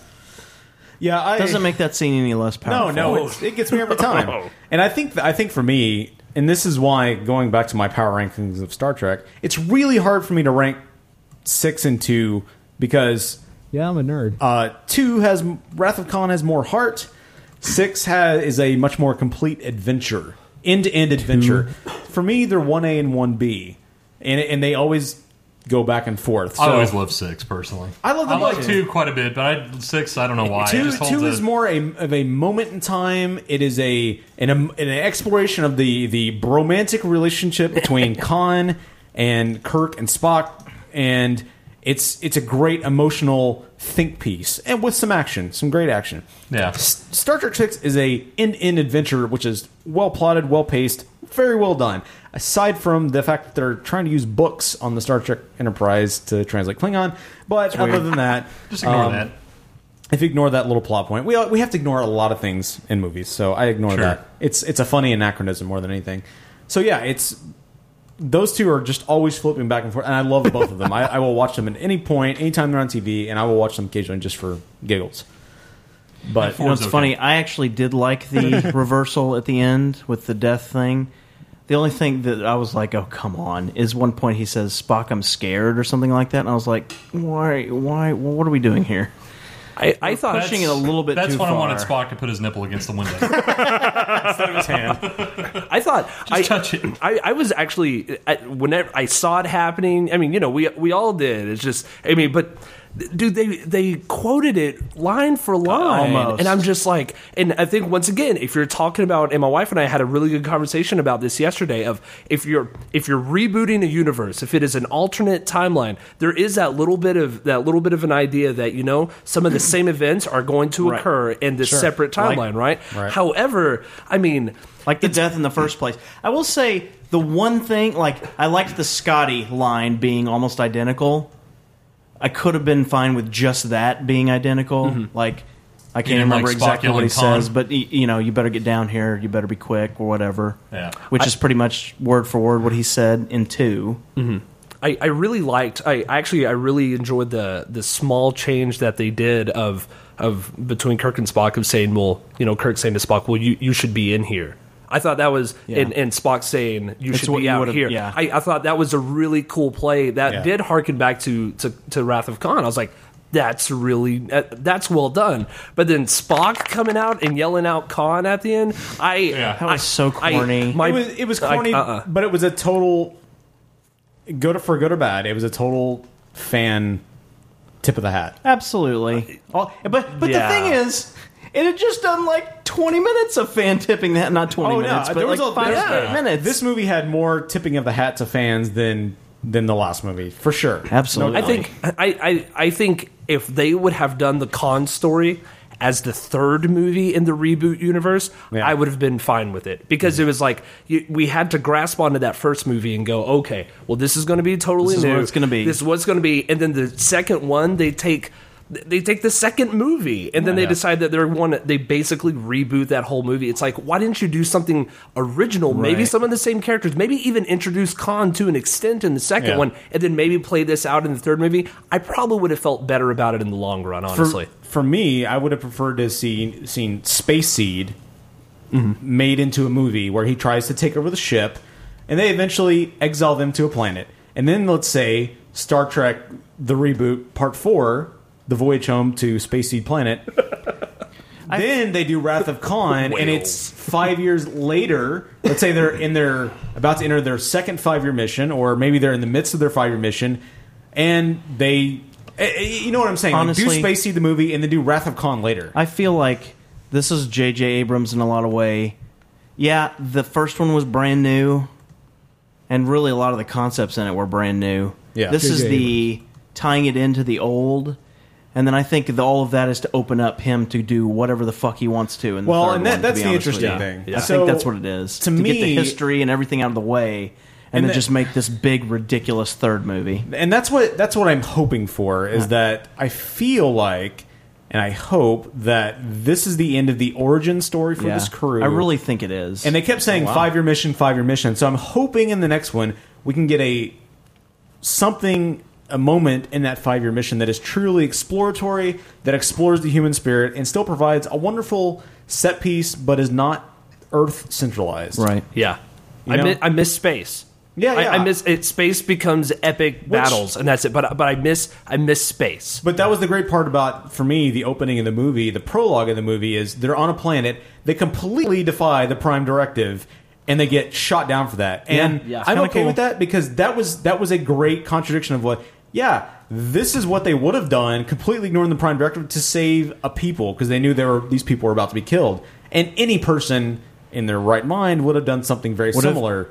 [SPEAKER 2] Yeah, I,
[SPEAKER 1] Doesn't make that scene any less
[SPEAKER 2] No,
[SPEAKER 1] powerful.
[SPEAKER 2] no, it's- it gets me every
[SPEAKER 3] Oh.
[SPEAKER 2] time. and I think I think for me, and this is why going back to my power rankings of Star Trek, it's really hard for me to rank six and two because
[SPEAKER 6] yeah, I'm a nerd.
[SPEAKER 2] Uh, two has Wrath of Khan has more heart. Six has is a much more complete adventure, end to end adventure. For me, they're one A and one B, and and they always go back and forth.
[SPEAKER 3] I
[SPEAKER 2] So-
[SPEAKER 3] always love six personally.
[SPEAKER 2] I love them
[SPEAKER 3] I like
[SPEAKER 2] both.
[SPEAKER 3] two quite a bit, but I six. I don't know why. I
[SPEAKER 2] Two,
[SPEAKER 3] just hold
[SPEAKER 2] two
[SPEAKER 3] the-
[SPEAKER 2] is more a, of a moment in time. It is a an, um, an exploration of the the bromantic relationship between Khan and Kirk and Spock, and it's it's a great emotional think piece and with some action, some great action.
[SPEAKER 3] Yeah.
[SPEAKER 2] S- Star Trek Six is a end to end adventure which is well plotted, well paced, very well done. Aside from the fact that they're trying to use books on the Star Trek Enterprise to translate Klingon, but
[SPEAKER 3] It's weird.
[SPEAKER 2] other than that,
[SPEAKER 3] Just ignore that.
[SPEAKER 2] Um, If you ignore that little plot point, we we have to ignore a lot of things in movies. So I ignore
[SPEAKER 3] Sure.
[SPEAKER 2] that. It's it's a funny anachronism more than anything. So yeah, it's those two are just always flipping back and forth, and I love both of them. I, I will watch them at any point, anytime they're on TV, and I will watch them occasionally just for giggles. But
[SPEAKER 1] you know, it's funny. I actually did like the reversal at the end with the death thing. The only thing that I was like, "Oh, come on!" is one point he says, "Spock, I'm scared" or something like that, and I was like, "Why? Why? What are we doing here?"
[SPEAKER 13] I,
[SPEAKER 3] We're
[SPEAKER 1] pushing it a little bit.
[SPEAKER 3] That's
[SPEAKER 1] too
[SPEAKER 3] when
[SPEAKER 1] far.
[SPEAKER 3] I wanted Spock to put his nipple against the window.
[SPEAKER 13] I thought I, I I was actually I, whenever I saw it happening. I mean, you know, we we all did. It's just I mean, but dude, they they quoted it line for line,
[SPEAKER 1] Uh, Almost.
[SPEAKER 13] and I'm just like, and I think once again, if you're talking about, and my wife and I had a really good conversation about this yesterday. Of if you're if you're rebooting a universe, if it is an alternate timeline, there is that little bit of that little bit of an idea that you know some of the same events are going to
[SPEAKER 1] Right.
[SPEAKER 13] occur in this
[SPEAKER 1] Sure.
[SPEAKER 13] separate
[SPEAKER 1] Like-
[SPEAKER 13] timeline, right? However, I mean,
[SPEAKER 1] like the death in the first place. I will say the one thing, like I liked the Scotty line being almost identical. I could have been fine with just that being identical.
[SPEAKER 9] Mhm.
[SPEAKER 1] Like I
[SPEAKER 9] You
[SPEAKER 1] can't
[SPEAKER 9] didn't
[SPEAKER 1] remember
[SPEAKER 9] like Spock
[SPEAKER 1] exactly what
[SPEAKER 9] yelling
[SPEAKER 1] he says,
[SPEAKER 9] con?
[SPEAKER 1] but y- you know, you better get down here. You better be quick or whatever.
[SPEAKER 13] Yeah.
[SPEAKER 1] which
[SPEAKER 13] I-
[SPEAKER 1] is pretty much word for word what he said in 2
[SPEAKER 13] Mhm. I, I really liked. I actually I really enjoyed the the small change that they did of of between Kirk and Spock of saying, well, you know, Kirk saying to Spock, well, you you should be in here. I thought that was
[SPEAKER 1] Yeah.
[SPEAKER 13] and, and Spock saying you
[SPEAKER 1] It's
[SPEAKER 13] should
[SPEAKER 1] what
[SPEAKER 13] be
[SPEAKER 1] you
[SPEAKER 13] out
[SPEAKER 1] would've-
[SPEAKER 13] here.
[SPEAKER 1] yeah.
[SPEAKER 13] I, I thought that was a really cool play that
[SPEAKER 1] Yeah.
[SPEAKER 13] did harken back to, to to Wrath of Khan. I was like, that's really that- that's well done. But then Spock coming out and yelling out Khan at the end, I that was
[SPEAKER 1] so
[SPEAKER 13] I, my,
[SPEAKER 2] it was it
[SPEAKER 13] uh-uh.
[SPEAKER 2] was corny, but it was a total good or- for good or bad. It was a total fan tip of the hat. Uh,
[SPEAKER 1] Absolutely. All, but but
[SPEAKER 2] Yeah.
[SPEAKER 1] the thing is, it had just done like 20 minutes of fan tipping that, not 20
[SPEAKER 2] Oh
[SPEAKER 1] minutes,
[SPEAKER 2] no,
[SPEAKER 1] but
[SPEAKER 2] there
[SPEAKER 1] like
[SPEAKER 2] was a,
[SPEAKER 1] five
[SPEAKER 2] there-
[SPEAKER 1] straight
[SPEAKER 2] yeah.
[SPEAKER 1] minutes.
[SPEAKER 2] This movie had more tipping of the hat to fans than than the last movie for sure.
[SPEAKER 13] I think I, I I think if they would have done the con story as the third movie in the reboot universe, I would have been fine with it because it was like you, we had to grasp onto that first movie and go, okay, well, this is going to be totally
[SPEAKER 1] This is
[SPEAKER 13] new.
[SPEAKER 1] what it's gonna be.
[SPEAKER 13] This is what's going to be, and then the second one they take. They take the second movie, and then they
[SPEAKER 1] Yeah.
[SPEAKER 13] decide that they're one. They basically reboot that whole movie. It's like, why didn't you do something original? Maybe
[SPEAKER 1] Right.
[SPEAKER 13] some of the same characters. Maybe even introduce Khan to an extent in the second
[SPEAKER 1] Yeah.
[SPEAKER 13] one, and then maybe play this out in the third movie, I probably would have felt better about it in the long run,
[SPEAKER 2] For-
[SPEAKER 13] honestly.
[SPEAKER 2] For, me, I would have preferred to see seen Space Seed made into a movie where he tries to take over the ship, and they eventually exile them to a planet. And then let's say Star Trek: The Reboot Part Four, the voyage home to Space Seed Planet. then they do Wrath of Khan, and it's five years later. Let's say they're in their about to enter their second five year mission, or maybe they're in the midst of their five year mission, and they. eh, eh, You know what I'm saying? Like, do
[SPEAKER 1] Honestly-
[SPEAKER 2] Space Seed the movie, and then do Wrath of Khan later.
[SPEAKER 1] I feel like this is J.J. Abrams in a lot of way. Yeah, the first one was brand new, and really a lot of the concepts in it were brand new.
[SPEAKER 2] Yeah.
[SPEAKER 1] this is
[SPEAKER 2] J.J.
[SPEAKER 1] the tying it into the old, And then I think the, all of that is to open up him to do whatever the fuck he wants to. In the
[SPEAKER 2] Well,
[SPEAKER 1] third
[SPEAKER 2] and that-
[SPEAKER 1] one, to
[SPEAKER 2] that's
[SPEAKER 1] be
[SPEAKER 2] the
[SPEAKER 1] honest with
[SPEAKER 2] interesting
[SPEAKER 1] you.
[SPEAKER 2] thing.
[SPEAKER 1] I
[SPEAKER 2] So,
[SPEAKER 1] think that's what it is.
[SPEAKER 2] to
[SPEAKER 1] To, get
[SPEAKER 2] me-
[SPEAKER 1] the history and everything out of the way, and,
[SPEAKER 2] And
[SPEAKER 1] then
[SPEAKER 2] that-
[SPEAKER 1] just make this big ridiculous third movie.
[SPEAKER 2] and that's what that's what I'm hoping for is that I feel like and I hope that this is the end of the origin story for
[SPEAKER 1] Yeah.
[SPEAKER 2] this crew.
[SPEAKER 1] I really think it is.
[SPEAKER 2] And they kept saying
[SPEAKER 1] Oh, wow.
[SPEAKER 2] five year mission, five year mission. So I'm hoping in the next one we can get a something a moment in that five year mission that is truly exploratory, that explores the human spirit and still provides a wonderful set piece but is not earth centralized.
[SPEAKER 1] Right.
[SPEAKER 13] Yeah.
[SPEAKER 2] You
[SPEAKER 13] I,
[SPEAKER 2] know?
[SPEAKER 13] mi- I miss space.
[SPEAKER 2] Yeah,
[SPEAKER 13] I-
[SPEAKER 2] yeah.
[SPEAKER 13] I, miss it. Space becomes epic battles, and that's it. But but I miss I miss space.
[SPEAKER 2] But that was the great part about, for me, the opening of the movie, the prologue of the movie is they're on a planet, they completely defy the Prime Directive, and they get shot down for that.
[SPEAKER 1] Yeah,
[SPEAKER 2] And
[SPEAKER 1] yeah, it's
[SPEAKER 2] I'm
[SPEAKER 1] kinda
[SPEAKER 2] okay
[SPEAKER 1] cool.
[SPEAKER 2] with that because that was that was a great contradiction of what, yeah, this is what they would have done, completely ignoring the Prime Directive to save a people because they knew they were these people were about to be killed, and any person in their right mind would have done something very
[SPEAKER 1] Would have
[SPEAKER 2] similar.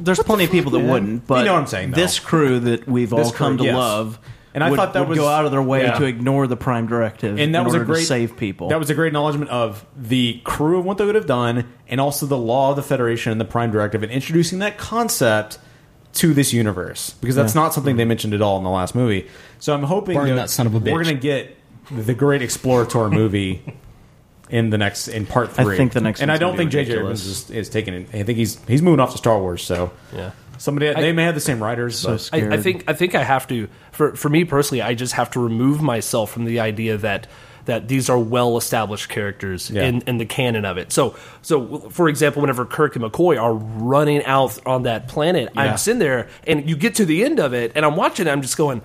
[SPEAKER 1] There's plenty of people that
[SPEAKER 2] man?
[SPEAKER 1] wouldn't, but
[SPEAKER 2] You know what I'm saying, though.
[SPEAKER 1] This crew that we've
[SPEAKER 2] This
[SPEAKER 1] all come
[SPEAKER 2] crew,
[SPEAKER 1] to
[SPEAKER 2] yes.
[SPEAKER 1] love,
[SPEAKER 2] And I
[SPEAKER 1] would-
[SPEAKER 2] thought that
[SPEAKER 1] would
[SPEAKER 2] was-
[SPEAKER 1] go out of their way
[SPEAKER 2] yeah.
[SPEAKER 1] to ignore the prime directive,
[SPEAKER 2] and that
[SPEAKER 1] in
[SPEAKER 2] was a
[SPEAKER 1] order to
[SPEAKER 2] great
[SPEAKER 1] save people.
[SPEAKER 2] That was a great acknowledgement of the crew and what they would have done, and also the law of the Federation and the Prime Directive, and introducing that concept to this universe because that's
[SPEAKER 30] Yeah.
[SPEAKER 2] not something they mentioned at all in the last movie. So I'm hoping
[SPEAKER 30] Burn that son of a bitch.
[SPEAKER 2] we're going to get the great exploratory movie in the next in part
[SPEAKER 1] I
[SPEAKER 2] three.
[SPEAKER 1] think the next
[SPEAKER 2] and I
[SPEAKER 1] one's
[SPEAKER 2] don't
[SPEAKER 1] gonna
[SPEAKER 2] think
[SPEAKER 1] be
[SPEAKER 2] J.J.
[SPEAKER 1] ridiculous.
[SPEAKER 2] Abrams is, is taking it. I think he's he's moving off to Star Wars. So
[SPEAKER 13] Yeah.
[SPEAKER 2] somebody
[SPEAKER 13] I-
[SPEAKER 2] they may have the same writers. but-
[SPEAKER 13] I, I think I think I have to for for me personally. I just have to remove myself from the idea that that these are well established characters
[SPEAKER 2] Yeah.
[SPEAKER 13] in, in the canon of it. So so for example, whenever Kirk and McCoy are running out on that planet,
[SPEAKER 2] Yeah.
[SPEAKER 13] I'm sitting there and you get to the end of it, and I'm watching. it, I'm just going,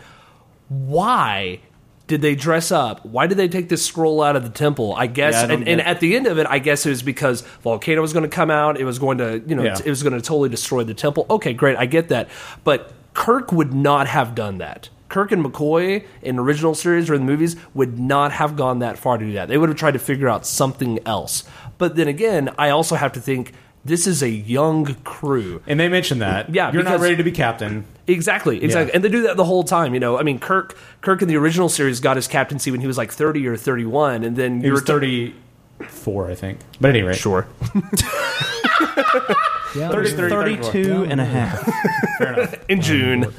[SPEAKER 13] why? Did they dress up? Why did they take this scroll out of the temple? I guess,
[SPEAKER 2] Yeah, I don't
[SPEAKER 13] and, and
[SPEAKER 2] get-
[SPEAKER 13] at the end of it, I guess it was because volcano was going to come out. It was going to, you know,
[SPEAKER 2] Yeah.
[SPEAKER 13] it was going to totally destroy the temple. Okay, great, I get that. But Kirk would not have done that. Kirk and McCoy in the original series or in the movies would not have gone that far to do that. They would have tried to figure out something else. But then again, I also have to think this is a young crew.
[SPEAKER 2] and they mentioned that.
[SPEAKER 13] Yeah,
[SPEAKER 2] you're not
[SPEAKER 13] because-
[SPEAKER 2] ready to be captain.
[SPEAKER 13] Exactly, exactly, and they do that the whole time. You know, I mean, Kirk, Kirk in the original series got his captaincy when he was like thirty or thirty-one, and then
[SPEAKER 2] He
[SPEAKER 13] you're
[SPEAKER 2] was 34, I think. But at any rate,
[SPEAKER 13] sure.
[SPEAKER 1] yeah,
[SPEAKER 13] 33,
[SPEAKER 1] 32 and a half.
[SPEAKER 13] in June.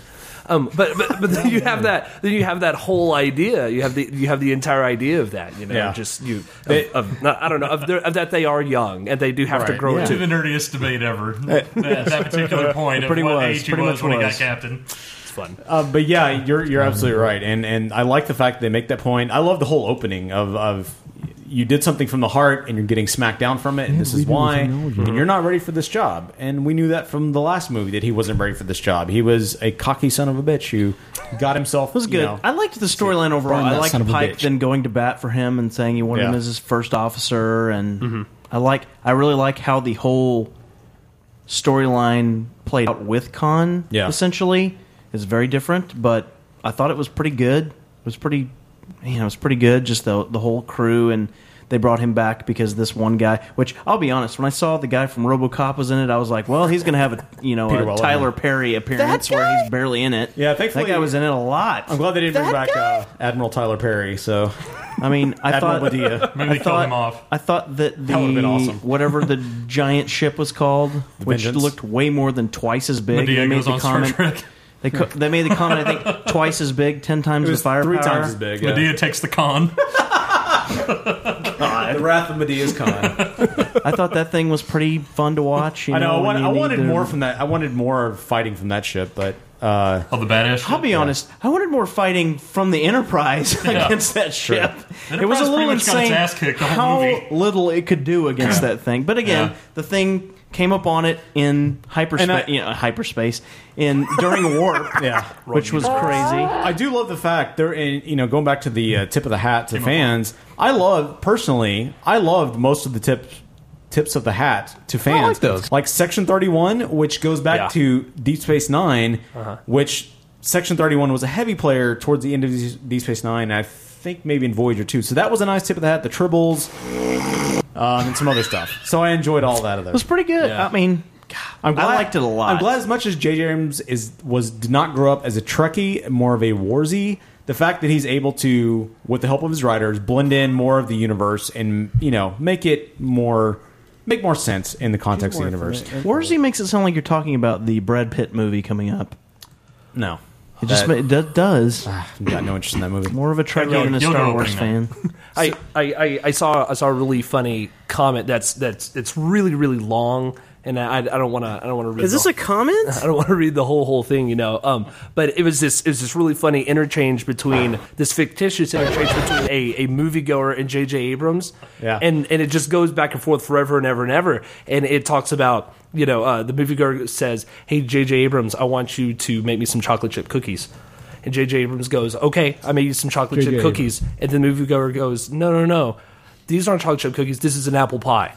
[SPEAKER 13] Um, but but but then you have that then you have that whole idea you have the you have the entire idea of that you know
[SPEAKER 3] Yeah.
[SPEAKER 13] just you of, of not, I don't know of, their, of that they are young and they do have to grow
[SPEAKER 3] to
[SPEAKER 13] into
[SPEAKER 3] the nerdiest debate ever. that, that particular point of
[SPEAKER 2] Pretty
[SPEAKER 3] what
[SPEAKER 2] was,
[SPEAKER 3] age he
[SPEAKER 2] pretty
[SPEAKER 3] was
[SPEAKER 2] much
[SPEAKER 3] when he got
[SPEAKER 2] was.
[SPEAKER 3] captain.
[SPEAKER 13] It's fun.
[SPEAKER 2] Uh, but yeah, you're you're absolutely right, and and I like the fact that they make that point. I love the whole opening of of you did something from the heart, and you're getting smacked down from it, and this is
[SPEAKER 31] redo the
[SPEAKER 2] why,
[SPEAKER 31] technology.
[SPEAKER 2] and you're not ready for this job. And we knew that from the last movie that he wasn't ready for this job. He was a cocky son of a bitch who got himself.
[SPEAKER 1] It was good. I liked the storyline overall.
[SPEAKER 2] Burn that
[SPEAKER 1] I
[SPEAKER 2] son
[SPEAKER 1] liked
[SPEAKER 2] of a
[SPEAKER 1] Pike
[SPEAKER 2] bitch.
[SPEAKER 1] then going to bat for him and saying he wanted
[SPEAKER 2] Yeah. Mm-hmm.
[SPEAKER 1] him as his first officer, and I like. I really like how the whole storyline played out with Khan.
[SPEAKER 2] Yeah.
[SPEAKER 1] essentially, it's very different, but I thought it was pretty good. It was pretty, you know, it was pretty good. Just the the whole crew and. They brought him back because this one guy, which I'll be honest, when I saw the guy from RoboCop was in it, I was like, "Well, he's going to have a you know
[SPEAKER 2] Peter
[SPEAKER 1] a
[SPEAKER 2] Weller.
[SPEAKER 1] uh, Tyler Perry appearance where he's barely in it."
[SPEAKER 2] Yeah, thankfully
[SPEAKER 1] that guy was in it a lot.
[SPEAKER 2] I'm glad they didn't bring back uh, Admiral Tyler Perry. So,
[SPEAKER 1] I mean, I
[SPEAKER 2] Admiral
[SPEAKER 1] thought
[SPEAKER 2] Badia.
[SPEAKER 1] I thought, I thought that the
[SPEAKER 2] That would've been awesome.
[SPEAKER 1] whatever the giant ship was called, which
[SPEAKER 2] Vengeance?
[SPEAKER 1] looked way more than twice as big.
[SPEAKER 2] Medea
[SPEAKER 1] they made
[SPEAKER 2] goes
[SPEAKER 1] the
[SPEAKER 2] on Star
[SPEAKER 1] comment.
[SPEAKER 2] Trek.
[SPEAKER 1] They, co- they made the comment. I think twice as big, ten times
[SPEAKER 2] It was
[SPEAKER 1] the firepower.
[SPEAKER 2] three times as big, yeah.
[SPEAKER 3] Medea takes the con.
[SPEAKER 2] The Wrath of Medea's Con.
[SPEAKER 1] I thought that thing was pretty fun to watch. You
[SPEAKER 2] I know. I,
[SPEAKER 1] when
[SPEAKER 2] want,
[SPEAKER 1] you
[SPEAKER 2] I
[SPEAKER 1] need
[SPEAKER 2] wanted
[SPEAKER 1] to-
[SPEAKER 2] more from that. I wanted more fighting from that ship, but uh,
[SPEAKER 3] oh, the badass.
[SPEAKER 1] I'll be honest. I wanted more fighting from the Enterprise
[SPEAKER 3] Yeah.
[SPEAKER 1] against that
[SPEAKER 2] Sure.
[SPEAKER 1] ship.
[SPEAKER 2] The
[SPEAKER 1] It was a
[SPEAKER 2] Enterprise pretty
[SPEAKER 1] little
[SPEAKER 2] much got its
[SPEAKER 1] insane
[SPEAKER 2] ass kicked the whole
[SPEAKER 1] how
[SPEAKER 2] movie.
[SPEAKER 1] little it could do against
[SPEAKER 2] Yeah.
[SPEAKER 1] that thing. But again,
[SPEAKER 2] Yeah.
[SPEAKER 1] the thing came up on it in hyperspace.
[SPEAKER 2] And I-
[SPEAKER 1] you know, hyperspace in during warp.
[SPEAKER 2] yeah,
[SPEAKER 1] which was crazy.
[SPEAKER 2] I do love the fact they're in. You know, going back to the uh, tip of the hat to fans. I love personally. I loved most of the tips tips of the hat to fans. like those, like Section Thirty One, which goes back
[SPEAKER 13] Yeah.
[SPEAKER 2] to Deep Space 9
[SPEAKER 13] Uh-huh.
[SPEAKER 2] which Section Thirty One was a heavy player towards the end of Deep Space Nine. and I think maybe in Voyager too. So that was a nice tip of the hat. The tribbles. Um, and some other stuff. So I enjoyed all that. Of those.
[SPEAKER 1] It was pretty good. I mean,
[SPEAKER 2] I'm glad,
[SPEAKER 1] I liked it a lot.
[SPEAKER 2] I'm glad as much as J.J. Abrams is was did not grow up as a Trekkie, more of a Warzy. the fact that he's able to, with the help of his writers, blend in more of the universe and you know make it more make more sense in the context of the universe.
[SPEAKER 1] Warzy makes it sound like you're talking about the Brad Pitt movie coming up.
[SPEAKER 2] No,
[SPEAKER 1] It just
[SPEAKER 2] That-
[SPEAKER 1] ma- it do- does.
[SPEAKER 2] Uh, I've got no interest in that movie.
[SPEAKER 1] More of a Trek
[SPEAKER 13] You'll-
[SPEAKER 1] than a
[SPEAKER 13] you'll
[SPEAKER 1] Star
[SPEAKER 13] know
[SPEAKER 1] Wars
[SPEAKER 13] right
[SPEAKER 1] fan.
[SPEAKER 13] I, I, I, I saw I saw a really funny comment that's that's it's really really long and I, I don't want to I don't want to read
[SPEAKER 32] Is this
[SPEAKER 13] the-
[SPEAKER 32] a comment?
[SPEAKER 13] I don't want to read the whole whole thing you know um but it was this it was this really funny interchange between this fictitious interchange between a, a moviegoer and JJ Abrams
[SPEAKER 2] Yeah.
[SPEAKER 13] and and it just goes back and forth forever and ever and ever and it talks about you know uh, the moviegoer says hey JJ Abrams I want you to make me some chocolate chip cookies and JJ Abrams goes okay I made you some chocolate chocolate
[SPEAKER 33] JJ
[SPEAKER 13] chip
[SPEAKER 33] Abrams.
[SPEAKER 13] cookies. And the moviegoer goes, no, no, no. These aren't chocolate chip cookies. This is an apple pie.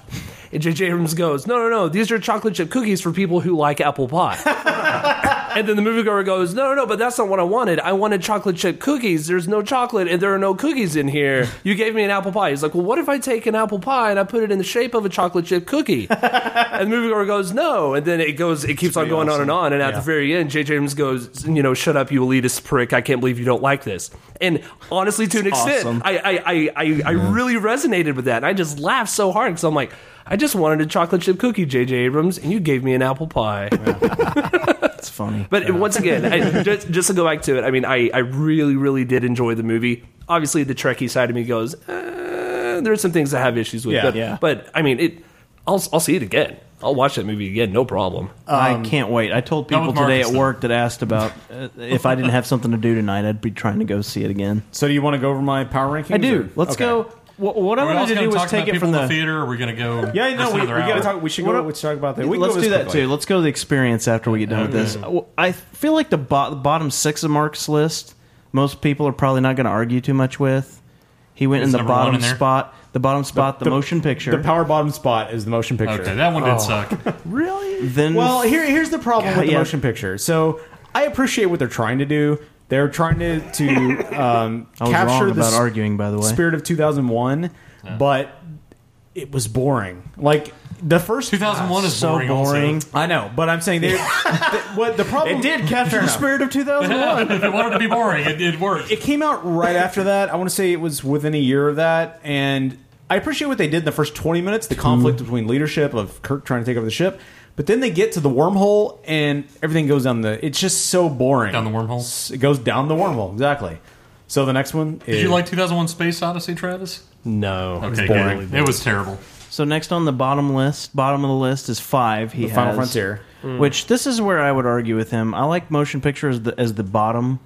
[SPEAKER 13] And J.J. Abrams goes, no, no, no. These are chocolate chip cookies for people who like apple pie. and then the moviegoer goes, no, no, no. But that's not what I wanted. I wanted chocolate chip cookies. There's no chocolate and there are no cookies in here. You gave me an apple pie. He's like, well, what if I take an apple pie and I put it in the shape of a chocolate chip cookie? and the moviegoer goes, no. And then it goes, it keeps on going on and on. And at the very end, J.J. Abrams goes, you know, shut up, you elitist prick. I can't believe you don't like this. And honestly, to an
[SPEAKER 32] It's
[SPEAKER 13] extent,
[SPEAKER 32] awesome.
[SPEAKER 13] I, I, I, I, I really resonated with that. And I just laughed so hard because I'm like, I just wanted a chocolate chip cookie, J.J. Abrams, and you gave me an apple pie.
[SPEAKER 1] It's funny.
[SPEAKER 13] But once again, I, just, just to go back to it, I mean, I, I really, really did enjoy the movie. Obviously, the Trekkie side of me goes, eh, there are some things I have issues with.
[SPEAKER 1] Yeah,
[SPEAKER 13] but,
[SPEAKER 1] yeah.
[SPEAKER 13] but I mean, it. I'll, I'll see it again. I'll watch that movie again, no problem.
[SPEAKER 2] Um,
[SPEAKER 1] I can't wait. I told
[SPEAKER 13] Not
[SPEAKER 1] people
[SPEAKER 13] with
[SPEAKER 1] today
[SPEAKER 13] Marcus,
[SPEAKER 1] at
[SPEAKER 13] though.
[SPEAKER 1] work that asked about uh, if I didn't have something to do tonight, I'd be trying to go see it again.
[SPEAKER 2] So do you want to go over my power rankings?
[SPEAKER 1] I do.
[SPEAKER 2] or-
[SPEAKER 1] Let's
[SPEAKER 2] Okay.
[SPEAKER 1] go. What, what I
[SPEAKER 2] Are we
[SPEAKER 1] wanted
[SPEAKER 2] also
[SPEAKER 1] to do
[SPEAKER 2] gonna
[SPEAKER 1] was
[SPEAKER 2] talk about
[SPEAKER 1] take it
[SPEAKER 2] people
[SPEAKER 1] from
[SPEAKER 2] in
[SPEAKER 1] the,
[SPEAKER 2] the
[SPEAKER 3] Theater. We're gonna go.
[SPEAKER 2] Yeah, no,
[SPEAKER 3] just
[SPEAKER 2] we, we
[SPEAKER 3] another
[SPEAKER 2] gotta
[SPEAKER 3] hour.
[SPEAKER 2] talk. We should
[SPEAKER 1] What
[SPEAKER 2] go.
[SPEAKER 1] a-
[SPEAKER 2] We should talk about that. We can
[SPEAKER 1] Let's
[SPEAKER 2] go
[SPEAKER 1] do
[SPEAKER 2] this
[SPEAKER 1] that
[SPEAKER 2] quickly. Mm.
[SPEAKER 1] too. Let's go to the experience after we get done with this. I I feel like the, bo- the bottom six of Mark's list, most people are probably not going to argue too much with. He went
[SPEAKER 2] Is
[SPEAKER 1] in the
[SPEAKER 2] number one
[SPEAKER 1] bottom
[SPEAKER 2] in there?
[SPEAKER 1] spot, the bottom spot, the, motion picture.
[SPEAKER 2] The power bottom spot is the motion picture.
[SPEAKER 1] Okay, that one did suck.
[SPEAKER 2] really?
[SPEAKER 1] Then
[SPEAKER 2] well, here here's the problem
[SPEAKER 1] God,
[SPEAKER 2] with the
[SPEAKER 1] yeah.
[SPEAKER 2] motion picture. So I appreciate what they're trying to do. They're trying to to um,
[SPEAKER 1] I was
[SPEAKER 2] capture
[SPEAKER 1] wrong
[SPEAKER 2] the
[SPEAKER 1] about
[SPEAKER 2] s-
[SPEAKER 1] arguing, by the way.
[SPEAKER 2] spirit of 2001, but it was boring. Like the first Ah,
[SPEAKER 3] 2001 is
[SPEAKER 2] so
[SPEAKER 3] boring also.
[SPEAKER 2] boring. I know, but I'm saying they. th- what the problem?
[SPEAKER 3] It did capture the
[SPEAKER 1] spirit of
[SPEAKER 3] if it wanted to be boring, it, it worked.
[SPEAKER 2] It came out right after that. I want to say it was within a year of that, and I appreciate what they did in the first twenty minutes. The conflict between leadership of Kirk trying to take over the ship, but then they get to the wormhole and everything goes down the. It's just so boring. Down the wormhole. It goes down the wormhole exactly. So the next one is
[SPEAKER 3] Did you like 2001: Space Odyssey, Travis?
[SPEAKER 13] No,
[SPEAKER 3] Oh, Okay, good. It was terrible.
[SPEAKER 1] So next on the bottom list, bottom of the list is five. He
[SPEAKER 2] The
[SPEAKER 1] has,
[SPEAKER 2] Final Frontier.
[SPEAKER 3] Hmm.
[SPEAKER 2] Mm.
[SPEAKER 1] which this is where I would argue with him. I like motion picture as the as the bottom.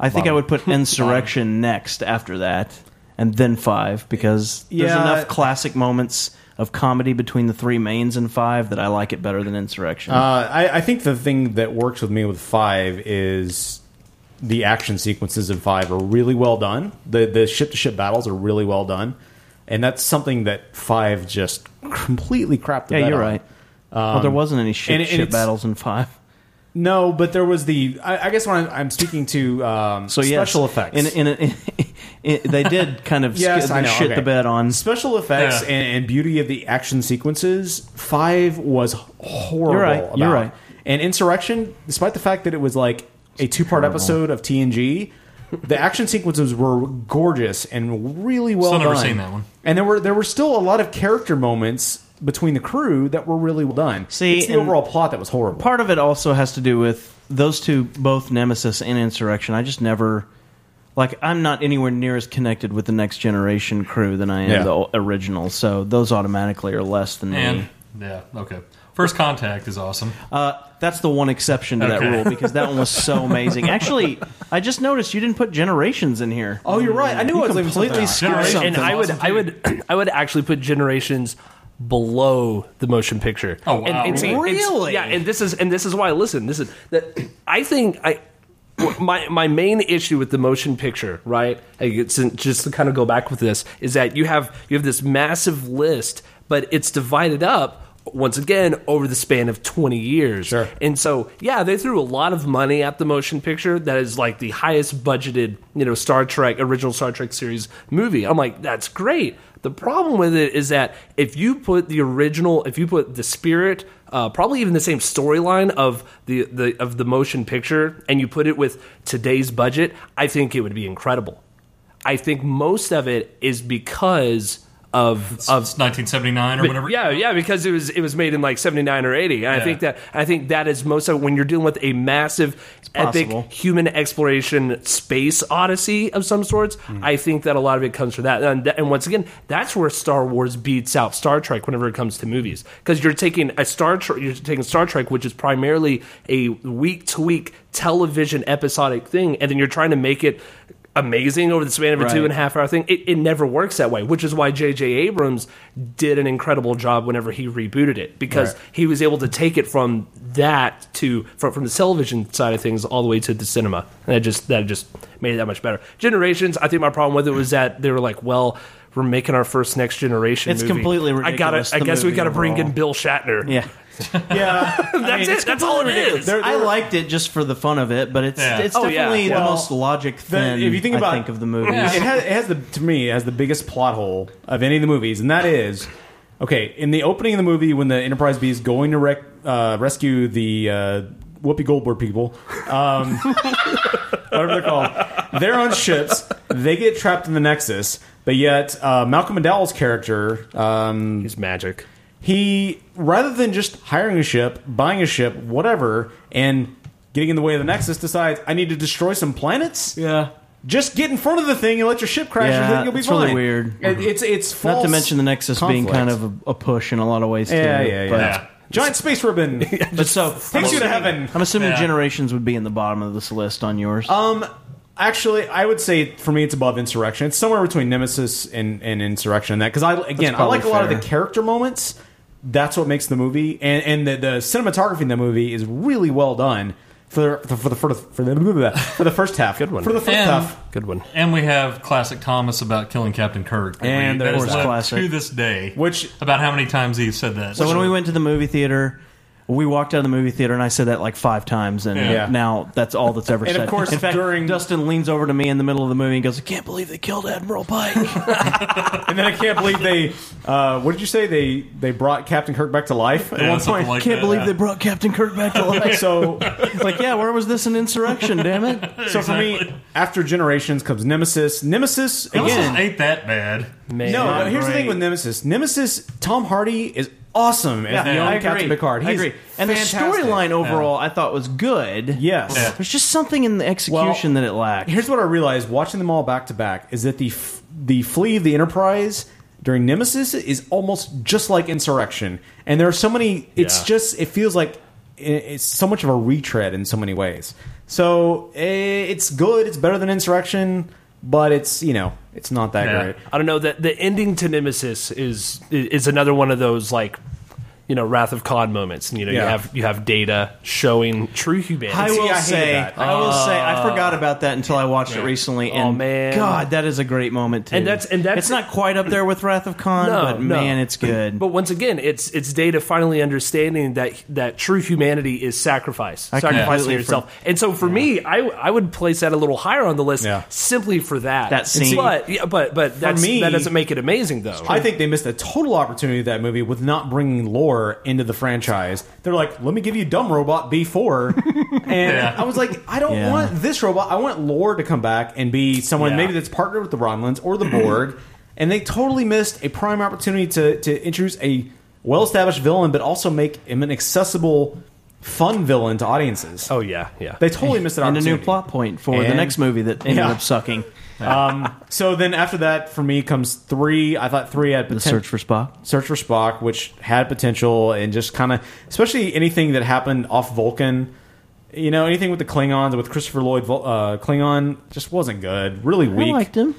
[SPEAKER 1] I think I
[SPEAKER 2] Bottom.
[SPEAKER 1] would put Insurrection next after that, and then five because there's
[SPEAKER 2] Yeah.
[SPEAKER 1] enough classic moments of comedy between the three mains in five that I like it better than Insurrection.
[SPEAKER 2] Uh, I, I think the thing that works with me with five is the action sequences in five are really well done. The the ship to ship battles are really well done, and that's something that five just completely crapped. The
[SPEAKER 1] yeah,
[SPEAKER 2] bed
[SPEAKER 1] you're
[SPEAKER 2] on.
[SPEAKER 1] right.
[SPEAKER 2] Um,
[SPEAKER 1] well, there wasn't any
[SPEAKER 2] and
[SPEAKER 1] ship
[SPEAKER 2] it- and
[SPEAKER 1] ship
[SPEAKER 2] it's-
[SPEAKER 1] battles in five.
[SPEAKER 2] No, but there was the. I, I guess when I'm, I'm speaking to um,
[SPEAKER 1] So yes,
[SPEAKER 2] special effects.
[SPEAKER 1] In, in, in, they did kind of
[SPEAKER 2] Yes, I know,
[SPEAKER 1] shit
[SPEAKER 2] okay.
[SPEAKER 1] the bed on
[SPEAKER 2] special effects
[SPEAKER 1] Yeah.
[SPEAKER 2] and, and beauty of the action sequences, five was horrible.
[SPEAKER 1] You're right,
[SPEAKER 2] About.
[SPEAKER 1] you're right.
[SPEAKER 2] And Insurrection, despite the fact that it was like a two part
[SPEAKER 1] Terrible.
[SPEAKER 2] episode of TNG, the action sequences were gorgeous and really well
[SPEAKER 3] Still
[SPEAKER 2] done.
[SPEAKER 3] never seen that one.
[SPEAKER 2] And there were there were still a lot of character moments between the crew that were really well done. See, it's the
[SPEAKER 1] and-
[SPEAKER 2] overall plot that was horrible.
[SPEAKER 1] Part of it also has to do with those two, both Nemesis and Insurrection. I just never, like, I'm not anywhere near as connected with the Next Generation crew than I am
[SPEAKER 3] Yeah.
[SPEAKER 1] the o- original. So those automatically are less than
[SPEAKER 3] And
[SPEAKER 1] me.
[SPEAKER 3] yeah, okay. First Contact is awesome.
[SPEAKER 1] Uh, that's the one exception to
[SPEAKER 3] Okay.
[SPEAKER 1] that rule because that one was so amazing. Actually, I just noticed you didn't put Generations in here. Oh, you're right. I knew
[SPEAKER 13] I was leaving
[SPEAKER 1] completely skipped something.
[SPEAKER 13] And I would, I would, I would actually put Generations below the motion picture.
[SPEAKER 1] Oh, wow.
[SPEAKER 13] And, and see, it's-
[SPEAKER 1] Really?
[SPEAKER 13] yeah, and this is and this is why. Listen, this is that I think I my my main issue with the motion picture, right? I guess, and just to kind of go back with this is that you have you have this massive list, but it's divided up. Once again, over the span of 20 years. And so, yeah, they threw a lot of money at the motion picture that is like the highest budgeted, you know, Star Trek, original Star Trek series movie. I'm like, that's great. The problem with it is that if you put the original, if you put the spirit, uh, probably even the same storyline of the, the of the motion picture, and you put it with today's budget, I think it would be incredible. I think most of it is because of of
[SPEAKER 3] 1979 or
[SPEAKER 13] but-
[SPEAKER 3] whenever.
[SPEAKER 13] Yeah, yeah, because it was it was made in like seventy nine or eighty. And I
[SPEAKER 3] Yeah.
[SPEAKER 13] think that I think that is most of when you're dealing with a massive epic
[SPEAKER 1] possible.
[SPEAKER 13] human exploration space odyssey of some sorts. I think that a lot of it comes from that. And, that- and once again, that's where Star Wars beats out Star Trek whenever it comes to movies because you're taking a Star Trek, you're taking Star Trek, which is primarily a week to week television episodic thing, and then you're trying to make it. Amazing over the span of a
[SPEAKER 1] Right.
[SPEAKER 13] two and a half half hour thing. It, it never works that way, which is why J.J. Abrams did an incredible job whenever he rebooted it because
[SPEAKER 1] Right.
[SPEAKER 13] he was able to take it from that to from, from the television side of things all the way to the cinema, and that just that just made it that much better. Generations, I think my problem with it was that they were like, well. We're making our first next generation.
[SPEAKER 1] It's
[SPEAKER 13] movie.
[SPEAKER 1] completely
[SPEAKER 13] I gotta.
[SPEAKER 1] ridiculous,
[SPEAKER 13] I
[SPEAKER 1] the
[SPEAKER 13] guess we
[SPEAKER 1] movie
[SPEAKER 13] gotta bring in
[SPEAKER 1] overall.
[SPEAKER 13] Bill Shatner.
[SPEAKER 1] Yeah,
[SPEAKER 13] that's it. That's all Oh, it is.
[SPEAKER 1] I liked it just for the fun of it, but it's
[SPEAKER 13] Yeah.
[SPEAKER 1] it's
[SPEAKER 13] Oh, yeah.
[SPEAKER 1] definitely the
[SPEAKER 13] Well,
[SPEAKER 1] most logic
[SPEAKER 2] The-
[SPEAKER 1] thin.
[SPEAKER 2] if you think about
[SPEAKER 1] I think of the movies,
[SPEAKER 2] it has, it has the to me it has the biggest plot hole of any of the movies, and that is okay. In the opening of the movie, when the Enterprise B is going to rec, uh, rescue the uh, Whoopi Goldberg people, um, whatever they're called, they're on ships. They get trapped in the Nexus, but yet uh, Malcolm McDowell's character, um,
[SPEAKER 13] he's magic.
[SPEAKER 2] He rather than just hiring a ship, buying a ship, whatever, and getting in the way of the Nexus, decides I need to destroy some planets.
[SPEAKER 1] Yeah.
[SPEAKER 2] Just get in front of the thing and let your ship crash, and
[SPEAKER 1] yeah,
[SPEAKER 2] then you'll be
[SPEAKER 1] it's
[SPEAKER 2] fine.
[SPEAKER 1] really weird. Mm-hmm.
[SPEAKER 2] It- it's it's false
[SPEAKER 1] not to mention the Nexus being
[SPEAKER 2] conflict.
[SPEAKER 1] kind of a, a push in a lot of ways.
[SPEAKER 2] Yeah,
[SPEAKER 1] too,
[SPEAKER 2] yeah,
[SPEAKER 1] but-
[SPEAKER 2] yeah. Giant space ribbon.
[SPEAKER 1] But so
[SPEAKER 2] takes you to heaven.
[SPEAKER 1] I'm assuming
[SPEAKER 2] Yeah.
[SPEAKER 1] Generations would be in the bottom of this list on yours.
[SPEAKER 2] Um, actually, I would say for me, it's above Insurrection. It's somewhere between Nemesis and, and Insurrection. That because I again, I
[SPEAKER 1] probably
[SPEAKER 2] like a lot of the
[SPEAKER 1] fair.
[SPEAKER 2] character moments. That's what makes the movie, and and the, the cinematography in the movie is really well done for the for the for the for the, for the first half. Good one for the first
[SPEAKER 3] And-
[SPEAKER 2] half.
[SPEAKER 13] Good one.
[SPEAKER 3] And we have classic Thomas about killing Captain Kirk.
[SPEAKER 1] And
[SPEAKER 3] that
[SPEAKER 1] of
[SPEAKER 3] is
[SPEAKER 1] course,
[SPEAKER 3] left
[SPEAKER 1] classic.
[SPEAKER 3] to this day.
[SPEAKER 2] Which
[SPEAKER 3] about how many times he said that?
[SPEAKER 1] So when we went to the movie theater, we walked out of the movie theater, and I said that like five times, and
[SPEAKER 3] Yeah.
[SPEAKER 1] now that's all that's ever
[SPEAKER 2] And of
[SPEAKER 1] said.
[SPEAKER 2] course,
[SPEAKER 1] in fact, Dustin leans over to me in the middle of the movie and goes, "I can't believe they killed Admiral Pike."
[SPEAKER 2] and then I can't believe they. Uh, what did you say? They they brought Captain Kirk back to life at
[SPEAKER 1] Yeah,
[SPEAKER 2] one
[SPEAKER 1] something
[SPEAKER 2] point.
[SPEAKER 1] like Can't that. believe they brought Captain Kirk back to life.
[SPEAKER 2] so,
[SPEAKER 1] like, yeah, where was this an insurrection? Damn it!
[SPEAKER 2] So for me, after Generations comes Nemesis. Nemesis again
[SPEAKER 3] Nemesis ain't that bad.
[SPEAKER 2] no, but here's the thing with Nemesis. Nemesis, Tom Hardy is awesome as
[SPEAKER 1] Yeah,
[SPEAKER 2] the young
[SPEAKER 1] I
[SPEAKER 2] Captain
[SPEAKER 1] agree.
[SPEAKER 2] Picard.
[SPEAKER 1] I
[SPEAKER 2] He's
[SPEAKER 1] agree. And the
[SPEAKER 2] fantastic.
[SPEAKER 1] storyline
[SPEAKER 2] Yeah.
[SPEAKER 1] overall, I thought was good.
[SPEAKER 2] Yes. Yeah.
[SPEAKER 1] There's just something in the execution that it lacked.
[SPEAKER 2] Here's what I realized watching them all back to back is that the f- the flee of the Enterprise during Nemesis is almost just like Insurrection, and there are so many. It's
[SPEAKER 1] Yeah.
[SPEAKER 2] just it feels like i- it's so much of a retread in so many ways. So eh, it's good. It's better than Insurrection, but it's you know it's not that
[SPEAKER 13] Yeah.
[SPEAKER 2] great.
[SPEAKER 13] I don't know that the ending to Nemesis is is another one of those like you know Wrath of Khan moments. You know you
[SPEAKER 1] Yeah.
[SPEAKER 13] have you have data showing true humanity. Ah.
[SPEAKER 1] I will say, I will say, I forgot about that until I watched it recently.
[SPEAKER 2] Oh,
[SPEAKER 1] And
[SPEAKER 13] man.
[SPEAKER 1] God, that is a great moment too.
[SPEAKER 13] And that's- and that's-
[SPEAKER 1] it's not quite up there with Wrath of Khan,
[SPEAKER 13] No,
[SPEAKER 1] but
[SPEAKER 13] no.
[SPEAKER 1] man, it's good.
[SPEAKER 13] But once again, it's it's data finally understanding that that true humanity is sacrifice,
[SPEAKER 1] I
[SPEAKER 13] sacrificing
[SPEAKER 1] completely
[SPEAKER 13] yourself. and so for me, I I would place that a little higher on the list simply for that
[SPEAKER 2] That scene.
[SPEAKER 13] But yeah, but but
[SPEAKER 2] For
[SPEAKER 13] that's,
[SPEAKER 2] me-
[SPEAKER 13] that doesn't make it amazing though.
[SPEAKER 2] I think they missed a total opportunity of that movie with not bringing lore into the franchise. They're like, let me give you Dumb Robot B4. and
[SPEAKER 1] Yeah.
[SPEAKER 2] I was like, I don't
[SPEAKER 1] Yeah.
[SPEAKER 2] want this robot. I want lore to come back and be someone
[SPEAKER 1] Yeah.
[SPEAKER 2] maybe that's partnered with the Romulans or the Borg. and they totally missed a prime opportunity to, to introduce a well established villain, but also make him an accessible, fun villain to audiences.
[SPEAKER 13] Oh, yeah, yeah.
[SPEAKER 2] They totally missed an
[SPEAKER 1] and a
[SPEAKER 2] opportunity.
[SPEAKER 1] new plot point for the
[SPEAKER 2] And-
[SPEAKER 1] next movie that ended
[SPEAKER 2] Yeah.
[SPEAKER 1] up sucking.
[SPEAKER 2] Um, so then after that, for me comes three. I thought three had potential.
[SPEAKER 1] Search for Spock.
[SPEAKER 2] Search for Spock, which had potential and just kind of, especially anything that happened off Vulcan. You know, anything with the Klingons with Christopher Lloyd Vul- uh, Klingon just wasn't good. Really
[SPEAKER 1] I
[SPEAKER 2] weak.
[SPEAKER 1] liked him.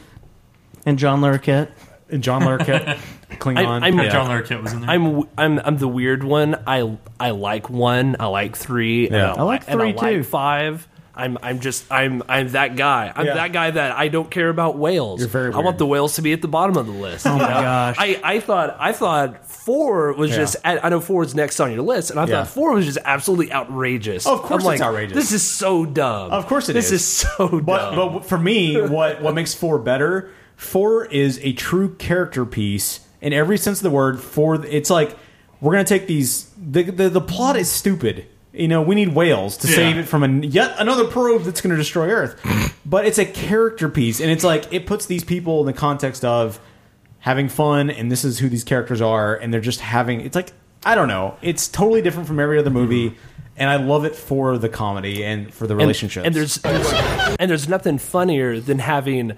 [SPEAKER 1] And John Larroquette.
[SPEAKER 2] And John Larroquette, Klingon.
[SPEAKER 13] I, am
[SPEAKER 2] Yeah.
[SPEAKER 13] I'm I'm I'm the weird one. I I like one. I like three. and
[SPEAKER 2] Yeah. I
[SPEAKER 1] like
[SPEAKER 13] and
[SPEAKER 1] three, too.
[SPEAKER 13] Like five. I'm I'm just I'm I'm that guy. I'm
[SPEAKER 1] Yeah.
[SPEAKER 13] that guy that I don't care about whales.
[SPEAKER 1] You're very
[SPEAKER 13] I want
[SPEAKER 1] weird.
[SPEAKER 13] the whales to be at the bottom of the list.
[SPEAKER 1] Oh
[SPEAKER 13] you
[SPEAKER 1] my
[SPEAKER 13] know?
[SPEAKER 1] gosh.
[SPEAKER 13] I, I thought I thought four was
[SPEAKER 1] Yeah.
[SPEAKER 13] just I, I know four is next on your list, and I
[SPEAKER 1] Yeah.
[SPEAKER 13] thought four was just absolutely outrageous.
[SPEAKER 2] Of course
[SPEAKER 13] I'm like,
[SPEAKER 2] it's outrageous.
[SPEAKER 13] This is so dumb.
[SPEAKER 2] Of course it
[SPEAKER 13] this
[SPEAKER 2] is.
[SPEAKER 13] This is so
[SPEAKER 2] but,
[SPEAKER 13] dumb.
[SPEAKER 2] But for me, what what makes four better Four is a true character piece in every sense of the word. For th- it's like we're gonna take these. The the, the plot is stupid. You know, we need whales to
[SPEAKER 15] Yeah.
[SPEAKER 2] save it from an, yet another probe that's going to destroy Earth. but it's a character piece, and it's like it puts these people in the context of having fun, and this is who these characters are, and they're just having. It's like I don't know. It's totally different from every other movie, and I love it for the comedy and for the relationships.
[SPEAKER 13] And, there's, and there's nothing funnier than having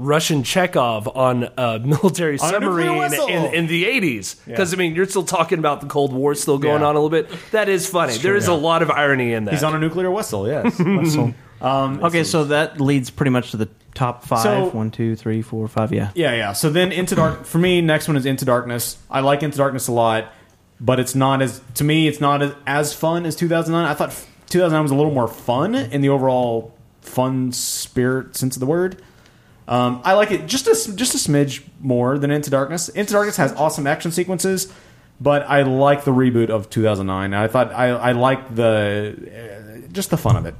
[SPEAKER 13] Russian Chekhov on a military
[SPEAKER 2] On a nuclear
[SPEAKER 13] submarine
[SPEAKER 2] whistle.
[SPEAKER 13] in, in the 80s.
[SPEAKER 2] Yeah.
[SPEAKER 13] Because, I mean, you're still talking about the Cold War still going
[SPEAKER 2] Yeah.
[SPEAKER 13] on a little bit. That is funny.
[SPEAKER 2] It's
[SPEAKER 13] There
[SPEAKER 2] true.
[SPEAKER 13] is a
[SPEAKER 2] Yeah.
[SPEAKER 13] lot of irony in that.
[SPEAKER 2] He's on a nuclear whistle. Yes.
[SPEAKER 1] Whistle.
[SPEAKER 2] Um,
[SPEAKER 1] okay, so that leads pretty much to the top five.
[SPEAKER 2] So-
[SPEAKER 1] One, two, three, four, five. Yeah.
[SPEAKER 2] Yeah, yeah. So then Into Dark for me, next one is Into Darkness. I like Into Darkness a lot, but it's not as to me it's not as, as fun as 2009. I thought 2009 was a little more fun in the overall fun spirit sense of the word. Um, I like it just a s- just a smidge more than Into Darkness. Into Darkness has awesome action sequences, but I like the reboot of 2009. I thought I I like the uh, just the fun of it.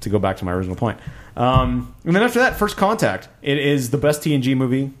[SPEAKER 2] To go back to my original point, um, and then after that, First Contact. It is the best TNG movie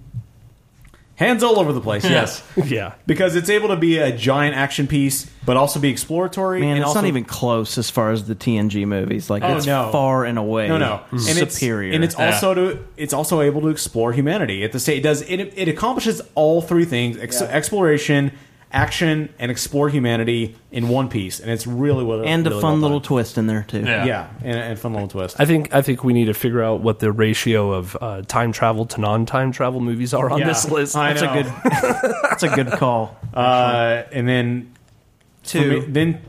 [SPEAKER 2] hands all over the place. Yes,
[SPEAKER 13] yeah,
[SPEAKER 2] because it's able to be a giant action piece, but also be exploratory.
[SPEAKER 1] Man,
[SPEAKER 2] and
[SPEAKER 1] it's
[SPEAKER 2] also,
[SPEAKER 1] not even close as far as the TNG movies. Like
[SPEAKER 2] Oh,
[SPEAKER 1] it's
[SPEAKER 2] no.
[SPEAKER 1] far and away Mm-hmm.
[SPEAKER 2] no, no, and it's-
[SPEAKER 1] superior.
[SPEAKER 2] and it's also to it's also able to explore humanity. At the state, it does it it accomplishes all three things: ex-
[SPEAKER 1] Yeah.
[SPEAKER 2] exploration, action, and explore humanity in one piece. And it's really what
[SPEAKER 1] and
[SPEAKER 2] really
[SPEAKER 1] a fun
[SPEAKER 2] well
[SPEAKER 1] little twist in there too.
[SPEAKER 2] done. yeah, and, and fun little twist.
[SPEAKER 13] I think I think we need to figure out what the ratio of uh, time travel to non-time travel movies are on
[SPEAKER 2] Yeah,
[SPEAKER 13] this list.
[SPEAKER 2] I
[SPEAKER 13] That's
[SPEAKER 2] know.
[SPEAKER 13] a good.
[SPEAKER 2] that's
[SPEAKER 1] a good call.
[SPEAKER 2] Uh, and then
[SPEAKER 1] Two.
[SPEAKER 2] for me- then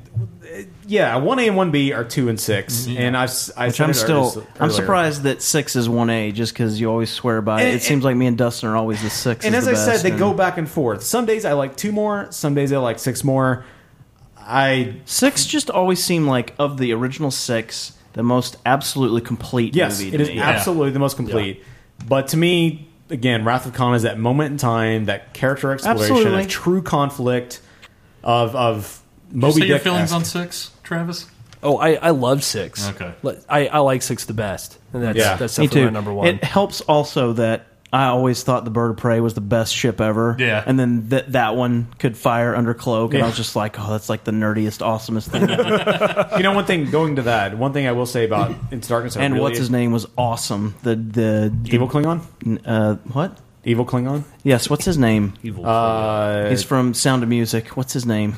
[SPEAKER 2] uh, yeah, one A and one B are two and 6
[SPEAKER 3] Mm-hmm.
[SPEAKER 2] and I've s- I
[SPEAKER 1] Which
[SPEAKER 2] said
[SPEAKER 1] I'm
[SPEAKER 2] it
[SPEAKER 1] still,
[SPEAKER 2] earlier-
[SPEAKER 1] I'm
[SPEAKER 2] earlier.
[SPEAKER 1] surprised that six is one A, just because you always swear by it.
[SPEAKER 2] And-
[SPEAKER 1] it seems like me and Dustin are always the six.
[SPEAKER 2] And
[SPEAKER 1] is
[SPEAKER 2] as
[SPEAKER 1] the
[SPEAKER 2] I
[SPEAKER 1] best,
[SPEAKER 2] said, they
[SPEAKER 1] and-
[SPEAKER 2] go back and forth. Some days I like two more, some days I like six more. I
[SPEAKER 1] six just always seemed like of the original six, the most absolutely complete.
[SPEAKER 2] Yes,
[SPEAKER 1] movie
[SPEAKER 2] it
[SPEAKER 1] to
[SPEAKER 2] is
[SPEAKER 1] me.
[SPEAKER 2] absolutely the most complete. But to me, again, Wrath of Khan is that moment in time, that character exploration
[SPEAKER 3] Absolutely.
[SPEAKER 2] of true conflict of of Moby
[SPEAKER 3] Did you say your
[SPEAKER 2] Dick
[SPEAKER 3] feelings on six, Travis?
[SPEAKER 13] Oh, I, I love six.
[SPEAKER 3] Okay.
[SPEAKER 13] Li- I, I like six the best, and that's that's
[SPEAKER 1] Me
[SPEAKER 13] definitely
[SPEAKER 1] too.
[SPEAKER 13] my number one.
[SPEAKER 1] It helps also that I always thought the Bird of Prey was the best ship ever. Yeah, and then th- that one could fire under cloak, and
[SPEAKER 2] Yeah.
[SPEAKER 1] I was just like, oh, that's like the nerdiest, awesomest thing.
[SPEAKER 2] you know, one thing going to that, one thing I will say about Into Darkness, I
[SPEAKER 1] and
[SPEAKER 2] really-
[SPEAKER 1] what's his name was awesome. The the
[SPEAKER 2] evil Klingon.
[SPEAKER 1] Uh, what?
[SPEAKER 2] Evil Klingon.
[SPEAKER 1] Yes. What's his name?
[SPEAKER 13] Evil.
[SPEAKER 2] Uh,
[SPEAKER 1] He's from Sound of Music. What's his name?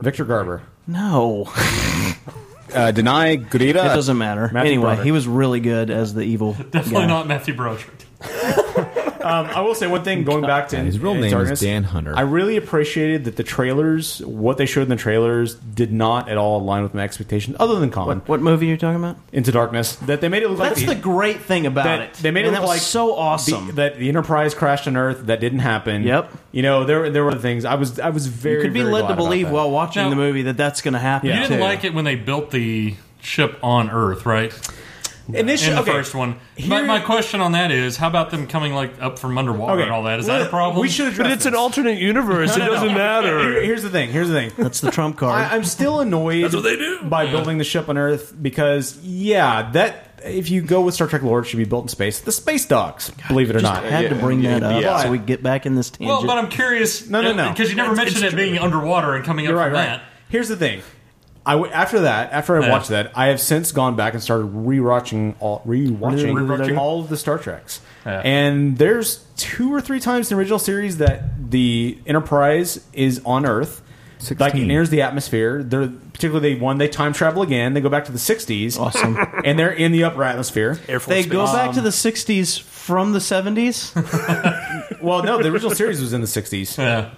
[SPEAKER 2] Victor Garber.
[SPEAKER 1] No.
[SPEAKER 34] uh, Deny Gurira.
[SPEAKER 1] It doesn't matter.
[SPEAKER 2] Matthew
[SPEAKER 1] anyway,
[SPEAKER 2] Broderick.
[SPEAKER 1] he was really good as the evil.
[SPEAKER 3] Definitely
[SPEAKER 1] guy.
[SPEAKER 3] not Matthew Broderick.
[SPEAKER 2] um, I will say one thing going back to
[SPEAKER 15] His real
[SPEAKER 2] Into
[SPEAKER 15] name is
[SPEAKER 2] Darkness,
[SPEAKER 15] Dan Hunter.
[SPEAKER 2] I really appreciated that the trailers, what they showed in the trailers, did not at all align with my expectations, other than Colin. What,
[SPEAKER 1] what movie are you talking about?
[SPEAKER 2] Into Darkness. That they made it look
[SPEAKER 1] That's
[SPEAKER 2] like
[SPEAKER 1] the great thing about
[SPEAKER 2] that-
[SPEAKER 1] it.
[SPEAKER 2] They made
[SPEAKER 1] And
[SPEAKER 2] it
[SPEAKER 1] that
[SPEAKER 2] look
[SPEAKER 1] was
[SPEAKER 2] like
[SPEAKER 1] so
[SPEAKER 2] the-
[SPEAKER 1] awesome.
[SPEAKER 2] that the Enterprise crashed on Earth. That didn't happen. Yep. You know there there were things I was I was very
[SPEAKER 1] you could be
[SPEAKER 2] very
[SPEAKER 1] led
[SPEAKER 2] glad
[SPEAKER 1] to
[SPEAKER 2] about
[SPEAKER 1] believe
[SPEAKER 2] that.
[SPEAKER 1] while watching
[SPEAKER 2] Now-
[SPEAKER 1] the movie that that's going to happen.
[SPEAKER 3] You didn't
[SPEAKER 1] too.
[SPEAKER 3] like it when they built the ship on Earth, right?
[SPEAKER 2] Initially-
[SPEAKER 3] in the
[SPEAKER 2] okay.
[SPEAKER 3] first one.
[SPEAKER 2] Here-
[SPEAKER 3] my, my question on that is, how about them coming like up from underwater
[SPEAKER 2] Okay.
[SPEAKER 3] and all that? Is
[SPEAKER 2] Let-
[SPEAKER 3] that a problem?
[SPEAKER 2] we should address
[SPEAKER 13] But it's an alternate universe. it doesn't matter.
[SPEAKER 2] Here- here's the thing. Here's the thing.
[SPEAKER 1] That's the trump card.
[SPEAKER 2] I, I'm still annoyed.
[SPEAKER 13] That's what they do.
[SPEAKER 2] by
[SPEAKER 13] Yeah.
[SPEAKER 2] building the ship on Earth because yeah, that if you go with Star Trek lore, it should be built in space. The space docks, believe it or
[SPEAKER 1] Just
[SPEAKER 2] not,
[SPEAKER 1] had to bring that up
[SPEAKER 2] Yeah.
[SPEAKER 1] so we get back in this tangent.
[SPEAKER 3] Well, but I'm curious.
[SPEAKER 2] No, no, no.
[SPEAKER 3] Because you never
[SPEAKER 2] It's-
[SPEAKER 3] mentioned
[SPEAKER 2] it's
[SPEAKER 3] it being underwater and coming up
[SPEAKER 2] You're
[SPEAKER 3] from
[SPEAKER 2] right,
[SPEAKER 3] that.
[SPEAKER 2] right. Here's the thing. I w- after that, after I
[SPEAKER 3] Yeah.
[SPEAKER 2] watched that, I have since gone back and started rewatching all rewatching,
[SPEAKER 3] Rewatching.
[SPEAKER 2] all of the Star Treks. And there's two or three times in the original series that the Enterprise is on Earth. Like it nears the atmosphere. They're particularly they one they time travel again. They go back to the 60s.
[SPEAKER 1] Awesome.
[SPEAKER 2] and they're in the upper atmosphere.
[SPEAKER 1] they go back to
[SPEAKER 2] Um,
[SPEAKER 1] the 60s from the 70s?
[SPEAKER 2] well, no, the original series was in the 60s.
[SPEAKER 3] Yeah.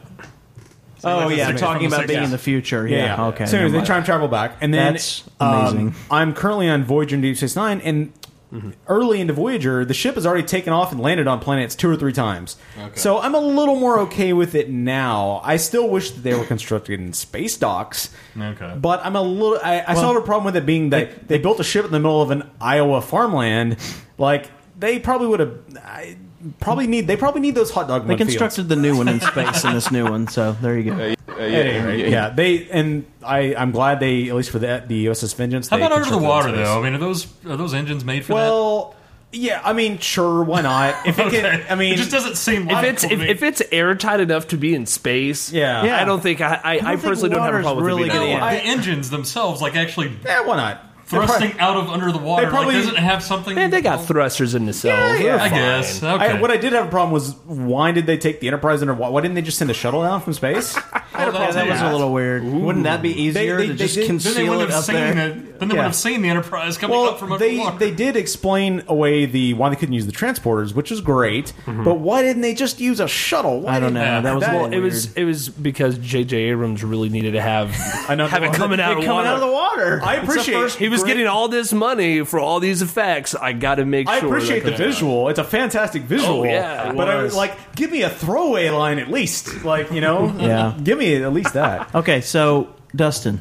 [SPEAKER 1] oh, yeah. They're talking about being in the future. Yeah. Okay.
[SPEAKER 2] So
[SPEAKER 1] never
[SPEAKER 2] anyways, they
[SPEAKER 1] mind.
[SPEAKER 2] time travel back, and then
[SPEAKER 1] That's
[SPEAKER 2] um,
[SPEAKER 1] amazing.
[SPEAKER 2] I'm currently on Voyager and Deep Space Nine, and
[SPEAKER 3] Mm-hmm.
[SPEAKER 2] early into Voyager, the ship has already taken off and landed on planets two or three times. So I'm a little more okay with it now. I still wish that they were constructed in space docks,
[SPEAKER 3] Okay.
[SPEAKER 2] but I'm a little. I, I still have a problem with it being that they, built a ship in the middle of an Iowa farmland. Like they probably would have. I, Probably need they probably need those hot dog.
[SPEAKER 1] They
[SPEAKER 2] mud fields.
[SPEAKER 1] constructed the new one in space and this new one, so there you go.
[SPEAKER 2] At any rate, Uh, yeah, they and I. I'm glad they at least for the the USS Vengeance.
[SPEAKER 3] How
[SPEAKER 2] they
[SPEAKER 3] about under the
[SPEAKER 2] constructed
[SPEAKER 3] water
[SPEAKER 2] that space.
[SPEAKER 3] though? I mean, are those are those engines made for
[SPEAKER 2] well, Yeah, I mean, sure, why not? If it can, I mean,
[SPEAKER 13] It just
[SPEAKER 2] doesn't seem
[SPEAKER 13] if it's if, if it's airtight enough to be in space,
[SPEAKER 2] Yeah.
[SPEAKER 13] I don't think I I,
[SPEAKER 2] don't
[SPEAKER 13] I,
[SPEAKER 2] think
[SPEAKER 13] personally don't have a
[SPEAKER 2] water's
[SPEAKER 13] problem with it being
[SPEAKER 3] no,
[SPEAKER 13] in
[SPEAKER 3] the engines themselves, like actually,
[SPEAKER 2] yeah, why not
[SPEAKER 3] thrusting
[SPEAKER 2] They
[SPEAKER 3] out of under the water?
[SPEAKER 2] probably-
[SPEAKER 3] like, doesn't it have something?
[SPEAKER 13] Man, they got thrusters in the cells.
[SPEAKER 2] Yeah,
[SPEAKER 3] I guess. Okay.
[SPEAKER 2] I- what I did have a problem was why did they take the Enterprise under? Why didn't they just send a shuttle down from space?
[SPEAKER 1] yeah, that was a little weird. Wouldn't that be easier
[SPEAKER 2] They-
[SPEAKER 1] to
[SPEAKER 2] they- they
[SPEAKER 1] just
[SPEAKER 2] did-
[SPEAKER 1] conceal
[SPEAKER 3] then they
[SPEAKER 1] it
[SPEAKER 3] wouldn't have
[SPEAKER 1] up
[SPEAKER 3] seen
[SPEAKER 1] there?
[SPEAKER 3] the, then they
[SPEAKER 2] Yeah.
[SPEAKER 3] would have seen the Enterprise coming
[SPEAKER 2] well,
[SPEAKER 3] up from
[SPEAKER 2] they
[SPEAKER 3] underwater.
[SPEAKER 2] they did explain away the why they couldn't use the transporters, which is great.
[SPEAKER 1] Mm-hmm.
[SPEAKER 2] But why didn't they just use a shuttle? Why didn't-
[SPEAKER 13] well, it was it was because J.J. Abrams really needed to have I know have it coming out of water.
[SPEAKER 2] water. I
[SPEAKER 13] It's the
[SPEAKER 2] appreciate
[SPEAKER 13] first- he was getting all this money for all these effects. I got to make. sure
[SPEAKER 2] I appreciate
[SPEAKER 13] that
[SPEAKER 2] the
[SPEAKER 13] comes out.
[SPEAKER 2] visual. It's a fantastic visual.
[SPEAKER 13] Oh, yeah, it
[SPEAKER 2] but I
[SPEAKER 13] was.
[SPEAKER 2] was like, give me a throwaway line at least. Like you know,
[SPEAKER 1] Yeah.
[SPEAKER 2] give me at least that.
[SPEAKER 1] Okay, so Dustin,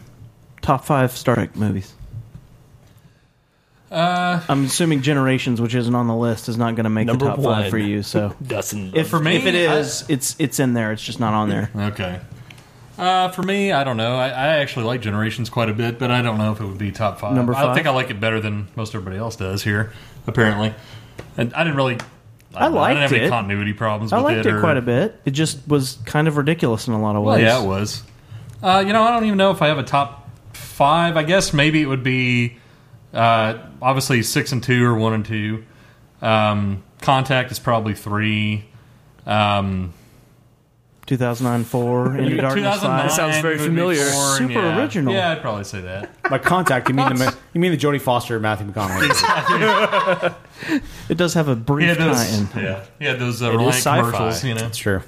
[SPEAKER 1] top five Star Trek movies.
[SPEAKER 3] Uh,
[SPEAKER 1] I'm assuming Generations, which isn't on the list, is not going to make the
[SPEAKER 13] Number
[SPEAKER 1] top
[SPEAKER 13] one.
[SPEAKER 1] five for you. So
[SPEAKER 13] Dustin,
[SPEAKER 1] if
[SPEAKER 3] For me,
[SPEAKER 1] if it
[SPEAKER 3] I-
[SPEAKER 1] is, it's it's in there. It's just not on there.
[SPEAKER 3] Okay. Uh, for me, I don't know. I, I actually like Generations quite a bit, but I don't know if it would be top five.
[SPEAKER 1] Number
[SPEAKER 3] I
[SPEAKER 1] five?
[SPEAKER 3] think I like it better than most everybody else does here, apparently. And I didn't really.
[SPEAKER 1] I
[SPEAKER 3] don't know, I didn't have
[SPEAKER 1] liked
[SPEAKER 3] any
[SPEAKER 1] it.
[SPEAKER 3] continuity problems.
[SPEAKER 1] I
[SPEAKER 3] with
[SPEAKER 1] liked it,
[SPEAKER 3] or-
[SPEAKER 1] quite a bit. It just was kind of ridiculous in a lot of
[SPEAKER 3] Well,
[SPEAKER 1] ways.
[SPEAKER 3] yeah, it was. Uh, you know, I don't even know if I have a top five. I guess maybe it would be uh, obviously six and two or one and two. Um, Contact is probably three. Um,
[SPEAKER 1] 2009, four, Into Darkness,
[SPEAKER 3] 2009
[SPEAKER 1] five.
[SPEAKER 3] would be four,
[SPEAKER 1] Super
[SPEAKER 3] yeah.
[SPEAKER 1] original.
[SPEAKER 3] Yeah, I'd probably say that.
[SPEAKER 2] By contact, you mean the you mean the Jodie Foster, Matthew McConaughey.
[SPEAKER 1] It does have a brief
[SPEAKER 3] Yeah, those-
[SPEAKER 1] tie-in.
[SPEAKER 3] yeah. Yeah, those, uh,
[SPEAKER 1] It is
[SPEAKER 3] Reliant
[SPEAKER 1] sci-fi.
[SPEAKER 3] commercials, you know. That's
[SPEAKER 2] true.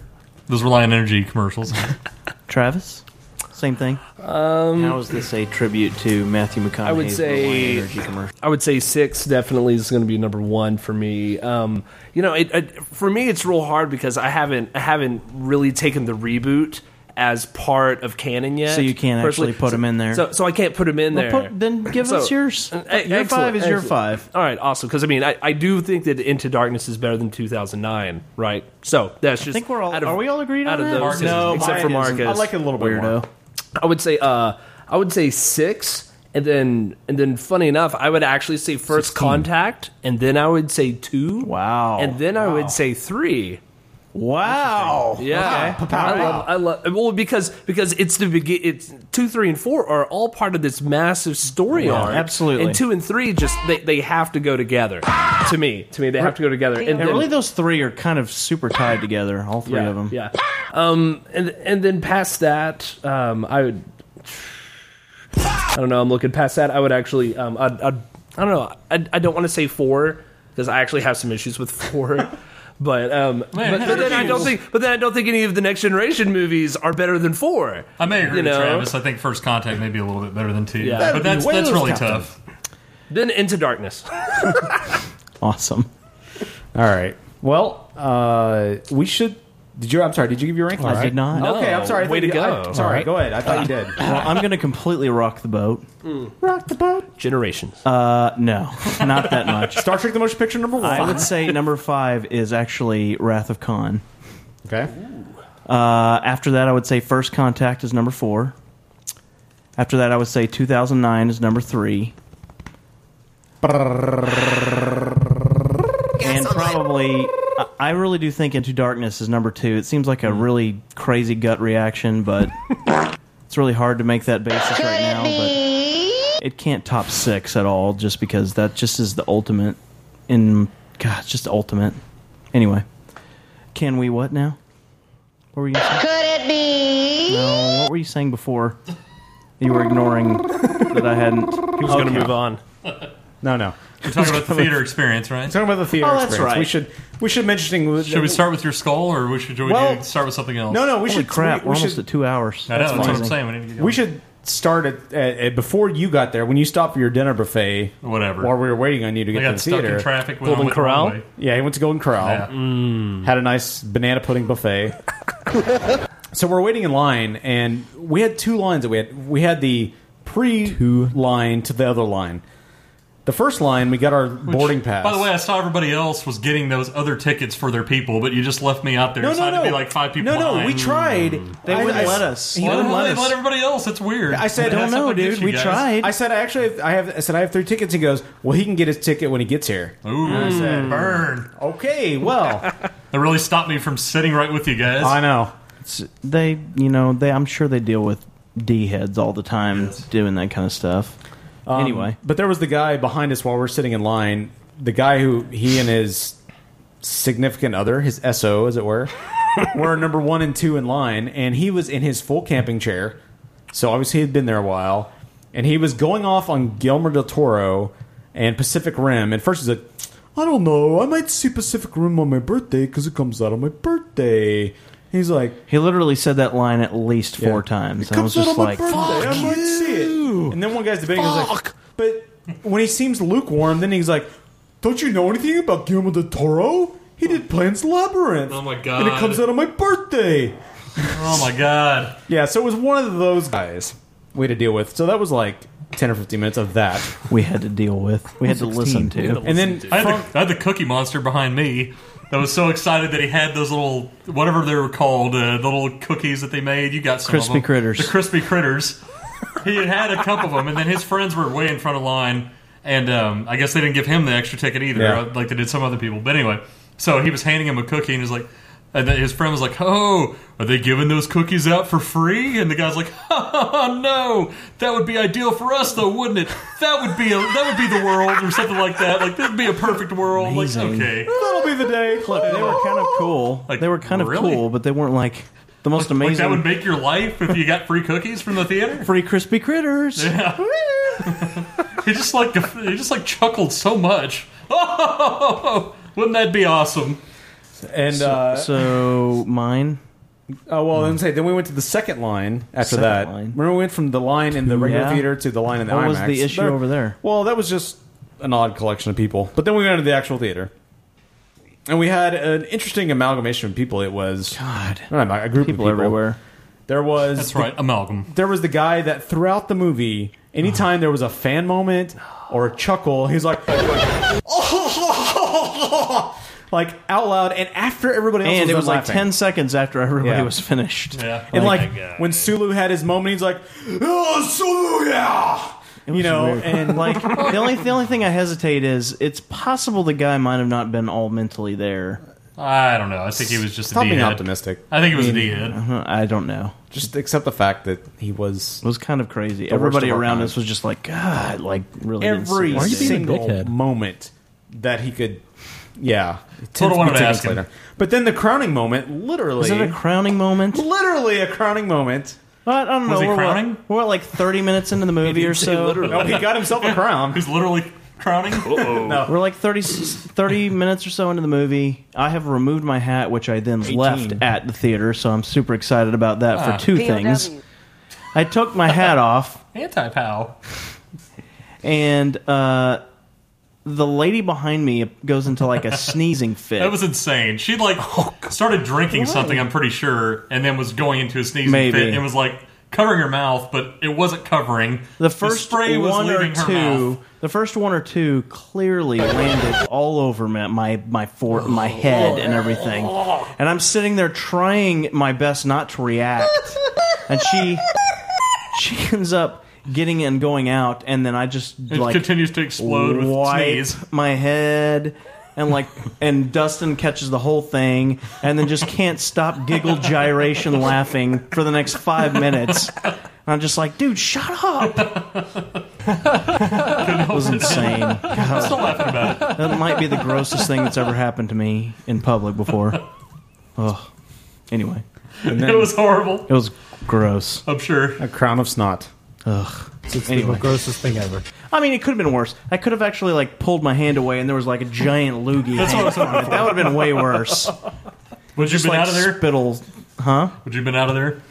[SPEAKER 3] Those Reliant Energy commercials.
[SPEAKER 1] Travis, same thing.
[SPEAKER 13] Um,
[SPEAKER 1] How is this a tribute to Matthew McConaughey's
[SPEAKER 13] I would say
[SPEAKER 1] Reliant Energy commercial?
[SPEAKER 13] I would say six definitely is going to be number one for me. Um, you know, it, it, for me it's real hard because I haven't I haven't really taken the reboot as part of canon yet.
[SPEAKER 1] So you can't
[SPEAKER 13] personally.
[SPEAKER 1] actually put
[SPEAKER 13] So-
[SPEAKER 1] 'em in there.
[SPEAKER 13] So, so I can't put them in
[SPEAKER 1] Well,
[SPEAKER 13] there.
[SPEAKER 1] put- then give us yours.
[SPEAKER 13] e-
[SPEAKER 1] Your five is your five.
[SPEAKER 13] All right, awesome. Because I mean, I, I do think that Into Darkness is better than 2009, right? So that's just
[SPEAKER 1] I think we're all.
[SPEAKER 13] out of-
[SPEAKER 1] are we all agreed
[SPEAKER 13] out
[SPEAKER 1] on
[SPEAKER 13] of
[SPEAKER 1] that?
[SPEAKER 13] those, except for Marcus.
[SPEAKER 1] Weirdo.
[SPEAKER 13] I would say uh I would say six and then and then funny enough, I would actually say first contact and then I would say two.
[SPEAKER 1] Wow.
[SPEAKER 13] And then I would say three.
[SPEAKER 1] Wow.
[SPEAKER 13] Yeah.
[SPEAKER 1] Okay.
[SPEAKER 13] I
[SPEAKER 1] Wow.
[SPEAKER 13] love I love well because because it's the begin it's two, three, and four are all part of this massive story
[SPEAKER 1] Yeah,
[SPEAKER 13] arc.
[SPEAKER 1] absolutely.
[SPEAKER 13] And two and three just they, they have to go together. To me. To me, they have to go together. And
[SPEAKER 1] And
[SPEAKER 13] then-
[SPEAKER 1] really, those three are kind of super tied together. All three
[SPEAKER 13] yeah,
[SPEAKER 1] of them.
[SPEAKER 13] Yeah. Um, and and then past that, um, I would. I don't know. I'm looking past that. I would actually. Um, I'd, I'd, I don't know. I, I don't want to say four because I actually have some issues with four. But um, but, but then I don't think. But then I don't think any of the next generation movies are better than four.
[SPEAKER 3] I may agree
[SPEAKER 13] You
[SPEAKER 3] with
[SPEAKER 13] know?
[SPEAKER 3] Travis. I think First Contact may be a little bit better than two.
[SPEAKER 13] Yeah. That'd
[SPEAKER 3] But
[SPEAKER 13] be
[SPEAKER 3] that's
[SPEAKER 13] way
[SPEAKER 3] that's
[SPEAKER 13] less
[SPEAKER 3] really
[SPEAKER 13] content.
[SPEAKER 3] tough.
[SPEAKER 13] Then Into Darkness.
[SPEAKER 1] Awesome.
[SPEAKER 2] All right. Well, uh, we should. Did you? I'm sorry. Did you give your ranking?
[SPEAKER 1] I did not.
[SPEAKER 2] Okay. I'm sorry. I
[SPEAKER 1] Way
[SPEAKER 2] thought
[SPEAKER 1] to
[SPEAKER 2] you-
[SPEAKER 1] go.
[SPEAKER 2] I, sorry.
[SPEAKER 1] All right.
[SPEAKER 2] Go ahead. I thought you did.
[SPEAKER 1] well, I'm going to completely rock the boat.
[SPEAKER 2] Rock the boat.
[SPEAKER 13] Generations.
[SPEAKER 1] Uh, no, not that much.
[SPEAKER 2] Star Trek: The Motion Picture number one.
[SPEAKER 1] I would say number five is actually Wrath of Khan.
[SPEAKER 2] Okay.
[SPEAKER 1] Uh, after that, I would say First Contact is number four. After that, I would say 2009 is number three. And probably, I- I really do think Into Darkness is number two. It seems like a really crazy gut reaction, but it's really hard to make that basis right now. But it can't top six at all, just because that just is the ultimate. In God, it's just the ultimate. Anyway, can we what now? What were you? Saying?
[SPEAKER 35] Could it be?
[SPEAKER 1] No, what were you saying before? You were ignoring that I hadn't. He
[SPEAKER 13] was gonna move on.
[SPEAKER 2] No, no.
[SPEAKER 3] You're talking about the theater experience, right?
[SPEAKER 2] Talking about the theater.
[SPEAKER 3] Oh, that's
[SPEAKER 2] experience.
[SPEAKER 3] right.
[SPEAKER 2] We should. We should mention.
[SPEAKER 3] Should we start with your skull, or we should should we
[SPEAKER 2] Well-
[SPEAKER 3] do, start with something else?
[SPEAKER 2] No, no. We should.
[SPEAKER 1] crap,
[SPEAKER 2] We,
[SPEAKER 1] we're
[SPEAKER 2] we should,
[SPEAKER 1] almost at two hours.
[SPEAKER 3] I know, that's what I'm saying. We need to get going.
[SPEAKER 2] We should start at, at, at before you got there. When you stopped for your dinner buffet,
[SPEAKER 3] whatever.
[SPEAKER 2] While we were waiting on you to
[SPEAKER 3] I
[SPEAKER 2] get
[SPEAKER 3] got
[SPEAKER 2] to the
[SPEAKER 3] stuck in
[SPEAKER 2] theater,
[SPEAKER 3] traffic when I Golden went the wrong Corral? Mm. way.
[SPEAKER 2] Yeah, he went to Golden Corral.
[SPEAKER 3] Yeah.
[SPEAKER 2] Had a nice banana pudding buffet. so we're waiting in line, and we had two lines that we had. We had the pre line to the other line. The first line, we got our boarding pass.
[SPEAKER 3] By the way, I saw everybody else was getting those other tickets for their people, but you just left me out there.
[SPEAKER 2] No, no,
[SPEAKER 3] decided to
[SPEAKER 2] no.
[SPEAKER 3] be like five people.
[SPEAKER 2] No, no, we
[SPEAKER 3] behind.
[SPEAKER 2] tried.
[SPEAKER 1] They
[SPEAKER 2] I-
[SPEAKER 1] wouldn't
[SPEAKER 2] I-
[SPEAKER 1] let us.
[SPEAKER 2] He
[SPEAKER 3] Why
[SPEAKER 2] wouldn't
[SPEAKER 3] don't
[SPEAKER 2] let
[SPEAKER 3] they
[SPEAKER 2] us.
[SPEAKER 3] let everybody else? That's weird.
[SPEAKER 2] I said,
[SPEAKER 3] That's up against you guys.
[SPEAKER 2] I said, I actually, have, I have. I said, I have three tickets. He goes, well, he can get his ticket when he gets here.
[SPEAKER 3] Ooh, Mm.
[SPEAKER 2] And I
[SPEAKER 1] Mm.
[SPEAKER 2] said,
[SPEAKER 3] burn.
[SPEAKER 2] Okay, well,
[SPEAKER 3] that really stopped me from sitting right with you guys.
[SPEAKER 2] know.
[SPEAKER 1] It's, they, you know, they. I'm sure they deal with d heads all the time doing that kind of stuff.
[SPEAKER 2] Um,
[SPEAKER 1] anyway,
[SPEAKER 2] but there was the guy behind us while we are sitting in line. The guy who he and his significant other, his SO, as it were, were number one and two in line, and he was in his full camping chair. So obviously he had been there a while, and he was going off on Guillermo del Toro and Pacific Rim. And first he's like, "I don't know, Oh, I might see Pacific Rim on my birthday because it comes out on my birthday." He's like,
[SPEAKER 1] he literally said that line at least four times. And I was
[SPEAKER 2] comes out
[SPEAKER 1] just
[SPEAKER 2] on my
[SPEAKER 1] like,
[SPEAKER 2] birthday.
[SPEAKER 1] "Fuck."
[SPEAKER 2] I might see it. And then one guy's debating. Fuck. like, but when he seems lukewarm, then he's like, "Don't you know anything about Guillermo del Toro? He did Planes Labyrinth.
[SPEAKER 3] Oh my
[SPEAKER 2] And it comes
[SPEAKER 3] God.
[SPEAKER 2] out on my birthday.
[SPEAKER 3] Oh my god.
[SPEAKER 2] Yeah. So it was one of those guys we had to deal with. So that was like ten or fifteen minutes of that
[SPEAKER 1] we had to deal with. We had to listen to.
[SPEAKER 2] And then
[SPEAKER 3] I had, the, I had the Cookie Monster behind me. That was so excited that he had those little whatever they were called, uh, the little cookies that they made. You got some
[SPEAKER 1] Crispy
[SPEAKER 3] of them.
[SPEAKER 1] critters.
[SPEAKER 3] The crispy critters. he had had a couple of them, and then his friends were way in front of line, and um, I guess they didn't give him the extra ticket either,
[SPEAKER 15] Yeah.
[SPEAKER 3] uh, like they did some other people. But anyway, so he was handing him a cookie, and he's like. And then his friend was like, "Oh, are they giving those cookies out for free?" And the guy's like, "Oh no, that would be ideal for us, though, wouldn't it? That would be a, that would be the world, or something like that. Like that'd be a perfect world. Like okay,
[SPEAKER 2] that'll be the day.
[SPEAKER 1] Look, they were kind of
[SPEAKER 2] Oh!
[SPEAKER 1] cool. they were kind of
[SPEAKER 3] really?
[SPEAKER 1] cool, but they weren't like the
[SPEAKER 3] like
[SPEAKER 1] most amazing.
[SPEAKER 3] that would make your life if you got free cookies from the theater.
[SPEAKER 1] Free crispy critters.
[SPEAKER 3] Yeah. he just like he just like chuckled so much. Oh, wouldn't that be awesome?
[SPEAKER 2] And
[SPEAKER 1] so,
[SPEAKER 2] uh,
[SPEAKER 1] so mine.
[SPEAKER 2] Oh well, then say then we went to the second line after
[SPEAKER 1] Second
[SPEAKER 2] that.
[SPEAKER 1] line.
[SPEAKER 2] Remember, we went from the line in the regular
[SPEAKER 1] Yeah.
[SPEAKER 2] theater to the line in the
[SPEAKER 1] What was
[SPEAKER 2] IMAX.
[SPEAKER 1] the issue over there?
[SPEAKER 2] Well, that was just an odd collection of people. But then we went into the actual theater, and we had an interesting amalgamation of people. It was God, a group
[SPEAKER 1] People
[SPEAKER 2] of people
[SPEAKER 1] everywhere.
[SPEAKER 2] There was
[SPEAKER 3] That's right, amalgam.
[SPEAKER 2] There was the guy that throughout the movie,
[SPEAKER 1] Uh-huh.
[SPEAKER 2] anytime there was a fan moment or a chuckle, he's like. Like out loud, and after everybody else
[SPEAKER 1] And
[SPEAKER 2] was
[SPEAKER 1] it
[SPEAKER 2] done
[SPEAKER 1] was like
[SPEAKER 2] laughing.
[SPEAKER 1] ten seconds after everybody
[SPEAKER 2] Yeah.
[SPEAKER 1] was finished. Yeah,
[SPEAKER 2] And like when Sulu had his moment, he's like, "Oh, Sulu, yeah." You know, and
[SPEAKER 1] like the only the only thing I hesitate is it's possible the guy might have not been all mentally there.
[SPEAKER 3] I don't know. I think he was just
[SPEAKER 1] Stop
[SPEAKER 3] a
[SPEAKER 1] being
[SPEAKER 3] D-head.
[SPEAKER 1] optimistic.
[SPEAKER 3] I think it was
[SPEAKER 1] I mean, uh-huh,
[SPEAKER 3] a D-head.
[SPEAKER 1] I don't know.
[SPEAKER 2] Just accept the fact that he was
[SPEAKER 1] was kind of crazy.
[SPEAKER 2] the worst
[SPEAKER 1] Everybody
[SPEAKER 2] of our
[SPEAKER 1] around
[SPEAKER 2] time.
[SPEAKER 1] us was just like God, like really
[SPEAKER 2] every
[SPEAKER 1] insane.
[SPEAKER 2] single moment that he could, yeah, it tends
[SPEAKER 1] Total wanted
[SPEAKER 2] be
[SPEAKER 1] to
[SPEAKER 2] taken
[SPEAKER 1] ask him.
[SPEAKER 2] But then the crowning moment,
[SPEAKER 1] Was
[SPEAKER 2] literally,
[SPEAKER 1] it a crowning moment?
[SPEAKER 2] Literally a crowning moment.
[SPEAKER 1] I don't know.
[SPEAKER 2] Was he
[SPEAKER 1] we're,
[SPEAKER 2] crowning?
[SPEAKER 1] What, we're like thirty minutes into the movie or so.
[SPEAKER 2] No, he got himself a crown.
[SPEAKER 3] He's literally crowning.
[SPEAKER 2] No.
[SPEAKER 1] We're like 30, 30 minutes or so into the movie. I have removed my hat, which I then left at the theater, so I'm super excited about that
[SPEAKER 3] Ah.
[SPEAKER 1] for two
[SPEAKER 3] POW.
[SPEAKER 1] things. I took my hat off,
[SPEAKER 3] Anti-pow.
[SPEAKER 1] and uh, the lady behind me goes into like a sneezing fit.
[SPEAKER 3] That was insane. She like started drinking
[SPEAKER 1] Oh, Why?
[SPEAKER 3] something, I'm pretty sure, and then was going into a sneezing
[SPEAKER 1] Maybe.
[SPEAKER 3] fit and was like covering her mouth, but it wasn't covering.
[SPEAKER 1] the first
[SPEAKER 3] spray was
[SPEAKER 1] one or
[SPEAKER 3] leaving her mouth.
[SPEAKER 1] two, the first one or two clearly landed all over my my my, for, my head and everything, and I'm sitting there trying my best not to react, and she she ends up getting and going out, and then I just
[SPEAKER 3] It
[SPEAKER 1] like
[SPEAKER 3] continues to explode with
[SPEAKER 1] wipe
[SPEAKER 3] sneeze.
[SPEAKER 1] my head. And like, and Dustin catches the whole thing, and then just can't stop giggle, gyration, laughing for the next five minutes. And I'm just like, dude, shut up! That was insane. God.
[SPEAKER 3] still laughing about it.
[SPEAKER 1] That might be the grossest thing that's ever happened to me in public before. Ugh. Anyway,
[SPEAKER 2] And
[SPEAKER 3] it was horrible.
[SPEAKER 1] It was gross.
[SPEAKER 3] I'm sure
[SPEAKER 2] a crown of snot.
[SPEAKER 1] Ugh.
[SPEAKER 36] It's
[SPEAKER 1] Anyway.
[SPEAKER 36] the grossest thing ever.
[SPEAKER 1] I mean, it could have been worse. I could have actually like pulled my hand away, and there was like a giant loogie.
[SPEAKER 3] That's what I was
[SPEAKER 1] hanging from
[SPEAKER 3] hoping for.
[SPEAKER 1] it. That would have been way worse.
[SPEAKER 3] Would you have
[SPEAKER 1] Just
[SPEAKER 3] been
[SPEAKER 1] like
[SPEAKER 3] out of there?
[SPEAKER 1] Spittle, huh?
[SPEAKER 3] Would you have been out of there?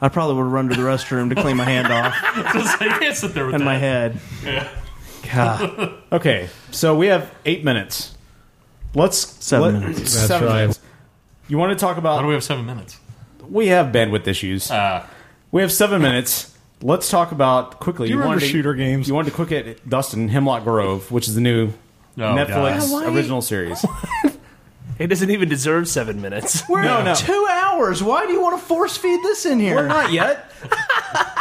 [SPEAKER 1] I probably would have run to the restroom to clean my hand off
[SPEAKER 3] Just, you can't sit there with
[SPEAKER 1] and
[SPEAKER 3] that.
[SPEAKER 1] my head.
[SPEAKER 3] Yeah.
[SPEAKER 1] God.
[SPEAKER 2] Okay, so we have eight minutes. Let's
[SPEAKER 1] Seven
[SPEAKER 2] let-
[SPEAKER 1] minutes.
[SPEAKER 36] That's
[SPEAKER 2] seven
[SPEAKER 36] right.
[SPEAKER 2] minutes. You want to talk about?
[SPEAKER 3] Why do we have seven minutes?
[SPEAKER 1] Ah.
[SPEAKER 2] We have bandwidth issues. We have seven minutes. Let's talk about quickly.
[SPEAKER 37] Do you remember
[SPEAKER 2] wanted to-
[SPEAKER 37] shooter
[SPEAKER 2] games? You wanted to quick at Dustin Hemlock Grove, which is the
[SPEAKER 1] Oh,
[SPEAKER 2] new Netflix
[SPEAKER 13] God.
[SPEAKER 2] original series.
[SPEAKER 13] It doesn't even deserve seven minutes.
[SPEAKER 1] We're
[SPEAKER 2] No,
[SPEAKER 1] at
[SPEAKER 2] no.
[SPEAKER 1] two hours. Why do you want to force feed this in here? We're
[SPEAKER 2] not yet.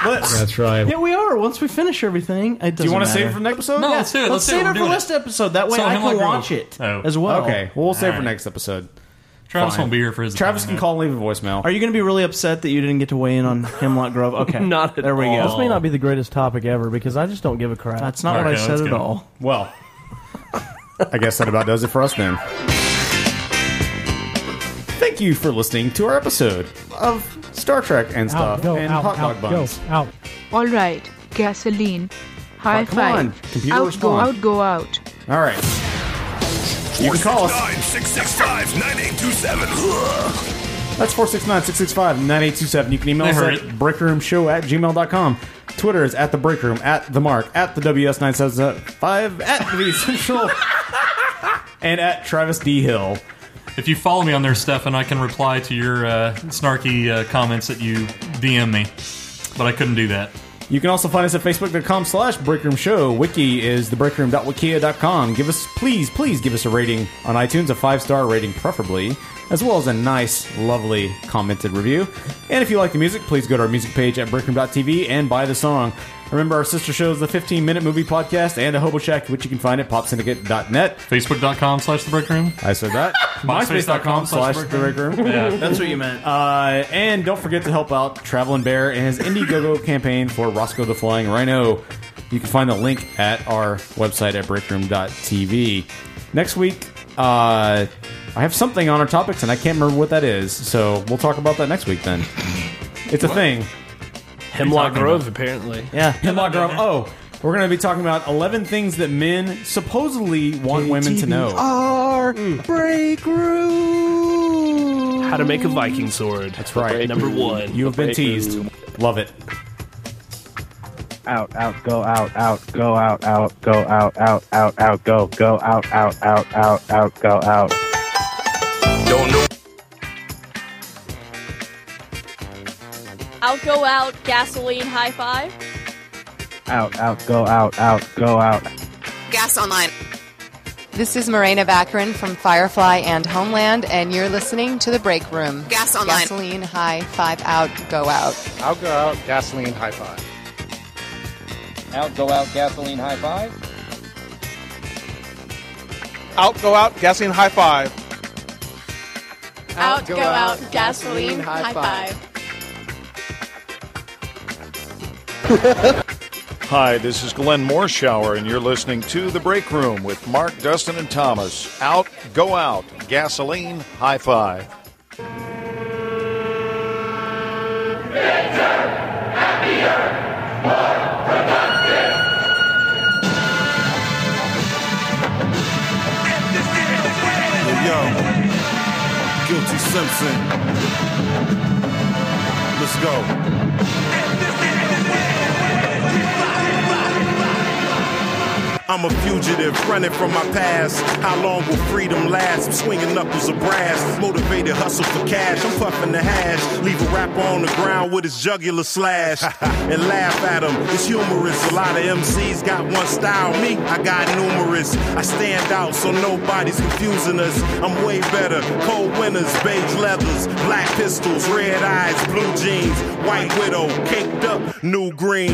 [SPEAKER 1] That's
[SPEAKER 37] right.
[SPEAKER 1] Yeah, we are. Once we finish everything, it doesn't
[SPEAKER 2] Do you want to
[SPEAKER 1] matter.
[SPEAKER 2] save it for next episode?
[SPEAKER 1] Yeah, save it for next episode. That way I can watch it as well.
[SPEAKER 2] Okay, well, we'll
[SPEAKER 1] Oh.
[SPEAKER 2] save it
[SPEAKER 1] All
[SPEAKER 2] for
[SPEAKER 1] right.
[SPEAKER 2] next episode.
[SPEAKER 1] Travis won't be
[SPEAKER 2] here for his. Travis can call and leave a voicemail.
[SPEAKER 1] Are you going to be really upset that you didn't get to weigh in on Hemlock Grove? Okay,
[SPEAKER 2] Not at
[SPEAKER 1] there we go.
[SPEAKER 2] all.
[SPEAKER 38] This may not be the greatest topic ever because I just don't give a crap.
[SPEAKER 1] That's not what I said at all.
[SPEAKER 2] Well, I guess that about does it for us then. Thank you for listening to our episode of Star Trek and stuff
[SPEAKER 38] go,
[SPEAKER 2] and
[SPEAKER 38] out,
[SPEAKER 2] hot
[SPEAKER 38] out,
[SPEAKER 2] dog
[SPEAKER 38] go,
[SPEAKER 2] buns.
[SPEAKER 38] out.
[SPEAKER 16] All right, gasoline. High
[SPEAKER 2] come
[SPEAKER 16] five.
[SPEAKER 2] on, computer,
[SPEAKER 16] out go,
[SPEAKER 2] respond.
[SPEAKER 16] out go, out.
[SPEAKER 2] All right, you can call us.
[SPEAKER 39] 469-665-9827.
[SPEAKER 2] That's 469-665-9827. You can email
[SPEAKER 39] I
[SPEAKER 2] us
[SPEAKER 39] heard
[SPEAKER 2] at breakroomshow at gmail.com. Twitter is at the breakroom, at the mark, at the WS975, at the Central, and at Travis D. Hill.
[SPEAKER 3] If you follow me on there, Stefan, I can reply to your uh, snarky uh, comments that you DM me. But I couldn't do that.
[SPEAKER 2] You can also find us at facebook.com slash breakroom show. Wiki is thebreakroom.wikia.com. Give us, please, please give us a rating on iTunes, a five star rating preferably, as well as a nice, lovely commented review. And if you like the music, please go to our music page at breakroom.tv and buy the song. Remember, our sister shows, the 15 Minute Movie Podcast and the Hobo Shack, which you can find at popsyndicate.net.
[SPEAKER 3] Facebook.com slash the breakroom.
[SPEAKER 2] I said that. MySpace.com slash the break room.
[SPEAKER 1] Yeah, that's what you meant.
[SPEAKER 2] Uh, and don't forget to help out Traveling Bear and his Indiegogo campaign for Roscoe the Flying Rhino. You can find the link at our website at breakroom.tv. Next week, uh, I have something on our topics, and I can't remember what that is. So we'll talk about that next week then. It's a
[SPEAKER 13] What?
[SPEAKER 2] thing.
[SPEAKER 13] Hemlock
[SPEAKER 2] What are you talking
[SPEAKER 13] Grove,
[SPEAKER 2] about?
[SPEAKER 13] apparently.
[SPEAKER 1] Yeah,
[SPEAKER 2] Hemlock Grove. Oh, we're going to be talking about 11 things that men supposedly want women to know.
[SPEAKER 15] Oh.
[SPEAKER 1] Our
[SPEAKER 4] Hmm.
[SPEAKER 1] break room.
[SPEAKER 13] How to make a Viking sword. That's
[SPEAKER 2] right.
[SPEAKER 13] Number one.
[SPEAKER 2] You have been
[SPEAKER 13] Break
[SPEAKER 2] teased.
[SPEAKER 13] room.
[SPEAKER 2] Love it.
[SPEAKER 4] Out, out, go, out, out, go, out, out, go, out, out, out, out, go, go, out, out, out, out, out, go, out.
[SPEAKER 39] Don't know.
[SPEAKER 40] Out go out, gasoline high five.
[SPEAKER 4] Out, out, go, out, out, go, out.
[SPEAKER 19] Gas Online. This is Morena Baccarin from Firefly and Homeland, and you're listening to The Break Room.
[SPEAKER 15] Gas Online.
[SPEAKER 19] Gasoline high, five out, go out.
[SPEAKER 15] I'll go out, gasoline high five. Out, go out, gasoline high five. Out, go out, gasoline high five.
[SPEAKER 40] Out, go, out, gasoline high five.
[SPEAKER 21] Hi, this is Glenn Morshower, and you're listening to The Break Room with Mark, Dustin, and Thomas. Out, go out, gasoline, high five.
[SPEAKER 22] Yo, Guilty Simpson. Let's go. I'm a fugitive running from my past. How long will freedom last? I'm swinging knuckles of brass. Motivated hustle for cash. I'm puffing the hash. Leave a rapper on the ground with his jugular slash and laugh at him. It's humorous. A lot of MCs got one style. Me, I got numerous. I stand out so nobody's confusing us. I'm way better. Cold winters, beige leathers, black pistols, red eyes, blue jeans, white widow, caked up, new green.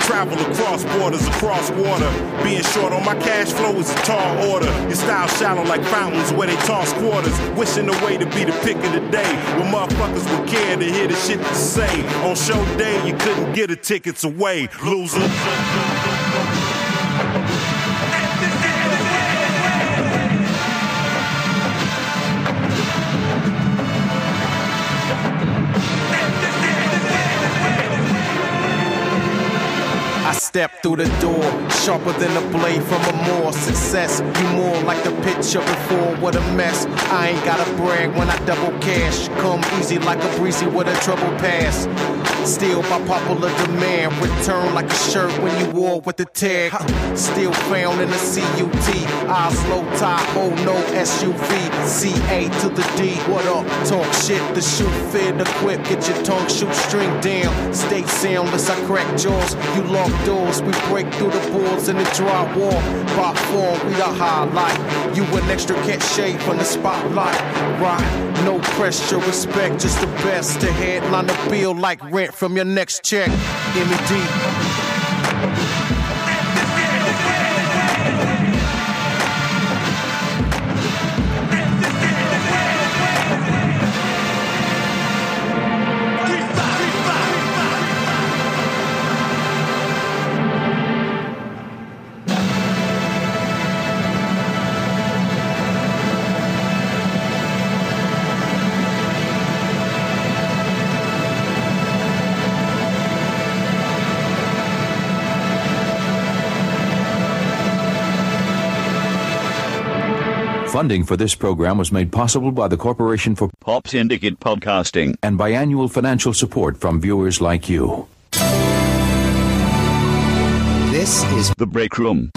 [SPEAKER 22] Travel across borders, across water. Being short on my cash flow is a tall order. Your style shallow like fountains where they toss quarters. Wishing away to be the pick of the day. Where motherfuckers would care to hear the shit to say. On show day, you couldn't get a tickets away, loser. I
[SPEAKER 5] step through the door, sharper than a blade from a more success. You more like the picture before, what a mess. I ain't gotta brag when I double cash. Come easy like a breezy with a trouble pass. Still by popular demand, return like a shirt when you wore with the tag. Ha, Still found in the CUT, eyes low tie, oh no SUV. CA to the D, what up? Talk shit, the shoe fit, equip, get your tongue shoot string down. Stay soundless, I crack jaws, you lock doors, we break through the boards in the drywall. By form, we the highlight. You an extra cat shade from the spotlight. Right, no pressure, respect, just the best. To headline the bill like rent from your next check. E M&D,
[SPEAKER 7] Funding for this program was made possible by the Corporation for Pop Syndicate Podcasting and by annual financial support from viewers like you.
[SPEAKER 10] This is
[SPEAKER 7] The Break Room.